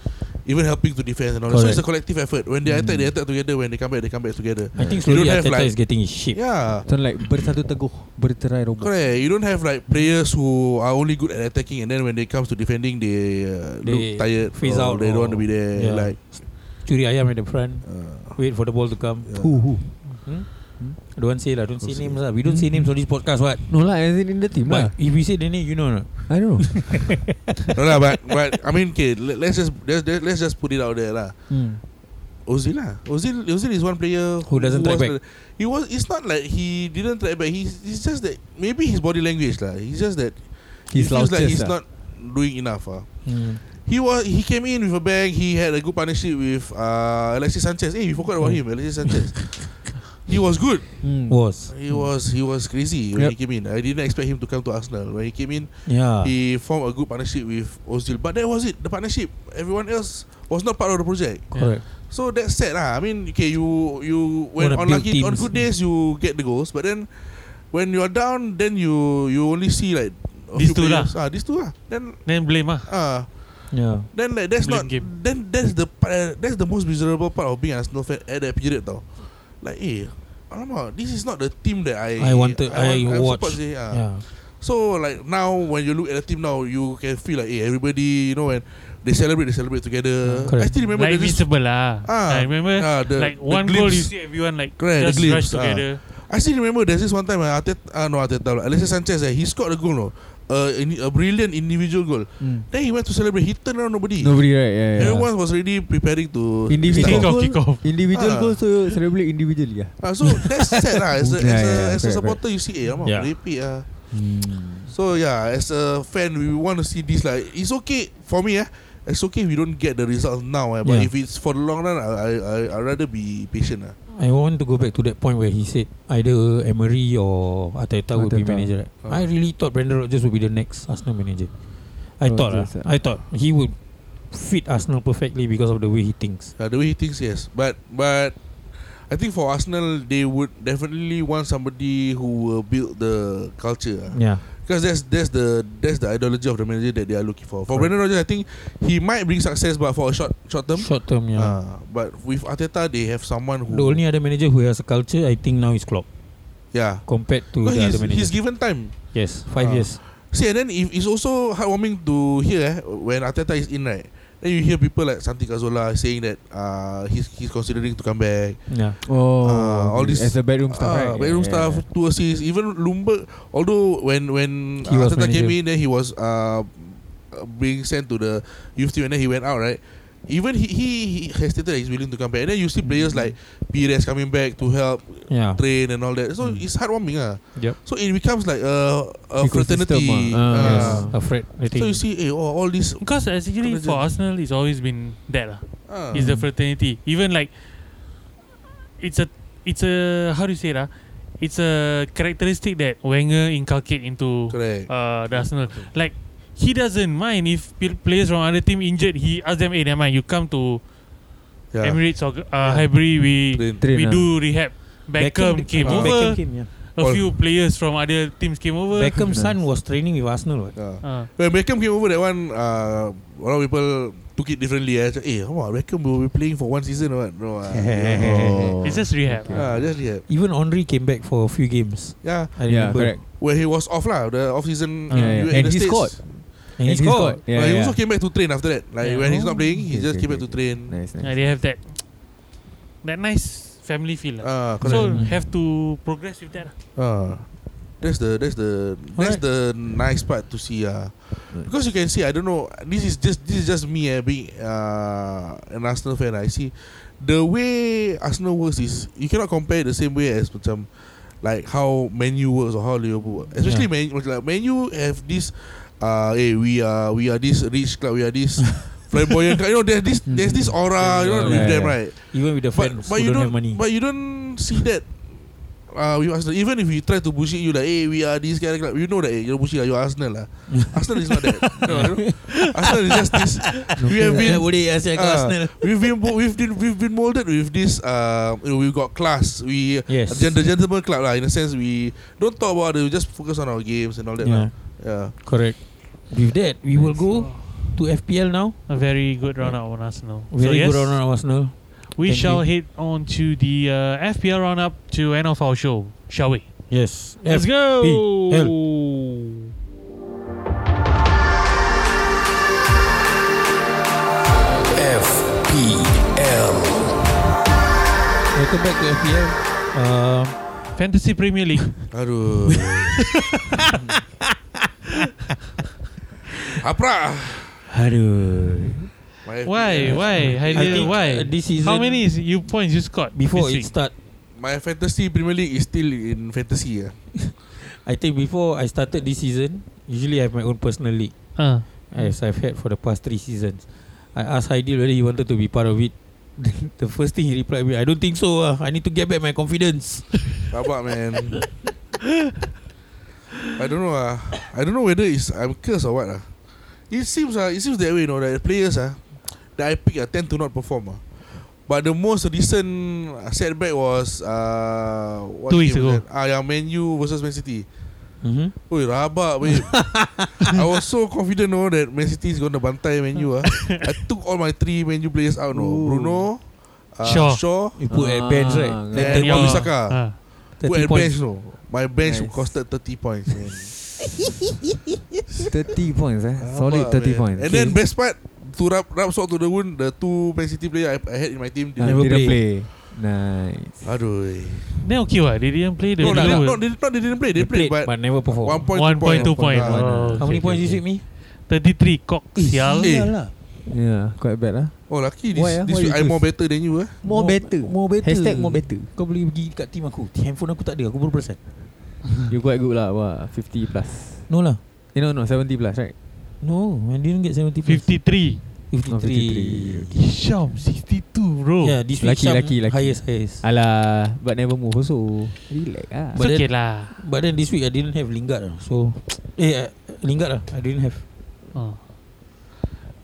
[SPEAKER 6] even helping to defend and all. that.
[SPEAKER 3] Correct. Hmm.
[SPEAKER 6] So it's a collective effort. When they attack,
[SPEAKER 5] Mm.
[SPEAKER 6] they attack together. When they come back, they come back together.
[SPEAKER 3] I think
[SPEAKER 6] You
[SPEAKER 3] slowly
[SPEAKER 6] don't have
[SPEAKER 3] Ateta
[SPEAKER 6] like-
[SPEAKER 3] is getting his shape.
[SPEAKER 6] Yeah.
[SPEAKER 5] Macam like bersatu teguh, berterai roboh.
[SPEAKER 6] Correct. You don't have like players who are only good at attacking, and then when they comes to defending, they,
[SPEAKER 3] They
[SPEAKER 6] uh, look tired.
[SPEAKER 3] phase
[SPEAKER 6] or
[SPEAKER 3] out
[SPEAKER 6] They
[SPEAKER 3] or-
[SPEAKER 6] don't want to be there.
[SPEAKER 3] Yeah.
[SPEAKER 6] Like.
[SPEAKER 3] Curi ayam at the front.
[SPEAKER 6] Uh,
[SPEAKER 3] Wait for the ball to come.
[SPEAKER 6] Yeah.
[SPEAKER 3] Who who? Hmm? Don't say lah. Don't say
[SPEAKER 6] Don't say.
[SPEAKER 3] names lah. We don't say names on this podcast. What?
[SPEAKER 5] No lah, as in in the team lah.
[SPEAKER 3] But if we say the name, you know. or not?
[SPEAKER 5] I don't know.
[SPEAKER 6] no lah, but but I mean, okay, let, let's just let's, let's just put it out there lah.
[SPEAKER 5] Hmm.
[SPEAKER 6] Ozil lah. Ozil, Ozil is one player
[SPEAKER 3] Who doesn't
[SPEAKER 6] was
[SPEAKER 3] track back.
[SPEAKER 6] the- He was. It's not like he didn't track back. He's. It's just that maybe his body language lah. He's just that
[SPEAKER 5] He
[SPEAKER 6] he feels like
[SPEAKER 5] slouches
[SPEAKER 6] he's
[SPEAKER 5] lah.
[SPEAKER 6] not doing enough. Ah, he was. He came in with a bang. He had a good partnership with uh, Alexis Sanchez. Hey, we forgot about him, Alexis Sanchez. he was good.
[SPEAKER 5] Hmm.
[SPEAKER 3] Was.
[SPEAKER 6] He was. He was crazy when
[SPEAKER 5] Yep.
[SPEAKER 6] he came in. I didn't expect him to come to Arsenal. When he came in,
[SPEAKER 3] Yeah.
[SPEAKER 6] he formed a good partnership with Ozil. But that was it. The partnership. Everyone else was not part of the project.
[SPEAKER 3] Correct.
[SPEAKER 6] So that's sad lah. I mean, okay, you you when
[SPEAKER 3] Wanna
[SPEAKER 6] on
[SPEAKER 3] build
[SPEAKER 6] lucky on
[SPEAKER 3] teams.
[SPEAKER 6] good days you get the goals, but then when you're down, then you you only see like a
[SPEAKER 7] These
[SPEAKER 6] few
[SPEAKER 7] two
[SPEAKER 6] players. Ah, these two lah. Then
[SPEAKER 7] Then blame ah.
[SPEAKER 6] ah,
[SPEAKER 3] Yeah.
[SPEAKER 6] then like that's
[SPEAKER 7] Blame
[SPEAKER 6] not
[SPEAKER 7] game.
[SPEAKER 6] then that's the pa- that's the most miserable part of being a Arsenal fan at that period tau. Like eh, alamak, this is not the team that I
[SPEAKER 3] I wanted- I
[SPEAKER 6] want-
[SPEAKER 3] watched.
[SPEAKER 6] support seh. Ah.
[SPEAKER 3] Yeah.
[SPEAKER 6] So like now when you look at the team now, you can feel like eh, everybody you know when they celebrate, they celebrate together.
[SPEAKER 3] Mm, correct.
[SPEAKER 6] I still remember
[SPEAKER 7] Like
[SPEAKER 6] there's this-
[SPEAKER 7] visible lah.
[SPEAKER 6] Ah,
[SPEAKER 7] I remember
[SPEAKER 6] ah, the-
[SPEAKER 7] like
[SPEAKER 6] the
[SPEAKER 7] one goal you
[SPEAKER 6] glimpse.
[SPEAKER 7] see everyone like
[SPEAKER 6] Correct, the
[SPEAKER 7] just rush
[SPEAKER 6] glimpse, ah.
[SPEAKER 7] together.
[SPEAKER 6] I still remember there's this one time uh, Arteta, uh, no Arteta, lah, Alexis Sanchez eh, he scored a goal no. Uh, in, a brilliant individual goal.
[SPEAKER 5] Hmm.
[SPEAKER 6] Then he went to celebrate. He turned around nobody.
[SPEAKER 5] Nobody right? Yeah, yeah.
[SPEAKER 6] Everyone was already preparing to
[SPEAKER 5] Individual
[SPEAKER 7] Kick off,
[SPEAKER 5] goal,
[SPEAKER 7] kick off.
[SPEAKER 5] individual
[SPEAKER 6] Ah.
[SPEAKER 5] goal, so celebrate individually. Yeah.
[SPEAKER 6] Uh, so that's sad lah. As a, as a,
[SPEAKER 5] Yeah, yeah,
[SPEAKER 6] as a
[SPEAKER 5] correct,
[SPEAKER 6] supporter, you see, eh, I'm
[SPEAKER 3] Yeah.
[SPEAKER 6] yeah. repeat ah.
[SPEAKER 3] Hmm.
[SPEAKER 6] So yeah, as a fan, we want to see this like it's okay for me eh. It's okay if you don't get the results now, eh, but
[SPEAKER 3] Yeah.
[SPEAKER 6] if it's for the long run, I I I I'd rather be patient. Ah.
[SPEAKER 3] I want to go back to that point where he said either Emery or Arteta would be
[SPEAKER 5] Arteta.
[SPEAKER 3] manager. Right?
[SPEAKER 6] Ah.
[SPEAKER 3] I really thought Brendan Rodgers would be the next Arsenal manager. I thought ah,
[SPEAKER 5] Rodgers, ah.
[SPEAKER 3] I thought he would fit Arsenal perfectly because of the way he thinks.
[SPEAKER 6] Uh, the way he thinks, yes. But but I think for Arsenal, they would definitely want somebody who will build the culture. ah.
[SPEAKER 3] Yeah.
[SPEAKER 6] Because that's that's the that's the ideology of the manager that they are looking for. For
[SPEAKER 3] Correct.
[SPEAKER 6] Brendan Rodgers, I think he might bring success, but for a short short term.
[SPEAKER 3] Short term, yeah.
[SPEAKER 6] Ah, but with Arteta, they have someone who
[SPEAKER 3] The only other manager who has a culture, I think now is Klopp
[SPEAKER 6] yeah.
[SPEAKER 3] compared to
[SPEAKER 6] No,
[SPEAKER 3] the
[SPEAKER 6] he's,
[SPEAKER 3] other manager.
[SPEAKER 6] he's given time.
[SPEAKER 3] yes, five
[SPEAKER 6] Ah.
[SPEAKER 3] years.
[SPEAKER 6] See, and then if it's also heartwarming to hear eh, when Arteta is in right. Then you hear people like Santi Cazorla saying that uh, he's he's considering to come back.
[SPEAKER 3] Yeah,
[SPEAKER 5] Oh,
[SPEAKER 6] Ah, all this-
[SPEAKER 5] as a bedroom stuff,
[SPEAKER 6] Ah,
[SPEAKER 5] right?
[SPEAKER 6] Bedroom
[SPEAKER 5] Yeah,
[SPEAKER 6] staff,
[SPEAKER 5] yeah,
[SPEAKER 6] two assists. Even Lumberg, although when when
[SPEAKER 3] He was
[SPEAKER 6] Arteta came
[SPEAKER 3] manager.
[SPEAKER 6] in, then he was uh, being sent to the youth team, and then he went out, right? Even he, he, he has stated that he's willing to come back. And then you see players like Pires coming back to help
[SPEAKER 3] yeah.
[SPEAKER 6] train and all that. So
[SPEAKER 3] Mm.
[SPEAKER 6] it's heartwarming. Ah.
[SPEAKER 3] Yep.
[SPEAKER 6] So it becomes like a, a
[SPEAKER 5] Ecosystem,
[SPEAKER 6] fraternity.
[SPEAKER 5] ah. Ah,
[SPEAKER 3] yes,
[SPEAKER 6] Ah.
[SPEAKER 3] afraid. I think.
[SPEAKER 6] So you see, eh, oh, all these.
[SPEAKER 7] Because actually
[SPEAKER 6] Convergence.
[SPEAKER 7] for Arsenal, it's always been that lah.
[SPEAKER 6] ah.
[SPEAKER 7] It's the fraternity. Even like, it's a, it's a how do you say that? It's a characteristic that Wenger inculcate into
[SPEAKER 6] Correct.
[SPEAKER 7] uh, the Arsenal. Like he doesn't mind if p- players from other team injured. He asks them, "Hey, never mind. You come to
[SPEAKER 6] Yeah.
[SPEAKER 7] Emirates or uh, Highbury. We
[SPEAKER 6] Train.
[SPEAKER 5] Train,
[SPEAKER 7] we
[SPEAKER 5] ah.
[SPEAKER 7] do rehab." Beckham, came
[SPEAKER 6] ah.
[SPEAKER 7] over.
[SPEAKER 3] Beckham came, yeah.
[SPEAKER 7] A few players from other teams came over.
[SPEAKER 3] Beckham's son was training with Arsenal. Right?
[SPEAKER 6] Ah.
[SPEAKER 7] Ah.
[SPEAKER 6] When Beckham came over, that one, uh, a lot of people took it differently. Eh, Macam, eh come on, Beckham will be playing for one season or what? No, ah.
[SPEAKER 5] Oh.
[SPEAKER 7] It's just rehab.
[SPEAKER 5] Okay.
[SPEAKER 6] Ah, just yeah.
[SPEAKER 3] Even Henri came back for a few games.
[SPEAKER 6] Yeah,
[SPEAKER 3] I
[SPEAKER 5] yeah,
[SPEAKER 3] remember.
[SPEAKER 5] correct.
[SPEAKER 6] where he was off lah, the off season.
[SPEAKER 3] Ah, yeah.
[SPEAKER 5] And he scored.
[SPEAKER 3] And he scored.
[SPEAKER 5] Yeah,
[SPEAKER 6] but he
[SPEAKER 5] yeah.
[SPEAKER 6] also came back to train after that. Like
[SPEAKER 7] Yeah.
[SPEAKER 6] when he's not playing, he
[SPEAKER 5] Okay,
[SPEAKER 6] just
[SPEAKER 5] okay,
[SPEAKER 6] came back
[SPEAKER 5] okay,
[SPEAKER 6] to train.
[SPEAKER 5] Nice,
[SPEAKER 7] Yeah,
[SPEAKER 5] nice.
[SPEAKER 7] they have that that nice family feel. lah.
[SPEAKER 6] Ah, correct.
[SPEAKER 7] so
[SPEAKER 3] Mm.
[SPEAKER 7] have to progress with that. lah.
[SPEAKER 5] Ha.
[SPEAKER 6] Ah. That's the that's the that's the nice part to see ah. Because you can see I don't know this is just this is just me eh, being uh, an Arsenal fan I see the way Arsenal works is you cannot compare it the same way as macam like how Menu works or how Liverpool works. Especially Man Menu like Menu have this uh hey we are we are this rich club we are this flamboyant club. you know there's this there's this aura you know
[SPEAKER 5] Yeah,
[SPEAKER 6] with them
[SPEAKER 5] yeah.
[SPEAKER 6] right
[SPEAKER 3] Even with the
[SPEAKER 6] but,
[SPEAKER 3] fans
[SPEAKER 6] but
[SPEAKER 3] who
[SPEAKER 6] you
[SPEAKER 3] don't,
[SPEAKER 6] don't
[SPEAKER 3] have money.
[SPEAKER 6] But you don't see that. Uh, with Arsenal. Even if you try to bullshit you like, hey, we are this guy, like, you know that hey, you're bullshit, lah, you're Arsenal lah. Arsenal is not that. No, you know? Arsenal is just this. We have been, Ah,
[SPEAKER 3] uh,
[SPEAKER 6] we've been, mo- we've been, we've been molded with this. Uh, you know, we've got class. We
[SPEAKER 3] Yes.
[SPEAKER 6] gen- the gentleman club lah. In a sense, we don't talk about it. We just focus on our games and all that.
[SPEAKER 3] yeah,
[SPEAKER 6] lah. yeah.
[SPEAKER 3] correct. With that, we will go to FPL now.
[SPEAKER 7] A very good round out on Arsenal. so
[SPEAKER 3] Very
[SPEAKER 7] yes,
[SPEAKER 3] good on Arsenal.
[SPEAKER 7] we
[SPEAKER 3] Thank
[SPEAKER 7] shall
[SPEAKER 3] you.
[SPEAKER 7] head on to the uh, FPL round up to end of our show, shall we?
[SPEAKER 3] Yes.
[SPEAKER 7] Let's go.
[SPEAKER 3] FPL.
[SPEAKER 1] FPL.
[SPEAKER 3] Welcome back to FPL. Um,
[SPEAKER 7] Fantasy Premier League.
[SPEAKER 6] Aduh. Apa?
[SPEAKER 3] aduh.
[SPEAKER 6] My
[SPEAKER 7] why?
[SPEAKER 6] FPL.
[SPEAKER 7] Why? Hailil,
[SPEAKER 3] think,
[SPEAKER 7] why?
[SPEAKER 3] uh, this season-
[SPEAKER 7] How many is you points you scored
[SPEAKER 3] Before it
[SPEAKER 7] this week?
[SPEAKER 3] start,
[SPEAKER 6] My fantasy Premier League is still in fantasy. ya. Yeah.
[SPEAKER 3] I think before I started this season, usually I have my own personal league
[SPEAKER 7] Uh,
[SPEAKER 3] as I've had for the past three seasons. I asked Heidi whether he wanted to be part of it. the first thing he replied me, I don't think so. ah. I need to get back my confidence.
[SPEAKER 6] Rabak man. I don't know ah. I don't know whether it's I'm cursed or what ah. It seems ah, it seems that way you know that players ah that I pick ah tend to not perform ah. But the most recent ah, setback was uh, what
[SPEAKER 7] Two weeks
[SPEAKER 6] game
[SPEAKER 7] ago.
[SPEAKER 6] was that? Ah, yang Man U versus Man City.
[SPEAKER 3] Mm-hmm.
[SPEAKER 6] Oi, rabak babe. I was so confident no that Man City is going to bantai Man U ah. I took all my three Man U players out no.
[SPEAKER 5] Ooh.
[SPEAKER 6] Bruno, uh,
[SPEAKER 7] Shaw.
[SPEAKER 6] Shaw
[SPEAKER 3] You put at
[SPEAKER 5] Ah,
[SPEAKER 3] bench, right?
[SPEAKER 5] yeah.
[SPEAKER 3] Then
[SPEAKER 6] And
[SPEAKER 3] thirty-
[SPEAKER 6] your- Wan-Bissaka.
[SPEAKER 7] uh,
[SPEAKER 6] Put
[SPEAKER 3] 30
[SPEAKER 6] at
[SPEAKER 3] points.
[SPEAKER 6] bench no. My bench
[SPEAKER 5] Nice.
[SPEAKER 6] costed 30 points. Man.
[SPEAKER 5] 30 points, eh? Solid 30
[SPEAKER 6] Ah, man.
[SPEAKER 5] points.
[SPEAKER 6] And then best part to rub rub salt to the wound, the two Man City player I, I had in my team.
[SPEAKER 5] Ah,
[SPEAKER 6] Did
[SPEAKER 3] never
[SPEAKER 5] didn't
[SPEAKER 3] play.
[SPEAKER 5] play. Nice.
[SPEAKER 6] Aduh. eh.
[SPEAKER 7] then okay, what? They didn't play the
[SPEAKER 6] No, nah,
[SPEAKER 7] they
[SPEAKER 6] nah,
[SPEAKER 7] were
[SPEAKER 6] not, they, not they didn't play. They, played, but,
[SPEAKER 3] never perform.
[SPEAKER 6] one point,
[SPEAKER 7] one point, two
[SPEAKER 6] two
[SPEAKER 7] point.
[SPEAKER 6] point.
[SPEAKER 3] point.
[SPEAKER 7] Oh,
[SPEAKER 3] How
[SPEAKER 7] okay,
[SPEAKER 3] many
[SPEAKER 7] okay,
[SPEAKER 3] points you
[SPEAKER 7] okay.
[SPEAKER 3] hit me?
[SPEAKER 7] 33 cock sial.
[SPEAKER 6] Eh,
[SPEAKER 5] Yeah, quite bad lah.
[SPEAKER 6] Oh lucky this
[SPEAKER 5] Why, ah?
[SPEAKER 6] this
[SPEAKER 5] Why
[SPEAKER 6] week
[SPEAKER 5] you
[SPEAKER 6] I'm
[SPEAKER 5] choose?
[SPEAKER 6] more better than you eh.
[SPEAKER 3] More better.
[SPEAKER 5] More better.
[SPEAKER 3] Hashtag
[SPEAKER 5] Hashtag
[SPEAKER 3] more
[SPEAKER 5] more better.
[SPEAKER 3] Kau boleh pergi kat team aku. Handphone aku tak ada. Aku baru perasan.
[SPEAKER 5] You quite good lah. Wah, 50 plus. Eh,
[SPEAKER 3] No lah.
[SPEAKER 5] You know, no, 70 plus, right?
[SPEAKER 3] No, I didn't get 70 points. Oh, 53.
[SPEAKER 7] 53.
[SPEAKER 5] 53.
[SPEAKER 4] Hisham 62 bro
[SPEAKER 3] Yeah, this week
[SPEAKER 5] Lucky,
[SPEAKER 3] Syam
[SPEAKER 5] lucky, lucky.
[SPEAKER 3] highest, highest.
[SPEAKER 5] Alah, but never move also. Relax ah.
[SPEAKER 7] It's
[SPEAKER 3] But then-
[SPEAKER 7] okay lah.
[SPEAKER 3] But then this week I didn't have Lingard lah. So eh uh, Lingard lah. I didn't have.
[SPEAKER 7] Oh.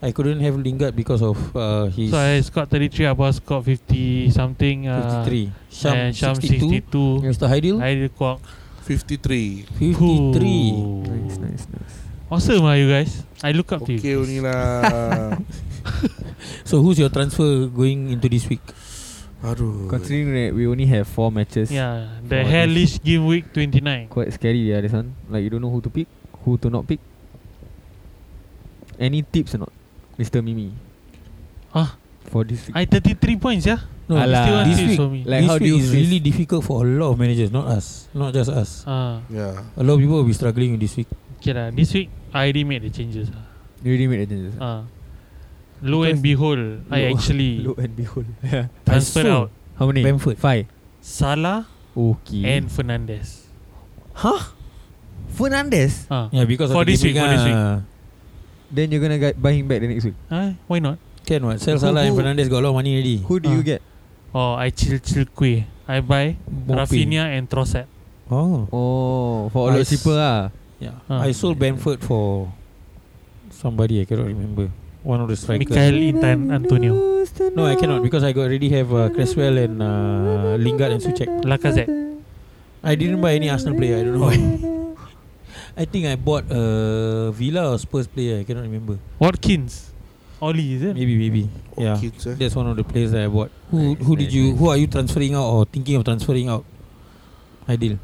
[SPEAKER 3] I couldn't have Lingard because of uh, his
[SPEAKER 7] So I scored 33 Abah scored 50 something uh,
[SPEAKER 3] 53. Syam,
[SPEAKER 7] And Syam
[SPEAKER 3] 62.
[SPEAKER 7] 62
[SPEAKER 3] Mr. Haidil
[SPEAKER 7] Aidil Kwok
[SPEAKER 6] 53
[SPEAKER 3] 53.
[SPEAKER 5] Nice, nice, nice.
[SPEAKER 7] Awesome lah you guys I look up to you
[SPEAKER 6] Okay only lah
[SPEAKER 3] So who's your transfer going into this week?
[SPEAKER 6] Aduh
[SPEAKER 5] Considering that we only have four matches,
[SPEAKER 7] Yeah The
[SPEAKER 5] For this-
[SPEAKER 7] hellish game week 29
[SPEAKER 5] quite scary yeah, this one. Like you don't know who to pick, who to not pick. Any tips or not, Mister Mimi?
[SPEAKER 7] Huh?
[SPEAKER 5] For this week.
[SPEAKER 7] I 33 points yeah
[SPEAKER 3] No,
[SPEAKER 5] Alah.
[SPEAKER 7] Still one
[SPEAKER 3] this
[SPEAKER 7] tips
[SPEAKER 3] week-
[SPEAKER 7] for me
[SPEAKER 5] Like
[SPEAKER 3] this
[SPEAKER 5] how do
[SPEAKER 3] week
[SPEAKER 5] you
[SPEAKER 3] is
[SPEAKER 5] face-
[SPEAKER 3] really difficult for a lot of managers, not us, not just us.
[SPEAKER 7] Ah,
[SPEAKER 6] Yeah
[SPEAKER 3] A lot of people will be struggling this week.
[SPEAKER 7] Okay lah This week I already made the changes ah.
[SPEAKER 5] you already made the changes.
[SPEAKER 7] Ah.
[SPEAKER 5] ah?
[SPEAKER 7] Lo and behold I
[SPEAKER 5] Lo-
[SPEAKER 7] actually
[SPEAKER 5] Look and behold. yeah.
[SPEAKER 3] I
[SPEAKER 7] Transfer
[SPEAKER 3] saw
[SPEAKER 7] out
[SPEAKER 5] How many?
[SPEAKER 3] Bamford.
[SPEAKER 5] Five.
[SPEAKER 7] Salah
[SPEAKER 5] Okay.
[SPEAKER 7] And Fernandes
[SPEAKER 5] Fernandes.
[SPEAKER 7] ah.
[SPEAKER 3] Yeah, Ya, because
[SPEAKER 7] For
[SPEAKER 3] of the
[SPEAKER 7] this week,
[SPEAKER 3] gaming,
[SPEAKER 7] for this week.
[SPEAKER 3] ah.
[SPEAKER 5] Then you're gonna get, buy him back the next week.
[SPEAKER 7] ah, Why not
[SPEAKER 3] Can what? Sell
[SPEAKER 5] Who-
[SPEAKER 3] Salah and
[SPEAKER 5] who-
[SPEAKER 3] Fernandez got a lot of money already.
[SPEAKER 5] Who do
[SPEAKER 7] Ah.
[SPEAKER 5] you get?
[SPEAKER 7] Oh I chill chill kuih I buy
[SPEAKER 3] Mopin.
[SPEAKER 7] Rafinha and Trossard
[SPEAKER 3] Oh.
[SPEAKER 5] Oh, for a lot
[SPEAKER 3] Nice.
[SPEAKER 5] cheaper ah.
[SPEAKER 3] Yeah.
[SPEAKER 7] Ah.
[SPEAKER 3] I sold Bamford for somebody I cannot remember. One of the strikers.
[SPEAKER 7] Mikael Intan Antonio
[SPEAKER 3] No, I cannot because I got already have uh, Cresswell and uh, Lingard and Suchek.
[SPEAKER 7] Lacazette
[SPEAKER 3] I didn't buy any Arsenal player. I don't know why. I think I bought a Villa or Spurs player. I cannot remember.
[SPEAKER 7] Watkins Oli is it
[SPEAKER 3] Maybe, maybe. Yeah.
[SPEAKER 6] Kids eh
[SPEAKER 3] That's one of the players that I bought. Who
[SPEAKER 5] Nice,
[SPEAKER 3] who did
[SPEAKER 5] nice,
[SPEAKER 3] you
[SPEAKER 5] nice.
[SPEAKER 3] who are you transferring out or thinking of transferring out? Ideal.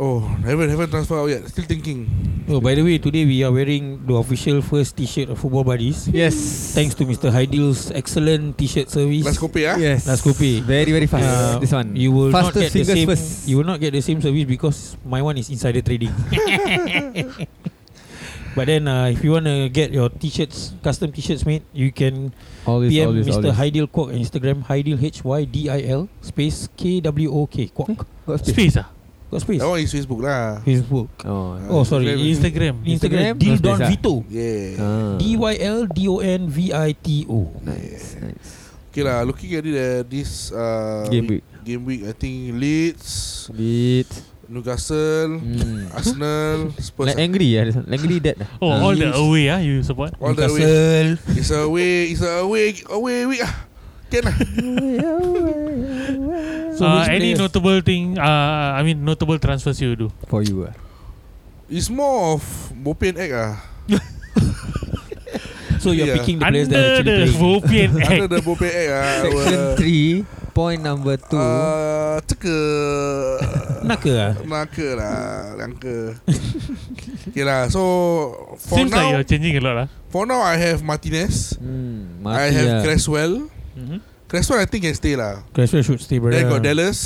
[SPEAKER 6] Oh haven't haven't transfer out yet Still thinking
[SPEAKER 3] Oh, by the way, today we are wearing the official first T-shirt of Football Buddies.
[SPEAKER 5] Yes.
[SPEAKER 3] Thanks to Mr. Haidil's excellent T-shirt service.
[SPEAKER 6] Last kopi ah
[SPEAKER 5] Yes.
[SPEAKER 3] Last kopi.
[SPEAKER 5] Very very fast.
[SPEAKER 3] Uh,
[SPEAKER 5] this one.
[SPEAKER 3] You will
[SPEAKER 5] Fastest
[SPEAKER 3] not get the
[SPEAKER 5] fingers
[SPEAKER 3] same.
[SPEAKER 5] first.
[SPEAKER 3] You will not get the same service because my one is insider trading. But then, uh, if you want to get your t-shirts, custom t-shirts made, you can
[SPEAKER 5] always,
[SPEAKER 3] PM
[SPEAKER 5] always,
[SPEAKER 3] Mr.
[SPEAKER 5] always.
[SPEAKER 3] Hydil Kwok on Instagram Hydil H Y D I L space K W O K Kwok.
[SPEAKER 5] Got space.
[SPEAKER 7] Space ah
[SPEAKER 3] Got space.
[SPEAKER 6] That one is Facebook lah
[SPEAKER 3] Facebook.
[SPEAKER 5] Oh.
[SPEAKER 3] Oh, sorry. Instagram. Instagram.
[SPEAKER 7] Instagram
[SPEAKER 5] Instagram.
[SPEAKER 3] Dil
[SPEAKER 5] Got space,
[SPEAKER 3] Don
[SPEAKER 5] ah.
[SPEAKER 3] Vito.
[SPEAKER 6] Yeah
[SPEAKER 5] Ah.
[SPEAKER 3] Hmm. D Y L D O N V I T O.
[SPEAKER 5] Nice, nice.
[SPEAKER 6] Okay lah Looking at it uh, This uh,
[SPEAKER 5] Game week.
[SPEAKER 6] Game week I think Leeds
[SPEAKER 5] Sweet.
[SPEAKER 6] Newcastle
[SPEAKER 5] Mm.
[SPEAKER 6] Arsenal Spurs
[SPEAKER 5] Like angry yeah, this one. Like angry that.
[SPEAKER 7] Oh
[SPEAKER 5] Ah.
[SPEAKER 7] all the away ah You support
[SPEAKER 6] All the way
[SPEAKER 3] Newcastle.
[SPEAKER 6] It's a way It's a way Away week ah Can lah
[SPEAKER 3] So
[SPEAKER 7] uh,
[SPEAKER 3] which
[SPEAKER 7] any
[SPEAKER 3] players?
[SPEAKER 7] notable thing uh, I mean notable transfers you do
[SPEAKER 5] for you. ah.
[SPEAKER 6] It's more of Bopian act ah
[SPEAKER 3] So you're
[SPEAKER 6] Yeah.
[SPEAKER 3] picking the players that are actually
[SPEAKER 7] Under the
[SPEAKER 3] playing.
[SPEAKER 7] European
[SPEAKER 6] Under
[SPEAKER 7] Act
[SPEAKER 6] the Bopian act ah
[SPEAKER 5] Section
[SPEAKER 6] our-
[SPEAKER 5] 3 point number 2.
[SPEAKER 6] Uh, 这个
[SPEAKER 3] Naka ah?
[SPEAKER 6] 那个啦，两个 lah, Okay lah so For
[SPEAKER 7] Seems like
[SPEAKER 6] now
[SPEAKER 7] you're changing a lot ah.
[SPEAKER 6] For now I have Martinez
[SPEAKER 5] mm,
[SPEAKER 6] I
[SPEAKER 5] mati
[SPEAKER 6] have
[SPEAKER 5] ah.
[SPEAKER 6] Creswell
[SPEAKER 3] Mhm.
[SPEAKER 6] Creswell I think can stay lah
[SPEAKER 3] Creswell should stay, brother.
[SPEAKER 6] Then got Dallas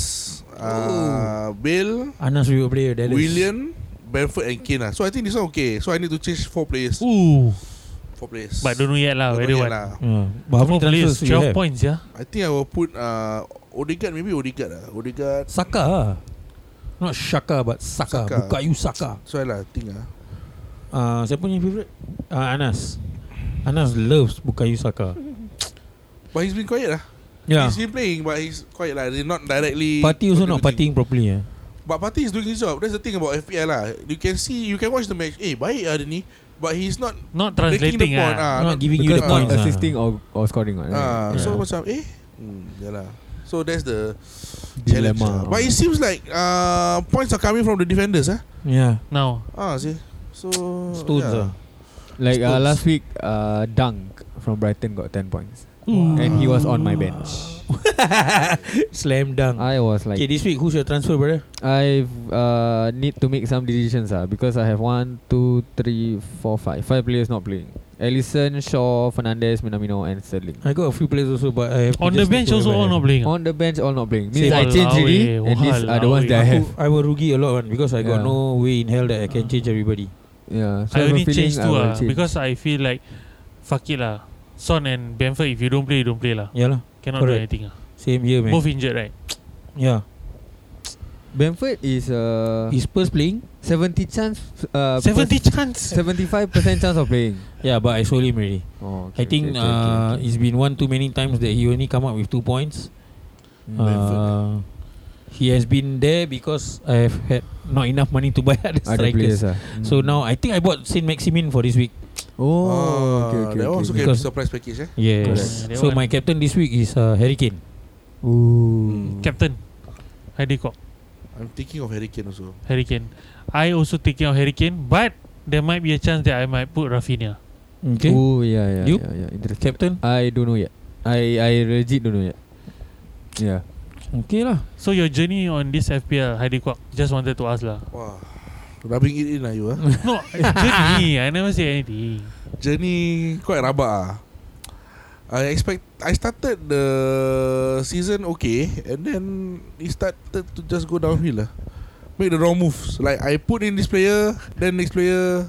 [SPEAKER 6] uh, Bill
[SPEAKER 3] Anas favorite player, Dallas.
[SPEAKER 6] William Benford and Kane lah So I think this one okay So I need to change four players
[SPEAKER 7] Ooh
[SPEAKER 6] Four players
[SPEAKER 7] But don't know yet lah
[SPEAKER 6] Don't know
[SPEAKER 7] Whether
[SPEAKER 6] yet
[SPEAKER 7] what
[SPEAKER 6] lah.
[SPEAKER 3] Yeah. But how many
[SPEAKER 7] Four players,
[SPEAKER 3] transfers do you
[SPEAKER 7] 12
[SPEAKER 3] have?
[SPEAKER 7] points yeah
[SPEAKER 6] I think I will put uh, Odegaard Maybe Odegaard lah Odegaard
[SPEAKER 3] Saka ah. Not Shaka but Saka.
[SPEAKER 6] Saka.
[SPEAKER 3] Bukayu Saka.
[SPEAKER 6] So I lah I think ah
[SPEAKER 3] Ah, uh, siapa yang favorite? Ah, Anas. Anas loves Bukayu Saka.
[SPEAKER 6] But he's been quiet lah
[SPEAKER 3] Yeah.
[SPEAKER 6] He's been playing But he's quiet lah He's not directly
[SPEAKER 3] Party also not
[SPEAKER 6] contributing.
[SPEAKER 3] partying properly eh.
[SPEAKER 6] But Pati is doing his job. That's the thing about FPL lah. You can see, you can watch the match. Eh, baik lah dia ni. But he's not
[SPEAKER 7] Not
[SPEAKER 6] breaking the
[SPEAKER 7] translating
[SPEAKER 6] point.
[SPEAKER 7] ah.
[SPEAKER 6] Ah,
[SPEAKER 3] Not giving you
[SPEAKER 5] Because
[SPEAKER 3] the
[SPEAKER 5] not
[SPEAKER 3] points. ah.
[SPEAKER 5] assisting or, or scoring. right?
[SPEAKER 6] Ah, so
[SPEAKER 3] Yeah.
[SPEAKER 6] macam eh, hmm, yeah lah. So that's the challenge.
[SPEAKER 5] Dilemma.
[SPEAKER 6] Lah. But it seems like uh, points are coming from the defenders ah.
[SPEAKER 3] Yeah.
[SPEAKER 7] Now
[SPEAKER 6] Ah, see. So
[SPEAKER 3] Stones ah.
[SPEAKER 6] Oh, yeah.
[SPEAKER 5] Like uh,
[SPEAKER 6] Stones.
[SPEAKER 5] last week, uh, Dunk from Brighton got 10 points.
[SPEAKER 7] Ooh.
[SPEAKER 5] And he was on my bench.
[SPEAKER 3] Slam dunk.
[SPEAKER 5] I was like,
[SPEAKER 3] Okay, this week who's your transfer, brother?
[SPEAKER 5] I've uh, need to make some decisions ah because I have one, two, three, four, five, five players not playing. Ellison, Shaw, Fernandez, Minamino, and Sterling.
[SPEAKER 3] I got a few players also, but I have to
[SPEAKER 7] On the
[SPEAKER 3] just
[SPEAKER 7] bench
[SPEAKER 3] stick to
[SPEAKER 7] also
[SPEAKER 3] whoever
[SPEAKER 7] All
[SPEAKER 3] I
[SPEAKER 7] not
[SPEAKER 3] have.
[SPEAKER 7] playing ah?
[SPEAKER 5] On the bench, all not playing. Means
[SPEAKER 7] Say
[SPEAKER 5] I change already,
[SPEAKER 7] Walawi,
[SPEAKER 5] and these are the ones that I have.
[SPEAKER 3] Aku- I will rugi a lot one because I got
[SPEAKER 5] Yeah.
[SPEAKER 3] no way in hell that I can
[SPEAKER 7] Ah.
[SPEAKER 3] change everybody.
[SPEAKER 5] Yeah, so
[SPEAKER 7] I
[SPEAKER 5] have a
[SPEAKER 7] only
[SPEAKER 5] feeling
[SPEAKER 7] change
[SPEAKER 5] I
[SPEAKER 7] two
[SPEAKER 5] will
[SPEAKER 7] ah
[SPEAKER 5] change.
[SPEAKER 7] Because I feel like Fuck it lah Son and Bamford If you don't play You don't play lah
[SPEAKER 3] Yeah lah.
[SPEAKER 7] Cannot do
[SPEAKER 3] Correct.
[SPEAKER 7] anything ah.
[SPEAKER 3] Same here, man.
[SPEAKER 7] Both injured right
[SPEAKER 3] Yeah.
[SPEAKER 5] Bamford is uh,
[SPEAKER 3] Is Spurs playing?
[SPEAKER 5] 70 chance, uh,
[SPEAKER 7] 70 chance
[SPEAKER 5] 75 percent chance of playing.
[SPEAKER 3] Yeah, but I sold him already.
[SPEAKER 5] Oh,
[SPEAKER 3] I
[SPEAKER 5] okay,
[SPEAKER 3] think
[SPEAKER 5] okay, okay,
[SPEAKER 3] uh,
[SPEAKER 5] okay, okay.
[SPEAKER 3] it's been one too many times that he only come up with two points. Uh, he has been there because I have had not enough money to buy other
[SPEAKER 5] Other players
[SPEAKER 3] strikers.
[SPEAKER 5] ah.
[SPEAKER 3] So now I think I bought Saint Maximin for this week.
[SPEAKER 5] Oh,
[SPEAKER 6] Ah,
[SPEAKER 5] okay, okay, okay.
[SPEAKER 6] That
[SPEAKER 5] okay.
[SPEAKER 6] one also can be
[SPEAKER 3] Because-
[SPEAKER 6] surprise package eh
[SPEAKER 3] Yes.
[SPEAKER 7] Correct.
[SPEAKER 3] So my captain this week is uh, Harry Kane.
[SPEAKER 5] Ooh.
[SPEAKER 7] Captain Harry Cock
[SPEAKER 6] I'm thinking of Harry Kane also
[SPEAKER 7] Harry Kane I also thinking of Harry Kane But There might be a chance That I might put Rafinha
[SPEAKER 3] Okay.
[SPEAKER 5] Ooh, yeah, yeah,
[SPEAKER 3] You?
[SPEAKER 5] yeah, yeah. Interesting.
[SPEAKER 3] Captain.
[SPEAKER 5] I don't know yet. I I legit don't know yet. Ya. Yeah.
[SPEAKER 3] Okay lah.
[SPEAKER 7] So your journey on this FPL Harry Cock Just wanted to ask lah
[SPEAKER 6] Wah Rubbing it in lah you ah.
[SPEAKER 7] No Journey I never say anything
[SPEAKER 6] Journey quite rabak ah. I expect I started the season okay and then it started to just go downhill lah. Make the wrong moves. Like I put in this player, then next player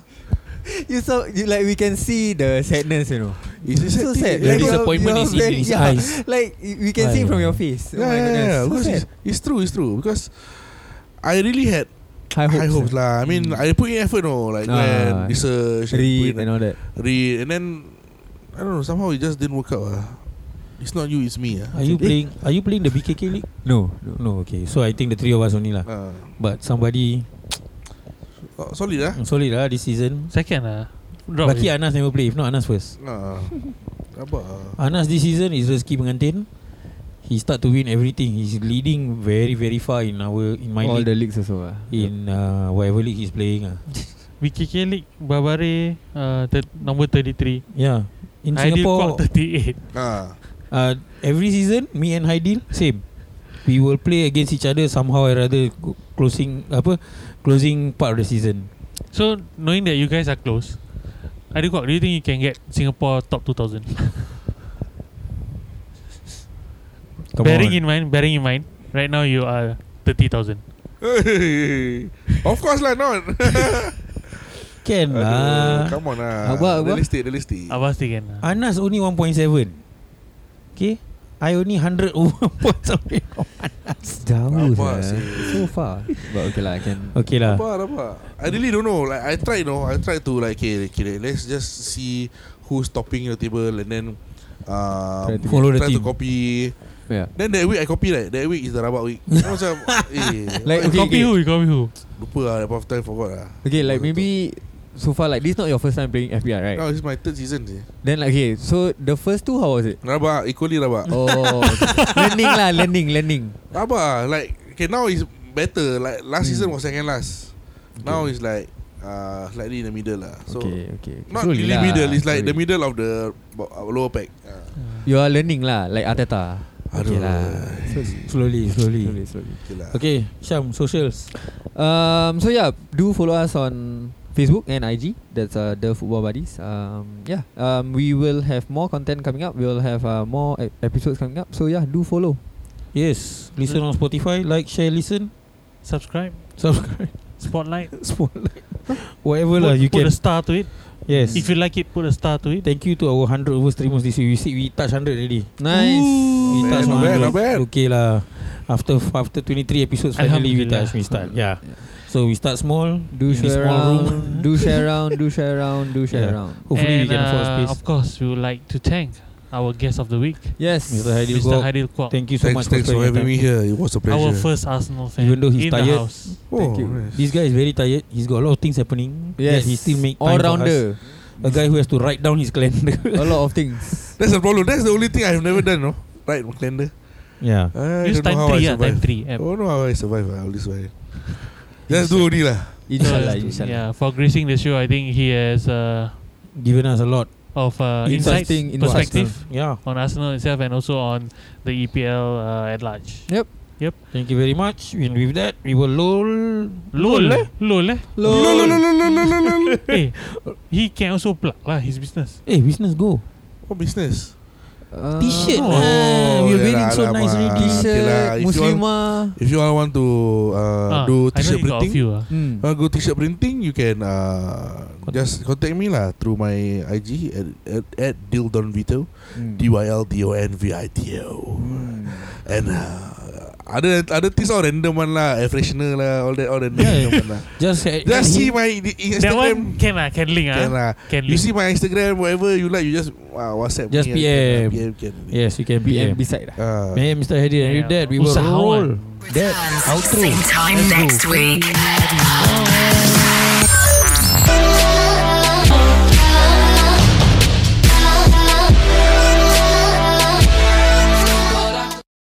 [SPEAKER 5] You so you, like we can see the sadness, you know.
[SPEAKER 6] is this
[SPEAKER 3] The
[SPEAKER 5] So sad. Like,
[SPEAKER 6] yeah,
[SPEAKER 5] you're-
[SPEAKER 3] disappointment
[SPEAKER 5] you're
[SPEAKER 3] is in
[SPEAKER 5] very-
[SPEAKER 3] his
[SPEAKER 5] yeah.
[SPEAKER 3] eyes.
[SPEAKER 5] Like y- we can see
[SPEAKER 3] Aiyah.
[SPEAKER 5] from your face.
[SPEAKER 6] yeah,
[SPEAKER 5] oh my
[SPEAKER 6] yeah,
[SPEAKER 5] goodness.
[SPEAKER 6] yeah,
[SPEAKER 5] So
[SPEAKER 6] because
[SPEAKER 5] sad.
[SPEAKER 6] it's, it's true, it's true. Because I really had
[SPEAKER 5] High hopes.
[SPEAKER 6] high hopes lah. I mean,
[SPEAKER 5] Mm.
[SPEAKER 6] I put in effort, no, like
[SPEAKER 5] Ah.
[SPEAKER 6] when research, and put
[SPEAKER 5] Read
[SPEAKER 6] in
[SPEAKER 5] and all that.
[SPEAKER 6] read, and then I don't know. Somehow it just didn't work out. Ah, it's not you, it's me. Ah,
[SPEAKER 3] Are you
[SPEAKER 5] Eh.
[SPEAKER 3] playing? Are you playing the BKK league?
[SPEAKER 5] No, no.
[SPEAKER 3] No. Okay. So I think the three of us only lah.
[SPEAKER 6] Ah.
[SPEAKER 3] But somebody
[SPEAKER 6] Oh, solid ah.
[SPEAKER 3] solid lah this season.
[SPEAKER 7] Second lah Drop
[SPEAKER 3] Baki Anas never play. If not Anas first.
[SPEAKER 5] Mm.
[SPEAKER 6] Ah, rabak. ah.
[SPEAKER 3] Anas this season is Rezeki Pengantin. He start to win everything. He's leading very very far in our in my
[SPEAKER 5] all
[SPEAKER 3] league
[SPEAKER 5] the leagues also. ah.
[SPEAKER 3] in uh, whatever league he's playing. Uh.
[SPEAKER 7] VKK League Babare uh, thir- Number 33
[SPEAKER 3] Yeah. In
[SPEAKER 7] Harry
[SPEAKER 3] Singapore,
[SPEAKER 7] Cock 38
[SPEAKER 6] Ah,
[SPEAKER 3] uh, every season me and Haidil same. We will play against each other somehow or rather go- closing apa closing part of the season.
[SPEAKER 7] So knowing that you guys are close Harry Cock do you think you can get Singapore top 2000
[SPEAKER 3] Come
[SPEAKER 7] Bearing
[SPEAKER 3] on.
[SPEAKER 7] in mind Bearing in mind Right now you are 30,000
[SPEAKER 6] of course lah, not.
[SPEAKER 3] Can
[SPEAKER 6] Aduh,
[SPEAKER 3] lah.
[SPEAKER 6] come on lah.
[SPEAKER 3] Abah, Abah.
[SPEAKER 6] Realistic, realistic.
[SPEAKER 7] Abang still can lah.
[SPEAKER 3] Anas only 1.7. Okay. I only 100 over points away.
[SPEAKER 5] Jauh
[SPEAKER 6] Rabak
[SPEAKER 5] lah.
[SPEAKER 6] sih.
[SPEAKER 5] So far. But okay lah, I can.
[SPEAKER 3] Okay lah.
[SPEAKER 6] Rabak, rabak. I really don't know. Like I tried, no, I tried to like, okay, okay, let's just see who's topping your table and then um,
[SPEAKER 5] Try to
[SPEAKER 3] follow the
[SPEAKER 6] try to
[SPEAKER 3] team.
[SPEAKER 6] copy.
[SPEAKER 5] Yeah.
[SPEAKER 6] Then that week I copy right. That week is the rabak week. So, macam, eh,
[SPEAKER 7] You
[SPEAKER 5] Like, okay,
[SPEAKER 7] copy
[SPEAKER 5] okay.
[SPEAKER 7] who? You copy who?
[SPEAKER 6] lupa lah. That point of time forgot lah.
[SPEAKER 5] Okay, like
[SPEAKER 6] Betul,
[SPEAKER 5] maybe so far like this not your first time playing FBI, right?
[SPEAKER 6] Now this is my third season sih.
[SPEAKER 5] Then like okay, so the first two how was it?
[SPEAKER 6] Rabak, equally rabak.
[SPEAKER 5] Oh, learning lah, learning, learning.
[SPEAKER 6] Rabak ah, like okay now is better. Like last
[SPEAKER 5] Hmm.
[SPEAKER 6] season was second last. Now is like uh, slightly in the middle lah. So
[SPEAKER 5] okay, okay.
[SPEAKER 6] not
[SPEAKER 5] Slowly
[SPEAKER 6] really
[SPEAKER 5] lah,
[SPEAKER 6] middle. It's like the
[SPEAKER 5] slowly.
[SPEAKER 6] middle of the bo- uh, lower pack. Uh.
[SPEAKER 5] You are learning lah, like Ateta. Okay
[SPEAKER 6] Aduh.
[SPEAKER 5] lah.
[SPEAKER 3] Slowly, slowly.
[SPEAKER 5] Slowly, slowly.
[SPEAKER 6] Okay lah.
[SPEAKER 3] Okay, Syam, socials.
[SPEAKER 5] Um, so yeah, do follow us on Facebook and IG. That's uh, the Football Buddies. Um, yeah, um, we will have more content coming up. We will have uh, more e- episodes coming up. So yeah, do follow.
[SPEAKER 3] Yes, listen on Spotify, like, share, listen,
[SPEAKER 7] Subscribe.
[SPEAKER 3] subscribe,
[SPEAKER 7] Spotlight.
[SPEAKER 3] spotlight, whatever lah
[SPEAKER 7] put,
[SPEAKER 3] you
[SPEAKER 7] put
[SPEAKER 3] can.
[SPEAKER 7] a star to it.
[SPEAKER 3] Yes.
[SPEAKER 7] If you like it, put a star to it.
[SPEAKER 3] Thank you to our 100 over streamers this week. We see we touch 100 already.
[SPEAKER 5] Nice.
[SPEAKER 3] we
[SPEAKER 6] not
[SPEAKER 3] touch
[SPEAKER 6] bad,
[SPEAKER 3] 100.
[SPEAKER 6] not bad.
[SPEAKER 3] Okay lah. After after 23 episodes, finally we
[SPEAKER 7] Alhamdulillah.
[SPEAKER 3] touch. We start. Yeah. So we start small.
[SPEAKER 5] Do
[SPEAKER 3] in this
[SPEAKER 5] share
[SPEAKER 3] small room.
[SPEAKER 5] around. Do share around. Do share around. Do share
[SPEAKER 3] Yeah.
[SPEAKER 5] around.
[SPEAKER 3] Hopefully
[SPEAKER 7] and,
[SPEAKER 3] we can afford
[SPEAKER 7] uh,
[SPEAKER 3] space.
[SPEAKER 7] Of course, we would like to thank our guest of the week,
[SPEAKER 5] Yes.
[SPEAKER 3] Mr. Hadi. Adil
[SPEAKER 7] Mr.
[SPEAKER 3] Gok.
[SPEAKER 7] Hadil Kwok.
[SPEAKER 3] Thank you so
[SPEAKER 6] Thanks,
[SPEAKER 3] much
[SPEAKER 6] thanks for
[SPEAKER 3] spending
[SPEAKER 6] having
[SPEAKER 3] time.
[SPEAKER 6] me here. It was a pleasure.
[SPEAKER 7] Our first Arsenal fan.
[SPEAKER 3] Even though he's
[SPEAKER 7] in the
[SPEAKER 3] tired.
[SPEAKER 7] house.
[SPEAKER 5] Thank you.
[SPEAKER 3] This guy is very tired. He's got a lot of things happening.
[SPEAKER 5] Yes.
[SPEAKER 3] Yet he still make time For
[SPEAKER 5] all
[SPEAKER 3] us.
[SPEAKER 5] rounder.
[SPEAKER 3] A guy who has to write down his calendar.
[SPEAKER 5] a lot of things.
[SPEAKER 6] That's the problem. That's the only thing I've never done. No, right, calendar.
[SPEAKER 3] yeah.
[SPEAKER 6] I
[SPEAKER 7] Use
[SPEAKER 6] don't know
[SPEAKER 7] time
[SPEAKER 6] how
[SPEAKER 7] three,
[SPEAKER 6] I
[SPEAKER 7] yeah, time
[SPEAKER 6] survive.
[SPEAKER 7] three.
[SPEAKER 6] I
[SPEAKER 7] app.
[SPEAKER 6] don't know how I survive. ah, All this way. Just do only lah.
[SPEAKER 5] Inshallah,
[SPEAKER 7] So,
[SPEAKER 5] inshallah.
[SPEAKER 7] Yeah, for gracing the show, I think he has uh,
[SPEAKER 3] Given us a lot.
[SPEAKER 7] of uh, insights,
[SPEAKER 5] Interesting insights.
[SPEAKER 7] perspective
[SPEAKER 3] Yeah.
[SPEAKER 7] on Arsenal itself and also on the EPL uh, at large.
[SPEAKER 5] Yep.
[SPEAKER 3] Thank you very much. And with that, we will lull.
[SPEAKER 7] Lol, eh? Lol, eh?
[SPEAKER 5] Lol.
[SPEAKER 7] hey, he can also plug lah his business.
[SPEAKER 3] Hey, Eh, business go.
[SPEAKER 6] What business?
[SPEAKER 5] Uh,
[SPEAKER 3] T-shirt
[SPEAKER 7] Oh,
[SPEAKER 3] lah. We're
[SPEAKER 6] yeah
[SPEAKER 3] wearing
[SPEAKER 6] lah,
[SPEAKER 3] so nice
[SPEAKER 6] alamak.
[SPEAKER 3] already.
[SPEAKER 6] Okay
[SPEAKER 5] T-shirt,
[SPEAKER 6] lah, if you want-
[SPEAKER 5] Muslimah.
[SPEAKER 6] If you all want to uh,
[SPEAKER 7] Ah,
[SPEAKER 6] do
[SPEAKER 7] I know you got
[SPEAKER 6] t-shirt
[SPEAKER 7] a
[SPEAKER 6] printing,
[SPEAKER 7] few. ah.
[SPEAKER 5] Mm.
[SPEAKER 6] Uh, go t-shirt printing You can uh, Just contact me lah Through my IG At, at, at Dildon Vito
[SPEAKER 5] Mm.
[SPEAKER 6] D-Y-L-D-O-N-V-I-T-O
[SPEAKER 5] Mm.
[SPEAKER 6] And uh, Other other things all random one lah, air freshener lah, all that all random,
[SPEAKER 3] Yeah.
[SPEAKER 6] random one lah.
[SPEAKER 3] Just add- add
[SPEAKER 6] Just see
[SPEAKER 3] him.
[SPEAKER 6] my i- Instagram.
[SPEAKER 7] That one can lah, can link
[SPEAKER 6] Can
[SPEAKER 7] ah.
[SPEAKER 6] lah.
[SPEAKER 7] Can
[SPEAKER 6] You
[SPEAKER 7] link.
[SPEAKER 6] see my Instagram, whatever you like, you just uh, WhatsApp.
[SPEAKER 3] Just
[SPEAKER 6] me and-
[SPEAKER 3] PM.
[SPEAKER 6] PM can.
[SPEAKER 3] Yes you can PM
[SPEAKER 5] PM beside lah
[SPEAKER 6] Ah.
[SPEAKER 3] Man, Mr. Hadi And with
[SPEAKER 7] Yeah.
[SPEAKER 3] that We will roll
[SPEAKER 7] Usahawan.
[SPEAKER 3] That outro
[SPEAKER 8] Same time next week.